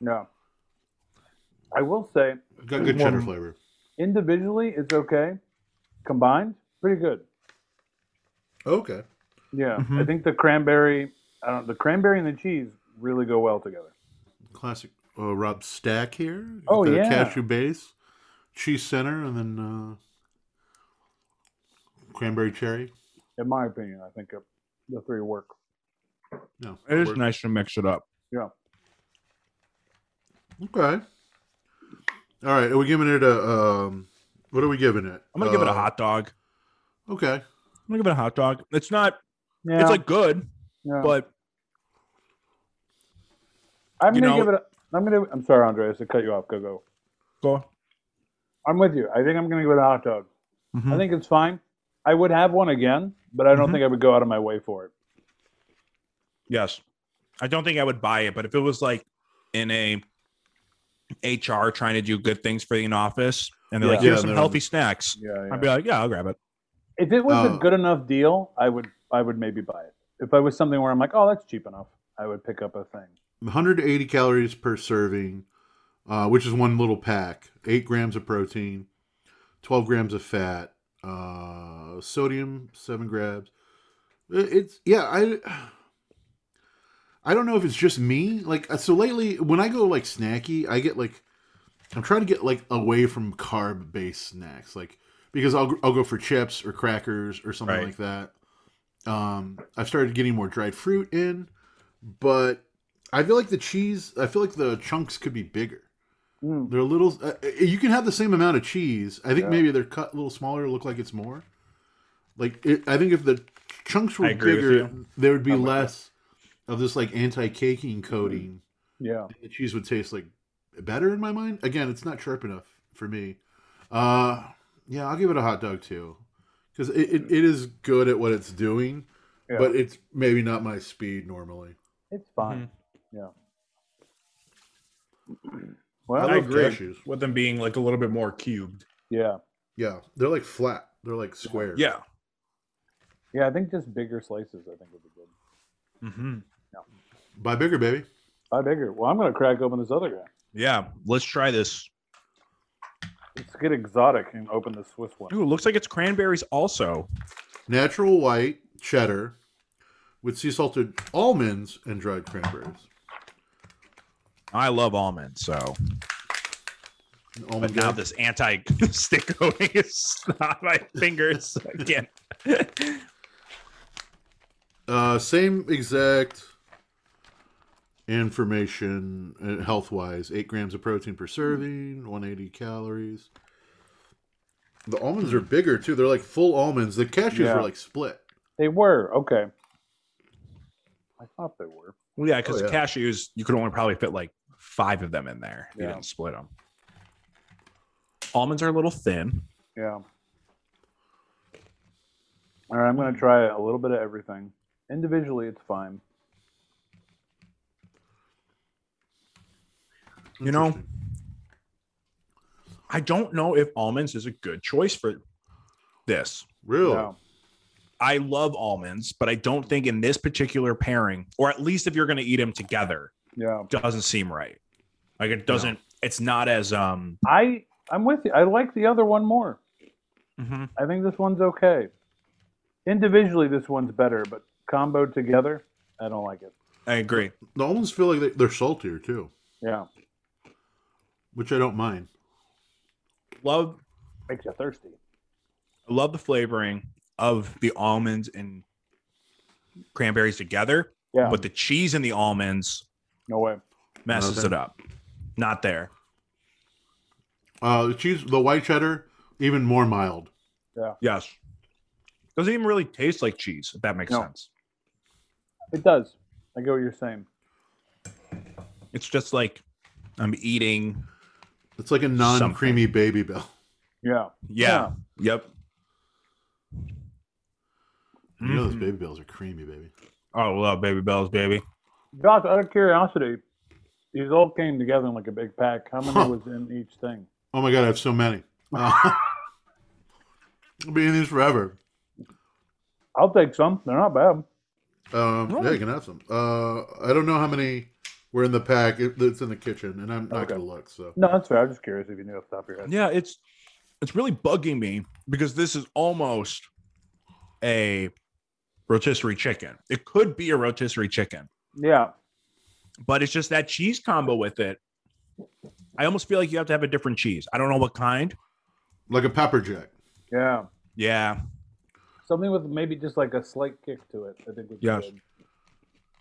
[SPEAKER 3] No. I will say,
[SPEAKER 2] It's got good cheddar flavor.
[SPEAKER 3] individually, it's okay. Combined, pretty good.
[SPEAKER 2] Okay.
[SPEAKER 3] Yeah, I
[SPEAKER 4] Mhm.
[SPEAKER 3] think the cranberry, I don't, the cranberry and the cheese really go well together.
[SPEAKER 2] Classic uh, Rob Stack here. with
[SPEAKER 3] Oh,
[SPEAKER 2] the
[SPEAKER 3] yeah.
[SPEAKER 2] Cashew base, cheese center, and then uh, cranberry cherry.
[SPEAKER 3] In my opinion, I think it, the three work.
[SPEAKER 2] No.
[SPEAKER 4] it is
[SPEAKER 2] work.
[SPEAKER 4] nice to mix it up.
[SPEAKER 3] Yeah.
[SPEAKER 2] Okay. All right. Are we giving it a? Um, what are we giving it?
[SPEAKER 4] I'm gonna give it a
[SPEAKER 2] Uh,
[SPEAKER 4] hot dog.
[SPEAKER 2] Okay.
[SPEAKER 4] I'm gonna give it a hot dog. It's not.
[SPEAKER 3] Yeah,
[SPEAKER 4] It's like good,
[SPEAKER 3] yeah.
[SPEAKER 4] but
[SPEAKER 3] I'm
[SPEAKER 4] you
[SPEAKER 3] gonna
[SPEAKER 4] know-
[SPEAKER 3] give it. A, I'm gonna. I'm sorry, Andreas, to cut you off. Go go.
[SPEAKER 4] go.
[SPEAKER 3] I'm with you. I think I'm gonna give it a hot dog. I
[SPEAKER 4] Mhm.
[SPEAKER 3] think it's fine. I would have one again, but I don't
[SPEAKER 4] Mhm.
[SPEAKER 3] think I would go out of my way for it.
[SPEAKER 4] Yes. I don't think I would buy it, but if it was like in a HR trying to do good things for the in office and they're like,
[SPEAKER 2] Yeah.
[SPEAKER 4] here's
[SPEAKER 2] Yeah,
[SPEAKER 4] some
[SPEAKER 2] they're-
[SPEAKER 4] healthy snacks,
[SPEAKER 3] Yeah,
[SPEAKER 4] I'd be like, yeah, I'll grab it.
[SPEAKER 3] if it was
[SPEAKER 2] Uh,
[SPEAKER 3] a good enough deal, I would. I would maybe buy it. If I was something where I'm like, oh, that's cheap enough, I would pick up a thing.
[SPEAKER 2] 180 calories per serving, uh, which is one little pack. Eight grams of protein, 12 grams of fat, uh, sodium seven grams. It- It's yeah, I I don't know if it's just me. Like uh, so lately, when I go like snacky, I get like I'm trying to get like away from carb based snacks, like because I'll I'll go for chips or crackers or something
[SPEAKER 4] Right.
[SPEAKER 2] like that. Um, I've started getting more dried fruit in, but I feel like the cheese. I feel like the chunks could be bigger.
[SPEAKER 3] Mm.
[SPEAKER 2] They're a little. Uh, you can have the same amount of cheese. I think
[SPEAKER 3] Yeah.
[SPEAKER 2] maybe they're cut a little smaller. Look like it's more. Like it, I think if the chunks were
[SPEAKER 4] I agree with
[SPEAKER 2] bigger,
[SPEAKER 4] you.
[SPEAKER 2] there would be
[SPEAKER 3] I'm with
[SPEAKER 2] less of this like anti-caking coating.
[SPEAKER 3] Yeah.
[SPEAKER 2] The cheese would taste like better in my mind. Again, it's not sharp enough for me. Uh, Yeah, I'll give it a hot dog too, because it, it, it is good at what it's doing,
[SPEAKER 3] Yeah.
[SPEAKER 2] but it's maybe not my speed normally.
[SPEAKER 3] It's fine.
[SPEAKER 2] I
[SPEAKER 3] [clears throat] Well,
[SPEAKER 2] love
[SPEAKER 4] I agree
[SPEAKER 2] cashews.
[SPEAKER 4] with them being like a little bit more cubed.
[SPEAKER 3] yeah,
[SPEAKER 2] Yeah, they're like flat. They're like square.
[SPEAKER 4] Yeah.
[SPEAKER 3] yeah. I think just bigger slices. I think would be good.
[SPEAKER 4] hmm
[SPEAKER 2] buy bigger, baby.
[SPEAKER 3] Buy bigger. Well, I'm gonna crack open this other guy.
[SPEAKER 4] Yeah. Let's try this.
[SPEAKER 3] Let's get exotic and open the Swiss one.
[SPEAKER 4] Ooh, looks like it's cranberries also.
[SPEAKER 2] Natural white cheddar with sea salted almonds and dried cranberries.
[SPEAKER 4] I love almonds, so
[SPEAKER 2] An almond
[SPEAKER 4] but now
[SPEAKER 2] guy.
[SPEAKER 4] this anti [laughs] stick coating is [laughs] on my fingers again.
[SPEAKER 2] Uh, same exact information health wise 8 grams of protein per serving 180 calories the almonds are
[SPEAKER 4] Hmm.
[SPEAKER 2] bigger too they're like full almonds the cashews
[SPEAKER 3] Yeah.
[SPEAKER 2] were like split
[SPEAKER 3] They were okay. I thought they were.
[SPEAKER 4] Well, yeah, because
[SPEAKER 2] Oh, yeah.
[SPEAKER 4] cashews, you could only probably fit like five of them in there. if You
[SPEAKER 3] Yeah.
[SPEAKER 4] didn't split them. Almonds are a little thin.
[SPEAKER 3] Yeah. All right, I'm gonna try a little bit of everything. Individually, it's fine.
[SPEAKER 4] You know,
[SPEAKER 2] Interesting.
[SPEAKER 4] I don't know if almonds is a good choice for this.
[SPEAKER 2] really
[SPEAKER 3] No.
[SPEAKER 4] I love almonds, but I don't think in this particular pairing, or at least if you're going to eat them together,
[SPEAKER 3] Yeah.
[SPEAKER 4] doesn't seem right. Like it doesn't. It's not as um.
[SPEAKER 3] I I'm with you. I like the other one more.
[SPEAKER 2] Mm-hmm.
[SPEAKER 3] I think this one's okay. Individually, this one's better, but comboed together, I don't like it.
[SPEAKER 4] I agree.
[SPEAKER 2] the almonds feel like they, they're saltier too
[SPEAKER 3] Yeah,
[SPEAKER 2] which i don't mind
[SPEAKER 4] Love
[SPEAKER 3] makes you thirsty.
[SPEAKER 4] I love the flavoring of the almonds and cranberries together,
[SPEAKER 3] Yeah,
[SPEAKER 4] but the cheese and the almonds
[SPEAKER 3] no way.
[SPEAKER 4] messes
[SPEAKER 2] Nothing.
[SPEAKER 4] it up. Not there.
[SPEAKER 2] uh the cheese the white cheddar even more mild
[SPEAKER 4] Yes. Doesn't even really taste like cheese, if that makes
[SPEAKER 3] No.
[SPEAKER 4] sense.
[SPEAKER 3] It does. I get what you're saying.
[SPEAKER 4] It's just like I'm eating.
[SPEAKER 2] it's like a non-creamy baby bell
[SPEAKER 3] Yeah,
[SPEAKER 4] Yeah. Yep.
[SPEAKER 2] you know those
[SPEAKER 4] Mhm.
[SPEAKER 2] baby bells are creamy baby
[SPEAKER 4] Oh, love baby bells, baby.
[SPEAKER 3] Josh. Out of curiosity, these all came together in like a big pack. How many was in each thing?
[SPEAKER 2] oh my god i have so many uh, [laughs] i'll be in these forever
[SPEAKER 3] I'll take some. They're not bad.
[SPEAKER 2] Um,
[SPEAKER 4] Oh.
[SPEAKER 2] Yeah, you can have some. Uh, I don't know how many were in the pack. It, it's in the kitchen, and I'm not
[SPEAKER 3] Okay.
[SPEAKER 2] gonna look. So
[SPEAKER 3] No, that's fair. I'm just curious if you knew off the top of your head.
[SPEAKER 4] Yeah, it's it's really bugging me because this is almost a rotisserie chicken. It could be a rotisserie chicken.
[SPEAKER 3] Yeah,
[SPEAKER 4] but it's just that cheese combo with it. I almost feel like you have to have a different cheese. I don't know what kind.
[SPEAKER 2] like a pepper jack.
[SPEAKER 3] yeah.
[SPEAKER 4] Yeah.
[SPEAKER 3] Something with maybe just like a slight kick to it. I think. Would
[SPEAKER 4] Yes.
[SPEAKER 3] Be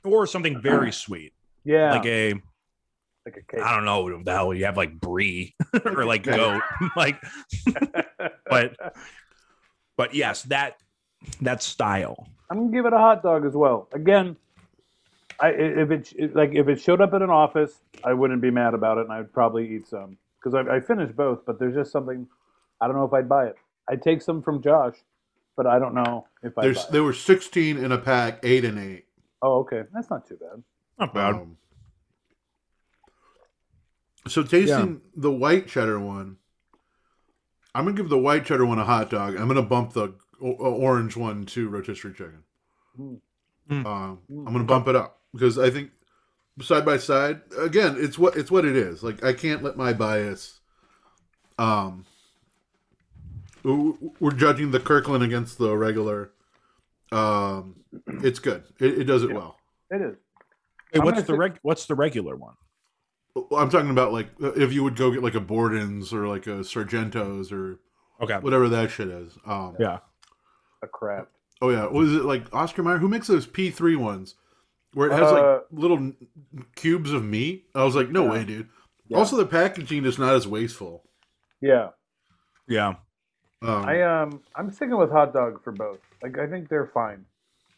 [SPEAKER 3] good.
[SPEAKER 4] Or something
[SPEAKER 3] [clears throat]
[SPEAKER 4] very sweet.
[SPEAKER 3] Yeah.
[SPEAKER 4] Like a
[SPEAKER 3] like a [laughs] cake.
[SPEAKER 4] I don't know what the hell you have like brie [laughs] or like
[SPEAKER 2] Yeah.
[SPEAKER 4] goat. [laughs] like
[SPEAKER 3] [laughs]
[SPEAKER 4] but but yes, that that style.
[SPEAKER 3] I'm gonna give it a hot dog as well. Again, I, i- if it sh- like if it showed up in an office, I wouldn't be mad about it, and I'd probably eat some because I, I finished both. But there's just something I don't know if I'd buy it. I'd take some from Josh, but I don't know if I.
[SPEAKER 2] There's
[SPEAKER 3] Buy it.
[SPEAKER 2] there were 16 in a pack, eight and eight.
[SPEAKER 3] Oh, okay, that's not too bad.
[SPEAKER 4] Not
[SPEAKER 2] Um, so tasting the white cheddar one, I'm gonna give the white cheddar one a hot dog. I'm gonna bump the o- o- orange one to rotisserie chicken.
[SPEAKER 3] Mm.
[SPEAKER 4] Mm.
[SPEAKER 2] Um,
[SPEAKER 3] Mm.
[SPEAKER 2] I'm gonna bump it up because I think side by side again, it's what it's what it is. Like I can't let my bias. Um, w- w- we're judging the Kirkland against the regular. Um, it's good. It, it does it
[SPEAKER 3] Yeah.
[SPEAKER 2] well.
[SPEAKER 3] It is.
[SPEAKER 4] Wait,
[SPEAKER 3] I'm
[SPEAKER 4] what's
[SPEAKER 3] gonna
[SPEAKER 4] the
[SPEAKER 3] say-
[SPEAKER 4] reg what's the regular one?
[SPEAKER 2] I'm talking about like if you would go get like a Borden's or like a Sargento's or
[SPEAKER 4] Okay.
[SPEAKER 2] whatever that shit is. Um,
[SPEAKER 4] Yeah.
[SPEAKER 3] A crap.
[SPEAKER 2] Oh yeah, was it like Oscar Mayer? Who makes those P3 ones where it has
[SPEAKER 3] Uh,
[SPEAKER 2] like little n- cubes of meat? I was like, no
[SPEAKER 3] Yeah.
[SPEAKER 2] way, dude.
[SPEAKER 3] Yeah.
[SPEAKER 2] Also, the packaging is not as wasteful.
[SPEAKER 3] Yeah,
[SPEAKER 4] Yeah. Hmm.
[SPEAKER 2] Um,
[SPEAKER 3] I um, I'm sticking with hot dog for both. Like I think they're fine.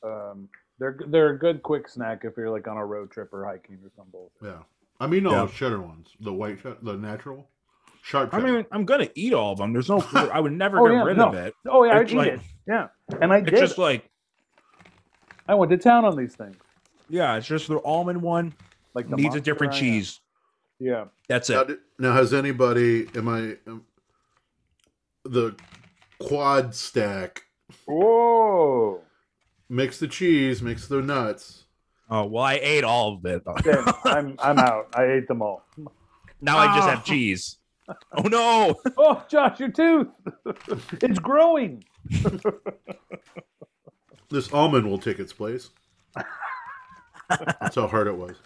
[SPEAKER 3] Um, they're they're a good quick snack if you're like on a road trip or hiking or some bullshit.
[SPEAKER 2] yeah, I mean, no,
[SPEAKER 4] Yeah.
[SPEAKER 2] those cheddar ones, the white, cheddar, the natural. Sharp.
[SPEAKER 4] I
[SPEAKER 2] cheddar.
[SPEAKER 4] mean, I'm gonna eat all of them. There's no, I would never
[SPEAKER 3] [laughs] Oh,
[SPEAKER 4] get
[SPEAKER 3] yeah,
[SPEAKER 4] rid
[SPEAKER 3] no.
[SPEAKER 4] of it.
[SPEAKER 3] Oh yeah, I'd
[SPEAKER 4] It's
[SPEAKER 3] eat
[SPEAKER 4] like-
[SPEAKER 3] it. Yeah, and I did.
[SPEAKER 4] It's just like,
[SPEAKER 3] I went to town on these things.
[SPEAKER 4] yeah, it's just the almond one
[SPEAKER 3] Like the
[SPEAKER 4] needs a different
[SPEAKER 3] mozzarella.
[SPEAKER 4] cheese.
[SPEAKER 3] Yeah.
[SPEAKER 4] That's
[SPEAKER 2] Now,
[SPEAKER 4] it.
[SPEAKER 2] did- now, has anybody? Am I am, the quad stack?
[SPEAKER 3] Whoa.
[SPEAKER 2] Mix the cheese, mix the nuts.
[SPEAKER 4] Oh well, I ate all of it.
[SPEAKER 3] Damn, I'm
[SPEAKER 4] [laughs]
[SPEAKER 3] I'm out. I ate them all.
[SPEAKER 4] now I just have cheese. Oh no! [laughs]
[SPEAKER 3] Oh, Josh, your tooth. [laughs] it's growing.
[SPEAKER 2] This almond will take its place. That's how hard it was.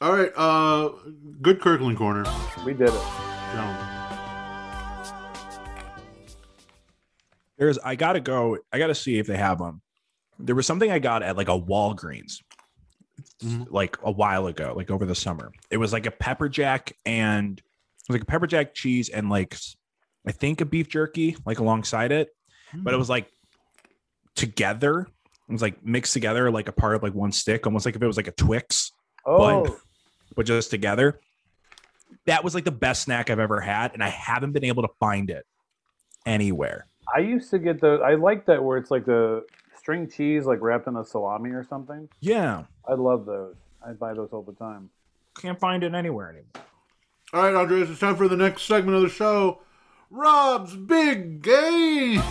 [SPEAKER 2] All right, uh, good Kirkland corner.
[SPEAKER 3] We did it.
[SPEAKER 2] Gentlemen.
[SPEAKER 4] There's, I gotta go. I gotta see if they have them. There was something I got at like a Walgreens,
[SPEAKER 2] Mhm.
[SPEAKER 4] like a while ago, like over the summer. It was like a pepper jack and it was like a pepper jack cheese and like s- I think a beef jerky like alongside it, but it was like together. It was like mixed together, like a part of like one stick, almost like if it was like a Twix.
[SPEAKER 3] Oh,
[SPEAKER 4] Bun. but just together. That was like the best snack I've ever had, and I haven't been able to find it anywhere.
[SPEAKER 3] I used to get the. I like that where it's like the string cheese, like wrapped in a salami or something.
[SPEAKER 4] Yeah,
[SPEAKER 3] I love those. I buy those all the time.
[SPEAKER 4] can't find it anywhere anymore.
[SPEAKER 2] All right, Andres, it's time for the next segment of the show. Rob's big game.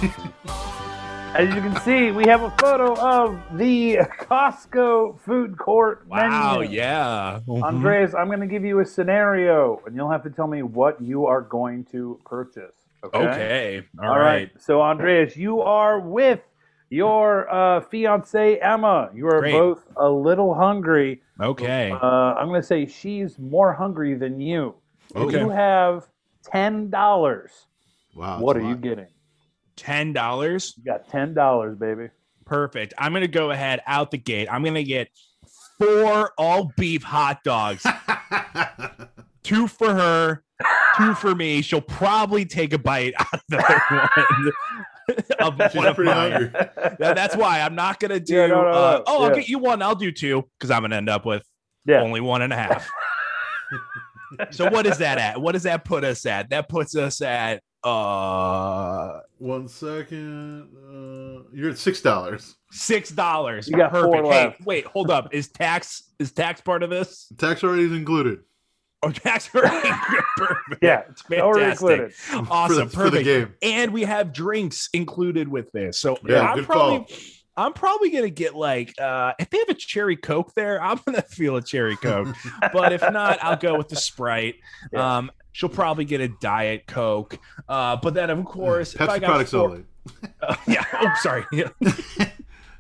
[SPEAKER 3] Oh, As you can see, we have a photo of the Costco food court
[SPEAKER 4] Wow,
[SPEAKER 3] menu.
[SPEAKER 4] yeah. Mm-hmm.
[SPEAKER 3] Andres, I'm going to give you a scenario, and you'll have to tell me what you are going to purchase. Okay.
[SPEAKER 4] Okay,
[SPEAKER 3] All right. So, Andreas, you are with your uh, fiance Emma. You are
[SPEAKER 4] Great.
[SPEAKER 3] both a little hungry.
[SPEAKER 4] okay.
[SPEAKER 3] Uh, I'm going to say she's more hungry than you.
[SPEAKER 4] Okay.
[SPEAKER 3] You have ten dollars.
[SPEAKER 2] Wow.
[SPEAKER 3] What are
[SPEAKER 2] that's a
[SPEAKER 3] you
[SPEAKER 2] lot.
[SPEAKER 3] getting?
[SPEAKER 4] Ten dollars,
[SPEAKER 3] You got ten dollars, baby.
[SPEAKER 4] perfect. I'm gonna go ahead out the gate. I'm gonna get four all beef hot [laughs] dogs, two for her, two for me. She'll probably take a bite out of the [laughs] one
[SPEAKER 2] [laughs]
[SPEAKER 4] of
[SPEAKER 2] She's
[SPEAKER 4] one of
[SPEAKER 2] pretty
[SPEAKER 4] mine.
[SPEAKER 2] hungry.
[SPEAKER 4] That-
[SPEAKER 3] [laughs]
[SPEAKER 4] that's why I'm not gonna do.
[SPEAKER 3] Yeah, no, no,
[SPEAKER 4] uh,
[SPEAKER 3] no.
[SPEAKER 4] Oh, I'll
[SPEAKER 3] Yeah.
[SPEAKER 4] get you one. I'll do two because I'm gonna end up with
[SPEAKER 3] Yeah.
[SPEAKER 4] only one and
[SPEAKER 3] [laughs]
[SPEAKER 4] a half. so what is that at? What does that put us at? That puts us at uh
[SPEAKER 2] One second. Uh, you're at six dollars.
[SPEAKER 4] six dollars.
[SPEAKER 3] You got four
[SPEAKER 4] Hey,
[SPEAKER 3] left.
[SPEAKER 4] wait, hold up. Is tax is tax part of this?
[SPEAKER 2] Tax already is included.
[SPEAKER 4] Oh, tax [laughs] already perfect.
[SPEAKER 3] [laughs] Yeah,
[SPEAKER 4] It's
[SPEAKER 3] already
[SPEAKER 4] fantastic.
[SPEAKER 2] for
[SPEAKER 4] Awesome,
[SPEAKER 2] the, for the
[SPEAKER 4] perfect.
[SPEAKER 2] game.
[SPEAKER 4] And we have drinks included with this. So
[SPEAKER 2] Yeah,
[SPEAKER 4] I'm
[SPEAKER 2] good
[SPEAKER 4] probably
[SPEAKER 2] call.
[SPEAKER 4] I'm probably gonna get like uh if they have a cherry coke there, [laughs] I'm gonna feel a
[SPEAKER 2] [laughs]
[SPEAKER 4] cherry coke. but if not, I'll go with the sprite.
[SPEAKER 3] Yeah.
[SPEAKER 4] Um she'll probably get a diet coke. Uh but then of course if
[SPEAKER 2] Mm.
[SPEAKER 4] I
[SPEAKER 2] Pepsi
[SPEAKER 4] got
[SPEAKER 2] products
[SPEAKER 4] four-
[SPEAKER 2] only.
[SPEAKER 4] Uh, [laughs] yeah, oh sorry. [laughs] Yeah.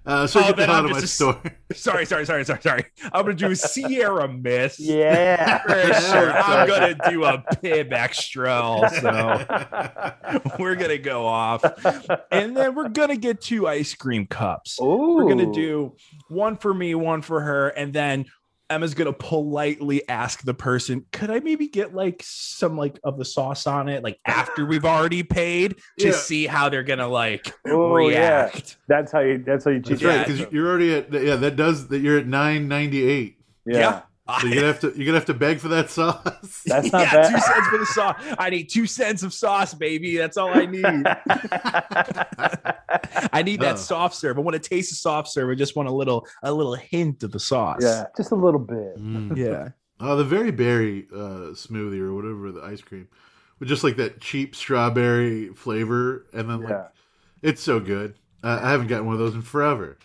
[SPEAKER 2] Uh, so
[SPEAKER 4] Oh,
[SPEAKER 2] get the
[SPEAKER 4] then
[SPEAKER 2] hell out
[SPEAKER 4] I'm
[SPEAKER 2] of my
[SPEAKER 4] just a-
[SPEAKER 2] store.
[SPEAKER 4] sorry, sorry, sorry, sorry, sorry. I'm gonna do Sierra Miss.
[SPEAKER 2] [laughs]
[SPEAKER 3] Yeah.
[SPEAKER 4] For [laughs] sure. I'm
[SPEAKER 2] Sorry.
[SPEAKER 4] gonna do a Pib
[SPEAKER 2] [laughs]
[SPEAKER 4] Extra also.
[SPEAKER 3] Oh.
[SPEAKER 4] we're gonna go off. And then we're gonna get two ice cream cups.
[SPEAKER 3] Ooh.
[SPEAKER 4] We're gonna do one for me, one for her, and then Emma's gonna politely ask the person, "Could I maybe get like some like of the sauce on it, like after we've already paid, to
[SPEAKER 2] Yeah.
[SPEAKER 4] see how they're gonna like
[SPEAKER 3] Ooh, Oh, yeah.
[SPEAKER 4] [laughs] react?"
[SPEAKER 3] That's how you. That's how you cheat.
[SPEAKER 2] That's right,
[SPEAKER 4] Yeah.
[SPEAKER 2] because you're already at yeah. That does that. You're at nine ninety eight.
[SPEAKER 3] yeah.
[SPEAKER 2] So
[SPEAKER 4] [laughs]
[SPEAKER 2] you're gonna have to you're gonna have to beg for that [laughs] sauce. [laughs]
[SPEAKER 3] That's not
[SPEAKER 4] yeah,
[SPEAKER 3] bad.
[SPEAKER 4] two cents for the sauce. I need two cents of sauce, baby. That's all I need.
[SPEAKER 3] [laughs]
[SPEAKER 4] I need
[SPEAKER 2] Oh.
[SPEAKER 4] that soft serve. I want to taste the soft serve. I just want a little, a little hint of the sauce.
[SPEAKER 3] Yeah, just a little bit.
[SPEAKER 2] Mm.
[SPEAKER 4] yeah.
[SPEAKER 2] Oh, the very berry uh, smoothie or whatever the ice cream, with just like that cheap strawberry flavor, and then like
[SPEAKER 3] Yeah.
[SPEAKER 2] it's so good. Uh, I haven't gotten one of those in forever.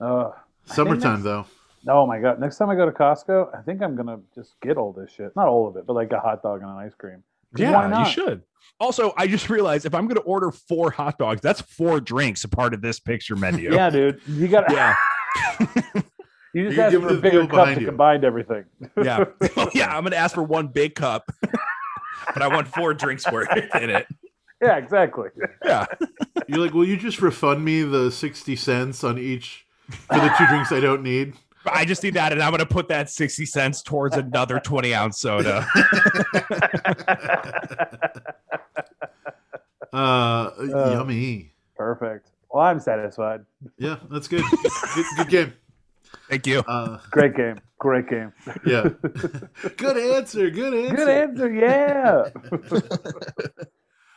[SPEAKER 3] Ugh.
[SPEAKER 2] Summertime though.
[SPEAKER 3] oh my god! Next time I go to Costco, I think I'm gonna just get all this shit. Not all of it, but like a hot dog and an ice cream. 'Cause why
[SPEAKER 4] Yeah,
[SPEAKER 3] not?
[SPEAKER 4] you should. Also, I just realized if I'm going to order four hot dogs, that's four drinks a part of this picture menu.
[SPEAKER 3] Yeah, dude. You got. to
[SPEAKER 4] Yeah.
[SPEAKER 3] You just
[SPEAKER 2] You
[SPEAKER 3] asked
[SPEAKER 2] give
[SPEAKER 3] for
[SPEAKER 2] it to
[SPEAKER 3] a
[SPEAKER 2] the
[SPEAKER 3] bigger
[SPEAKER 2] people
[SPEAKER 3] cup
[SPEAKER 2] behind
[SPEAKER 3] to
[SPEAKER 2] you.
[SPEAKER 3] combine everything.
[SPEAKER 4] Yeah. Oh, yeah. I'm going to ask for one big cup, [laughs] but I want four drinks worth in it.
[SPEAKER 3] Yeah, exactly.
[SPEAKER 4] Yeah.
[SPEAKER 2] You're like, will you just refund me the sixty cents on each for the two drinks I don't need?
[SPEAKER 4] I just need that, and I'm going to put that 60 cents towards another 20 ounce soda.
[SPEAKER 2] Uh, yummy.
[SPEAKER 3] Perfect. Well, I'm satisfied.
[SPEAKER 2] Yeah, that's good. good. Good game.
[SPEAKER 4] Thank you.
[SPEAKER 2] Uh,
[SPEAKER 3] Great game. Great game.
[SPEAKER 2] yeah.
[SPEAKER 3] [laughs]
[SPEAKER 2] good answer. Good answer.
[SPEAKER 3] Good answer. Yeah.
[SPEAKER 2] [laughs]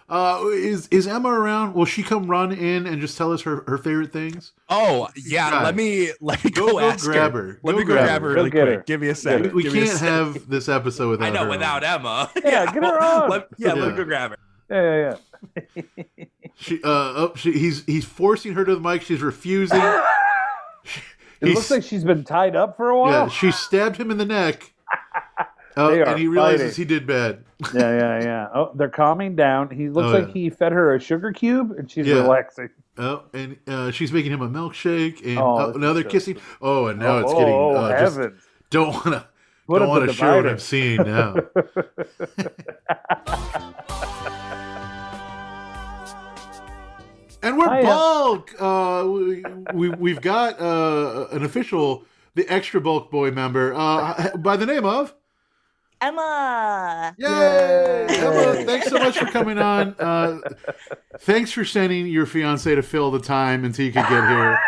[SPEAKER 2] Uh, is is Emma around? Will she come run in and just tell us her, her favorite things?
[SPEAKER 4] Oh yeah,
[SPEAKER 2] God.
[SPEAKER 4] let me let me go,
[SPEAKER 2] Go, go
[SPEAKER 4] ask
[SPEAKER 2] grab
[SPEAKER 4] her.
[SPEAKER 2] her.
[SPEAKER 4] Let
[SPEAKER 2] Go
[SPEAKER 4] me go
[SPEAKER 2] grab
[SPEAKER 4] grab,
[SPEAKER 2] her.
[SPEAKER 4] her.
[SPEAKER 3] Go
[SPEAKER 4] Really
[SPEAKER 3] get
[SPEAKER 4] quick.
[SPEAKER 3] her.
[SPEAKER 4] Give me a
[SPEAKER 2] We,
[SPEAKER 4] second.
[SPEAKER 2] we
[SPEAKER 4] Give me a
[SPEAKER 2] can't
[SPEAKER 4] sec.
[SPEAKER 2] have this episode without.
[SPEAKER 4] I know
[SPEAKER 2] her
[SPEAKER 4] without
[SPEAKER 2] on.
[SPEAKER 4] Emma. [laughs]
[SPEAKER 3] Yeah, get her
[SPEAKER 4] well,
[SPEAKER 3] on.
[SPEAKER 4] Let, yeah, let
[SPEAKER 2] Yeah.
[SPEAKER 4] me go grab her.
[SPEAKER 3] Yeah, yeah, yeah.
[SPEAKER 2] She, uh, oh, she, he's he's forcing her to the mic. She's refusing.
[SPEAKER 3] [laughs] It
[SPEAKER 2] He's-
[SPEAKER 3] looks like she's been tied up for a
[SPEAKER 2] yeah,
[SPEAKER 3] while.
[SPEAKER 2] she stabbed him in the
[SPEAKER 3] [laughs]
[SPEAKER 2] neck. Oh,
[SPEAKER 3] They are
[SPEAKER 2] and he realizes
[SPEAKER 3] fighting.
[SPEAKER 2] he did bad.
[SPEAKER 3] Yeah, yeah, yeah. Oh, they're calming down. He looks
[SPEAKER 2] Oh,
[SPEAKER 3] like
[SPEAKER 2] yeah.
[SPEAKER 3] he fed her a sugar cube and she's
[SPEAKER 2] Yeah.
[SPEAKER 3] relaxing.
[SPEAKER 2] Oh, and uh, she's making him a milkshake, and
[SPEAKER 3] Oh,
[SPEAKER 2] oh,
[SPEAKER 3] that's
[SPEAKER 2] now they're
[SPEAKER 3] disgusting.
[SPEAKER 2] kissing. Oh, and now it's
[SPEAKER 3] oh,
[SPEAKER 2] getting.
[SPEAKER 3] oh,
[SPEAKER 2] uh, just
[SPEAKER 3] heavens.
[SPEAKER 2] don't want to.
[SPEAKER 3] Put
[SPEAKER 2] don't
[SPEAKER 3] up
[SPEAKER 2] want
[SPEAKER 3] the
[SPEAKER 2] to show what
[SPEAKER 3] divider.
[SPEAKER 2] I'm seeing [laughs] now. and we're
[SPEAKER 3] Hiya.
[SPEAKER 2] bulk. Uh, we, we we've got uh, an official, the extra bulk boy member uh, by the name of.
[SPEAKER 5] Emma.
[SPEAKER 2] Yay!
[SPEAKER 3] Yay.
[SPEAKER 2] Emma, thanks so much for coming on. Uh, thanks for sending your fiance to fill the time until you could get
[SPEAKER 5] [laughs]
[SPEAKER 2] here.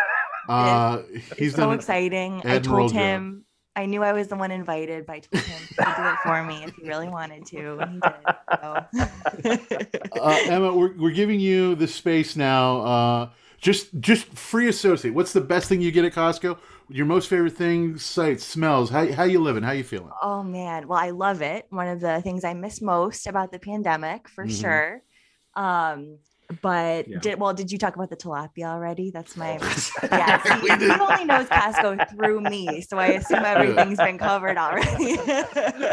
[SPEAKER 2] Uh, he's
[SPEAKER 5] so
[SPEAKER 2] done.
[SPEAKER 5] exciting. I
[SPEAKER 2] admirable
[SPEAKER 5] told
[SPEAKER 2] job.
[SPEAKER 5] him I knew I was the one invited, but I told him to do it for me if he really wanted to, and he did.
[SPEAKER 2] [laughs]
[SPEAKER 5] So.
[SPEAKER 2] Uh, Emma, we're, we're giving you the space now. Uh, just just free associate. What's the best thing you get at Costco? Your most favorite thing, sights, smells. How how you living? How you feeling?
[SPEAKER 5] Oh man, well I love it. One of the things I miss most about the pandemic, for
[SPEAKER 2] Mhm.
[SPEAKER 5] sure. Um, but
[SPEAKER 6] Yeah.
[SPEAKER 5] did well? Did you talk about the tilapia already? That's my
[SPEAKER 2] Oh, [laughs]
[SPEAKER 5] yeah. See, he only knows Costco through me, so I assume everything's been covered already.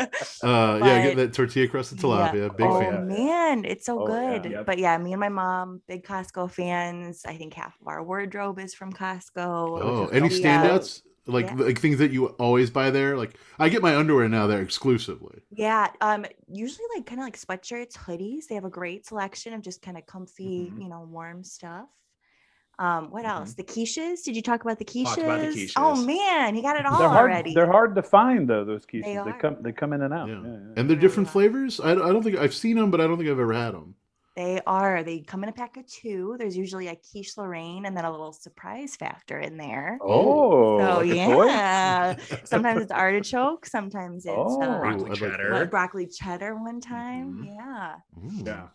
[SPEAKER 2] [laughs] Uh, yeah, get
[SPEAKER 5] But-
[SPEAKER 2] that tortilla crust of tilapia. Big
[SPEAKER 5] oh
[SPEAKER 2] fan.
[SPEAKER 5] man, it's so
[SPEAKER 3] Oh, yeah.
[SPEAKER 5] good.
[SPEAKER 6] Yep.
[SPEAKER 5] But yeah, me and my mom, big Costco fans. I think half of our wardrobe is from Costco.
[SPEAKER 2] Oh, any
[SPEAKER 5] We, uh,
[SPEAKER 2] standouts? Like
[SPEAKER 5] Yeah.
[SPEAKER 2] like things that you always buy there. Like I get my underwear now there exclusively.
[SPEAKER 5] Yeah, um, usually like kind of like sweatshirts, hoodies. They have a great selection of just kind of comfy,
[SPEAKER 3] Mm-hmm.
[SPEAKER 5] you know, warm stuff. Um, what else? The quiches? Did you talk about the quiches?
[SPEAKER 6] Talked about the
[SPEAKER 5] Oh
[SPEAKER 6] quiches.
[SPEAKER 5] man, he got it all
[SPEAKER 3] They're hard.
[SPEAKER 5] already.
[SPEAKER 3] They're hard to find though. Those quiches.
[SPEAKER 5] They
[SPEAKER 3] They,
[SPEAKER 5] are.
[SPEAKER 3] come. They come in and out.
[SPEAKER 2] Yeah.
[SPEAKER 3] Yeah, yeah.
[SPEAKER 2] And they're
[SPEAKER 5] Yeah.
[SPEAKER 2] different flavors. I, I don't think I've seen them, but I don't think I've ever had them.
[SPEAKER 5] They are. They come in a pack of two. There's usually a quiche Lorraine and then a little surprise factor in there.
[SPEAKER 3] Oh,
[SPEAKER 5] so
[SPEAKER 3] like a toy? [laughs]
[SPEAKER 5] yeah, sometimes it's artichoke, sometimes it's
[SPEAKER 3] Oh.
[SPEAKER 5] uh,
[SPEAKER 6] Broccoli
[SPEAKER 2] Ooh, I'd like
[SPEAKER 6] cheddar.
[SPEAKER 5] what, broccoli cheddar. One time,
[SPEAKER 2] Mhm.
[SPEAKER 5] yeah.
[SPEAKER 2] Ooh.
[SPEAKER 6] Yeah.
[SPEAKER 3] Mm-hmm.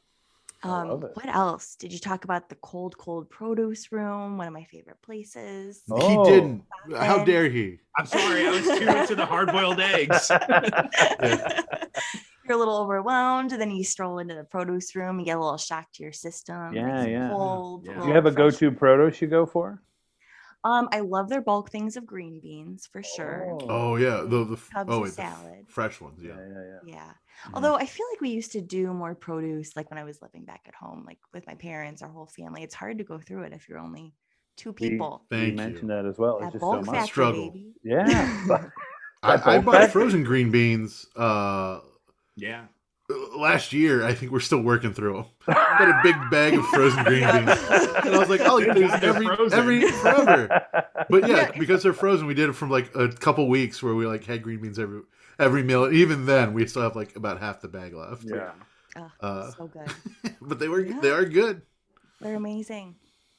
[SPEAKER 3] I
[SPEAKER 5] Um,
[SPEAKER 3] love it.
[SPEAKER 5] what else? Did you talk about the cold, cold produce room? One of my favorite places.
[SPEAKER 3] Oh.
[SPEAKER 2] He didn't. How
[SPEAKER 5] Then-
[SPEAKER 2] dare he?
[SPEAKER 6] I'm sorry, I was too into the hard boiled eggs.
[SPEAKER 5] You're a little overwhelmed, and then you stroll into the produce room, you get a little shock to your system.
[SPEAKER 3] Yeah,
[SPEAKER 5] nice and
[SPEAKER 3] yeah.
[SPEAKER 5] Cold.
[SPEAKER 6] Yeah. Do you
[SPEAKER 3] Do
[SPEAKER 5] little
[SPEAKER 3] you have a
[SPEAKER 5] fresh.
[SPEAKER 3] go-to produce you go for?
[SPEAKER 5] Um, I love their bulk things of green beans for sure.
[SPEAKER 2] Oh yeah, the the
[SPEAKER 5] Cubs
[SPEAKER 2] oh
[SPEAKER 5] of
[SPEAKER 2] wait, the f-
[SPEAKER 5] salad.
[SPEAKER 2] fresh ones.
[SPEAKER 3] yeah,
[SPEAKER 2] Yeah.
[SPEAKER 3] yeah, yeah.
[SPEAKER 5] Yeah.
[SPEAKER 3] Mm-hmm.
[SPEAKER 5] Although I feel like we used to do more produce, like when I was living back at home, like with my parents, our whole family. It's hard to go through it if you're only two
[SPEAKER 3] We-
[SPEAKER 5] people.
[SPEAKER 3] You
[SPEAKER 2] Thank you.
[SPEAKER 3] mentioned that as well. It's
[SPEAKER 5] That
[SPEAKER 3] just so
[SPEAKER 5] bulk
[SPEAKER 3] much.
[SPEAKER 5] factor,
[SPEAKER 2] Struggle.
[SPEAKER 5] baby. [laughs]
[SPEAKER 3] Yeah.
[SPEAKER 2] I, I
[SPEAKER 3] That's
[SPEAKER 2] bought
[SPEAKER 3] old-fashioned.
[SPEAKER 2] frozen green beans uh,
[SPEAKER 6] Yeah.
[SPEAKER 2] last year. I think we're still working through them. I had a big bag of frozen green
[SPEAKER 5] [laughs]
[SPEAKER 2] beans, and I was like, I'll eat these
[SPEAKER 6] They're
[SPEAKER 2] every
[SPEAKER 6] frozen.
[SPEAKER 2] every
[SPEAKER 6] [laughs]
[SPEAKER 2] forever. But yeah, because they're frozen, we did it from like a couple weeks where we like had green beans every every meal. And even then, we still have like about half the bag left.
[SPEAKER 3] yeah.
[SPEAKER 5] Ugh,
[SPEAKER 2] Uh, [laughs]
[SPEAKER 5] so good.
[SPEAKER 2] but they were
[SPEAKER 5] Yeah.
[SPEAKER 2] they are good.
[SPEAKER 5] They're amazing.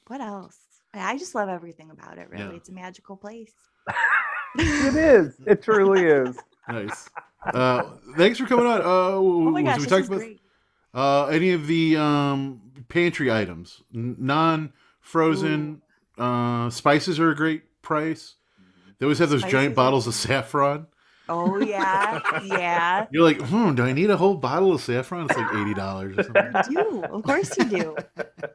[SPEAKER 5] What else? I I just love everything about it, really.
[SPEAKER 2] Yeah.
[SPEAKER 5] It's a magical place.
[SPEAKER 3] It is. It truly is.
[SPEAKER 2] Nice. Uh, thanks for coming on. Uh,
[SPEAKER 5] Oh
[SPEAKER 2] was-
[SPEAKER 5] my gosh,
[SPEAKER 2] we
[SPEAKER 5] this
[SPEAKER 2] talked
[SPEAKER 5] is
[SPEAKER 2] about
[SPEAKER 5] great.
[SPEAKER 2] Uh, any of the um, pantry items, non frozen uh, spices are a great price.
[SPEAKER 3] Mm-hmm.
[SPEAKER 2] They always have those
[SPEAKER 5] Spices are-
[SPEAKER 2] giant bottles of saffron.
[SPEAKER 5] Oh yeah, yeah.
[SPEAKER 2] You're like, hmm, do I need a whole bottle of saffron? It's like eighty dollars or
[SPEAKER 3] [laughs]
[SPEAKER 2] something.
[SPEAKER 5] You do. Of course you do.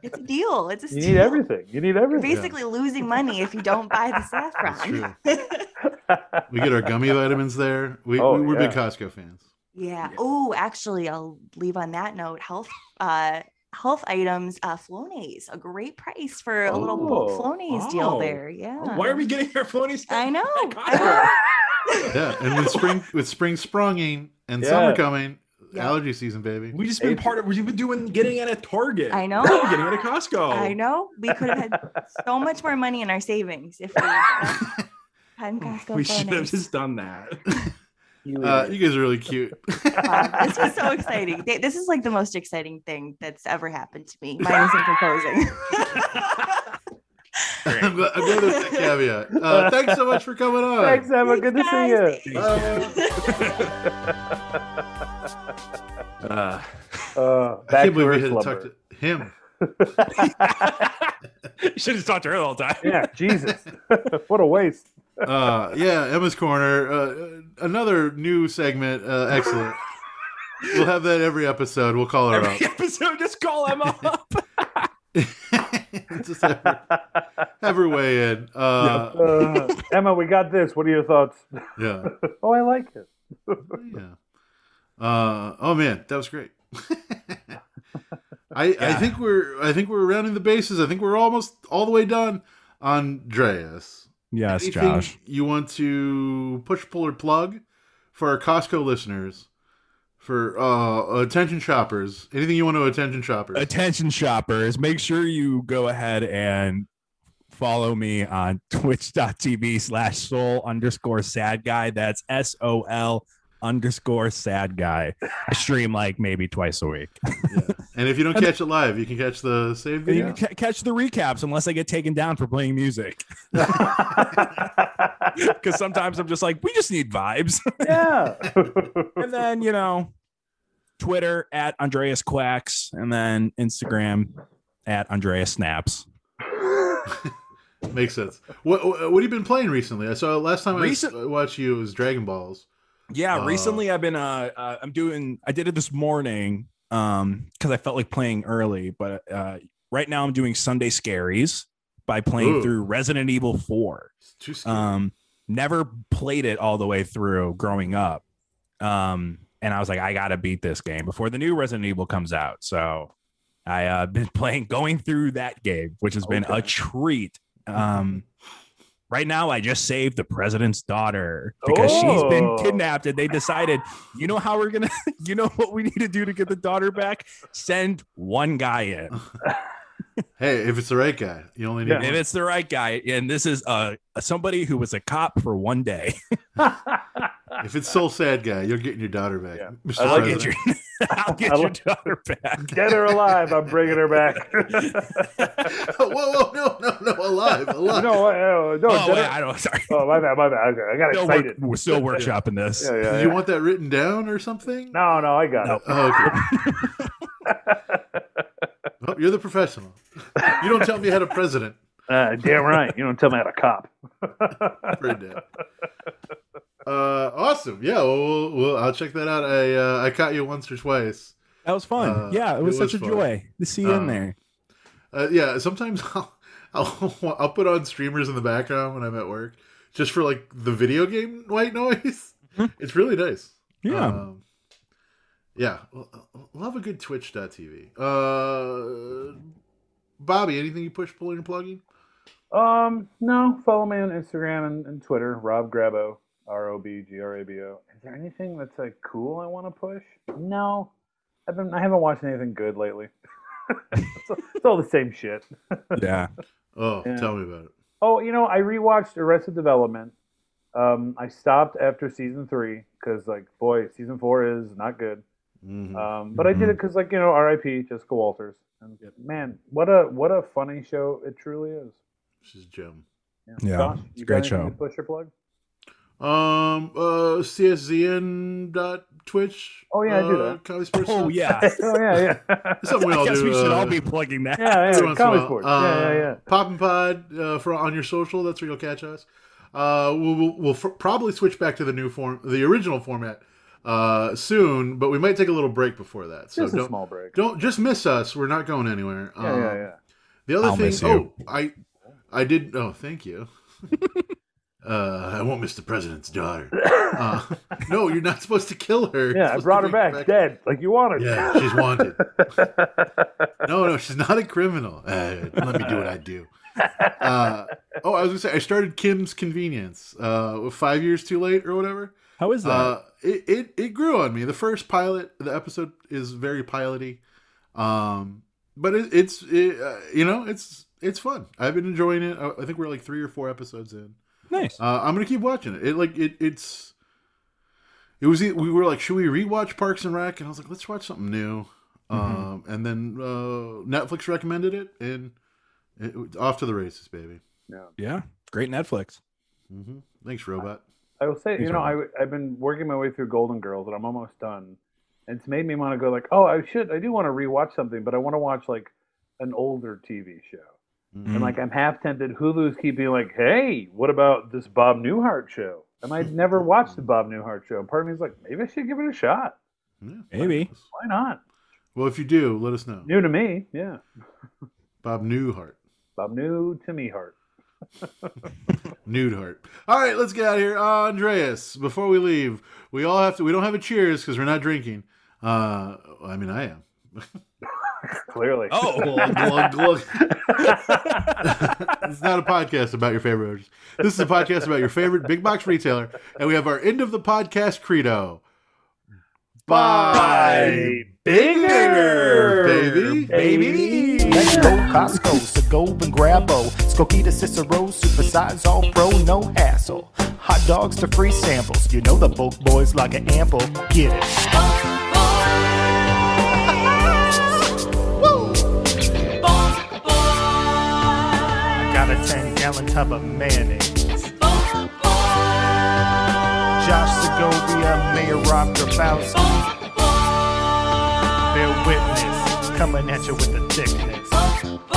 [SPEAKER 5] It's a deal. It's a
[SPEAKER 3] You
[SPEAKER 5] steal.
[SPEAKER 3] need everything. You need
[SPEAKER 5] You're [laughs]
[SPEAKER 3] everything.
[SPEAKER 5] basically losing money if you don't buy the saffron.
[SPEAKER 2] That's true. We get our gummy vitamins there. We,
[SPEAKER 3] Oh,
[SPEAKER 2] we're big
[SPEAKER 3] yeah.
[SPEAKER 2] Costco fans.
[SPEAKER 5] Yeah.
[SPEAKER 6] Yeah.
[SPEAKER 5] Oh, actually, I'll leave on that note. Health, uh, health items, uh, Flonase, a great price for a little bulk
[SPEAKER 3] Oh,
[SPEAKER 5] Flonase deal
[SPEAKER 6] wow.
[SPEAKER 5] there. Yeah.
[SPEAKER 6] Why are we getting our phonies?
[SPEAKER 4] [laughs]
[SPEAKER 5] I know. I know.
[SPEAKER 6] I
[SPEAKER 2] Yeah, and with spring
[SPEAKER 3] [laughs]
[SPEAKER 2] with spring spronging and summer
[SPEAKER 3] Yeah.
[SPEAKER 2] coming,
[SPEAKER 5] Yeah.
[SPEAKER 2] allergy season, baby.
[SPEAKER 6] We just been part of. We've been doing getting it at Target.
[SPEAKER 5] I know.
[SPEAKER 6] We're getting it at Costco.
[SPEAKER 5] I know. We could have had
[SPEAKER 6] [laughs]
[SPEAKER 5] so much more money in our savings if we had Costco
[SPEAKER 6] Oh, We should have
[SPEAKER 5] Flonase.
[SPEAKER 6] just done that.
[SPEAKER 3] You
[SPEAKER 2] Uh,
[SPEAKER 3] idiot.
[SPEAKER 2] you guys are really
[SPEAKER 3] [laughs]
[SPEAKER 2] cute.
[SPEAKER 5] Wow, this was so exciting. Th- This is like
[SPEAKER 6] [laughs]
[SPEAKER 5] the most exciting thing that's ever happened to me, minus in proposing.
[SPEAKER 2] [laughs] I'm glad, I'm glad there's that caveat. Uh, thanks so much for
[SPEAKER 3] [laughs]
[SPEAKER 2] coming on.
[SPEAKER 3] Thanks, Emma. Good to see you.
[SPEAKER 5] see
[SPEAKER 2] Bye.
[SPEAKER 6] [laughs]
[SPEAKER 7] Uh,
[SPEAKER 3] Uh,
[SPEAKER 2] I
[SPEAKER 3] back
[SPEAKER 2] can't believe
[SPEAKER 3] her
[SPEAKER 2] we had to talk
[SPEAKER 3] slumber.
[SPEAKER 2] to him.
[SPEAKER 7] you should have talked to her the whole time.
[SPEAKER 3] [laughs] yeah, Jesus. what a waste.
[SPEAKER 2] Uh, yeah, Emma's Corner. Uh, another new segment. Uh, excellent. we'll have that every episode. We'll call her
[SPEAKER 6] [laughs]
[SPEAKER 7] Every episode, just call Emma up.
[SPEAKER 2] up. [laughs] Just have her,
[SPEAKER 4] Uh,
[SPEAKER 2] have her weigh in. Uh,
[SPEAKER 3] Uh, Emma, we got this. What are your thoughts?
[SPEAKER 2] Yeah.
[SPEAKER 3] Oh, I like it.
[SPEAKER 2] Yeah. Uh, oh man, that was great. [laughs] I I think we're I think we're rounding the bases. I think we're almost all the way done. Andreas,
[SPEAKER 4] [laughs] Yes,
[SPEAKER 2] anything
[SPEAKER 4] Josh.
[SPEAKER 2] you want to push, pull, or plug for our Costco listeners, for uh, attention shoppers? Anything you want to attention shoppers?
[SPEAKER 4] Attention shoppers, make sure you go ahead and follow me on [laughs] twitch.tv slash soul underscore sad guy. That's S O L underscore sad guy. I stream like maybe twice a week.
[SPEAKER 2] and if you don't catch it live, you can catch the save
[SPEAKER 4] You
[SPEAKER 2] video.
[SPEAKER 4] can ca- catch the recaps unless I get taken down for playing music. [laughs] Because sometimes I'm just like, we just need vibes.
[SPEAKER 3] [laughs]
[SPEAKER 4] [laughs]
[SPEAKER 3] yeah.
[SPEAKER 4] and then you know twitter at andreas quacks and then instagram at andreas snaps
[SPEAKER 2] Makes sense. What, what what have you been playing recently? I saw last time
[SPEAKER 4] Recent-
[SPEAKER 2] I s- watched you it was Dragon Balls.
[SPEAKER 4] yeah
[SPEAKER 2] Oh.
[SPEAKER 4] recently i've been uh, uh i'm doing i did it this morning um because i felt like playing early but uh right now i'm doing sunday scaries by playing
[SPEAKER 2] Ooh.
[SPEAKER 4] through resident evil 4
[SPEAKER 2] It's too scary.
[SPEAKER 4] um never played it all the way through growing up um and i was like i gotta beat this game before the new resident evil comes out so i uh [laughs] been playing going through that game which has been a treat um right now i just saved the president's daughter because she's
[SPEAKER 3] Oh.
[SPEAKER 4] been kidnapped and they decided you know how we're gonna [laughs] you know what we need to do to get the daughter back send one guy in
[SPEAKER 2] Hey, if it's the right guy, you only need
[SPEAKER 3] Yeah.
[SPEAKER 2] one.
[SPEAKER 4] if it's the right guy and this is uh somebody who was a cop for one day
[SPEAKER 2] If it's soul sad guy, you're getting your daughter back.
[SPEAKER 3] Yeah.
[SPEAKER 2] Mr.
[SPEAKER 3] I
[SPEAKER 4] I'll
[SPEAKER 3] like
[SPEAKER 4] get your,
[SPEAKER 2] President.
[SPEAKER 4] [laughs] I'll get
[SPEAKER 3] I
[SPEAKER 4] your
[SPEAKER 3] like-
[SPEAKER 4] daughter back.
[SPEAKER 3] Dead or alive, I'm bringing her
[SPEAKER 4] [laughs]
[SPEAKER 3] back.
[SPEAKER 2] [laughs] whoa, whoa, no, no, no,
[SPEAKER 3] [laughs]
[SPEAKER 2] alive,
[SPEAKER 3] no, uh,
[SPEAKER 2] alive.
[SPEAKER 3] no, no.
[SPEAKER 4] oh,
[SPEAKER 3] dead
[SPEAKER 4] wait,
[SPEAKER 3] or-
[SPEAKER 4] I don't. Sorry,
[SPEAKER 3] oh, my bad, my bad. Okay, I got
[SPEAKER 4] still
[SPEAKER 3] excited.
[SPEAKER 4] work,
[SPEAKER 3] [laughs]
[SPEAKER 4] we're still workshopping this.
[SPEAKER 3] Yeah, yeah,
[SPEAKER 2] Did
[SPEAKER 3] yeah.
[SPEAKER 2] you want that written down or something?
[SPEAKER 3] no, no, I got
[SPEAKER 4] No.
[SPEAKER 3] it.
[SPEAKER 2] Oh, okay. well, you're the professional. You don't tell me how to president.
[SPEAKER 3] Uh, damn right. You don't tell me how to cop.
[SPEAKER 2] Pretty dead. Uh, awesome. Yeah, well, we'll, well, I'll check that out. I uh, I caught you once or twice.
[SPEAKER 4] That was fun.
[SPEAKER 2] Uh,
[SPEAKER 4] yeah,
[SPEAKER 2] it
[SPEAKER 4] it was
[SPEAKER 2] was
[SPEAKER 4] such a
[SPEAKER 2] fun.
[SPEAKER 4] joy to see you
[SPEAKER 2] Um,
[SPEAKER 4] in there.
[SPEAKER 2] Uh, yeah, sometimes [laughs] I'll, I'll I'll put on streamers in the background when I'm at work, just for like the video game white noise. It's really nice.
[SPEAKER 4] Yeah.
[SPEAKER 2] Um, yeah. Well, uh, love a good Twitch.tv. Uh, Bobby, anything you push, pulling, and plugging?
[SPEAKER 3] Um, no, follow me on Instagram and, and Twitter, Rob Grabo, R O B G R A B O. Is there anything that's like cool I want to push? No, I've been I haven't watched anything good lately. [laughs] it's, all, it's all the same shit.
[SPEAKER 4] yeah,
[SPEAKER 2] Oh,
[SPEAKER 3] Yeah.
[SPEAKER 2] tell me about it.
[SPEAKER 3] Oh, you know, I rewatched Arrested Development. Um, I stopped after season three because, like, boy, season four is not good.
[SPEAKER 2] Mhm.
[SPEAKER 3] Um, but I did
[SPEAKER 4] Mm-hmm.
[SPEAKER 3] it because, like, you know, R.I.P. Jessica Walters. And man, what a what a funny show it truly is.
[SPEAKER 2] She's a gem.
[SPEAKER 4] Yeah,
[SPEAKER 3] Josh,
[SPEAKER 4] it's a
[SPEAKER 3] you got
[SPEAKER 4] great
[SPEAKER 3] anything
[SPEAKER 4] show.
[SPEAKER 3] to Push your plug.
[SPEAKER 2] Um, uh, CSZN dot Twitch.
[SPEAKER 3] Oh, yeah, I do
[SPEAKER 2] uh,
[SPEAKER 3] that.
[SPEAKER 2] Comedy Sports.
[SPEAKER 4] Oh
[SPEAKER 2] Hub.
[SPEAKER 4] [laughs] yeah.
[SPEAKER 3] [laughs]
[SPEAKER 2] [laughs]
[SPEAKER 3] oh yeah, yeah.
[SPEAKER 2] That's something we
[SPEAKER 4] I
[SPEAKER 2] all
[SPEAKER 4] guess
[SPEAKER 2] do.
[SPEAKER 4] we should
[SPEAKER 2] uh,
[SPEAKER 4] all be plugging that.
[SPEAKER 3] Yeah,
[SPEAKER 2] Every once
[SPEAKER 3] yeah,
[SPEAKER 2] in a
[SPEAKER 3] comedy
[SPEAKER 2] while.
[SPEAKER 3] sports.
[SPEAKER 2] Uh,
[SPEAKER 3] yeah, yeah, yeah.
[SPEAKER 2] Pop and Pod uh, for on your social. That's where you'll catch us. Uh, we'll we'll, we'll f- probably switch back to the new form, the original format, uh, soon. But we might take a little break before that. So
[SPEAKER 3] Just a
[SPEAKER 2] don't
[SPEAKER 3] small break.
[SPEAKER 2] don't just miss us. We're not going anywhere.
[SPEAKER 3] Yeah,
[SPEAKER 2] Um,
[SPEAKER 3] yeah, yeah.
[SPEAKER 2] The other
[SPEAKER 4] I'll
[SPEAKER 2] thing.
[SPEAKER 4] miss
[SPEAKER 2] Oh,
[SPEAKER 4] you.
[SPEAKER 2] I I did. Oh, thank you. [laughs] uh, I won't miss the president's daughter. [coughs] Uh, no, you're not supposed to kill her. You're
[SPEAKER 3] Yeah, I
[SPEAKER 2] supposed to
[SPEAKER 3] brought her
[SPEAKER 2] bring
[SPEAKER 3] back, dead, like you wanted.
[SPEAKER 2] yeah, she's wanted. No, no, she's not a criminal. Uh, let me do what I do. Uh, oh, I was gonna say I started Kim's Convenience. Uh, five years too late or whatever.
[SPEAKER 4] How is that?
[SPEAKER 2] Uh, it, it it grew on me. The first pilot, the episode is very piloty, um, but it, it's it, uh, you know it's it's fun. I've been enjoying it. I, I think we're like three or four episodes in.
[SPEAKER 4] nice.
[SPEAKER 2] Uh, I'm gonna keep watching it. It like it it's it was e, we were like should we rewatch Parks and Rec and I was like let's watch something new, um, and then uh, Netflix recommended it and It- off to the races, baby.
[SPEAKER 6] Yeah, great Netflix.
[SPEAKER 2] hmm Thanks, robot.
[SPEAKER 3] [laughs] I will say,
[SPEAKER 6] These
[SPEAKER 3] you know,
[SPEAKER 6] are-
[SPEAKER 3] I, I've been working my way through Golden Girls, and I'm almost done. And It's made me want to go like, oh, I should, I do want to rewatch something, but I want to watch like an older TV show.
[SPEAKER 2] Mhm.
[SPEAKER 3] And like, I'm half tempted. Hulu's keeping like, hey, what about this Bob Newhart show? And I'd never watched the Bob Newhart show. And part of me is like, maybe I should give it a shot.
[SPEAKER 2] Yeah.
[SPEAKER 6] Maybe.
[SPEAKER 3] Why not?
[SPEAKER 2] Well, if you do, let us know.
[SPEAKER 3] New to me, yeah.
[SPEAKER 2] Bob Newhart.
[SPEAKER 3] Bob new to me heart.
[SPEAKER 2] Nude heart. All right, let's get out of here. Uh, Andreas, before we leave, we all have to. We don't have a cheers because we're not drinking. Uh, I mean, I am.
[SPEAKER 3] Clearly.
[SPEAKER 6] Oh,
[SPEAKER 2] Glug, glug, [laughs] glug. it's not a podcast about your favorite oranges. This is a podcast about your favorite big box retailer, and we have our end of the podcast credo. Bye,
[SPEAKER 3] Bigger,
[SPEAKER 2] baby.
[SPEAKER 3] baby.
[SPEAKER 1] Let's go Costco, so go and grabo. Skokie to Cicero, supersize all pro, no hassle. Hot dogs to free samples. You know the bulk boys like an ample. Get it. Got a 10 gallon tub of mayonnaise. Josh Segovia, Mayor Rob Grabowski. Bear witness, coming at you with the thickness.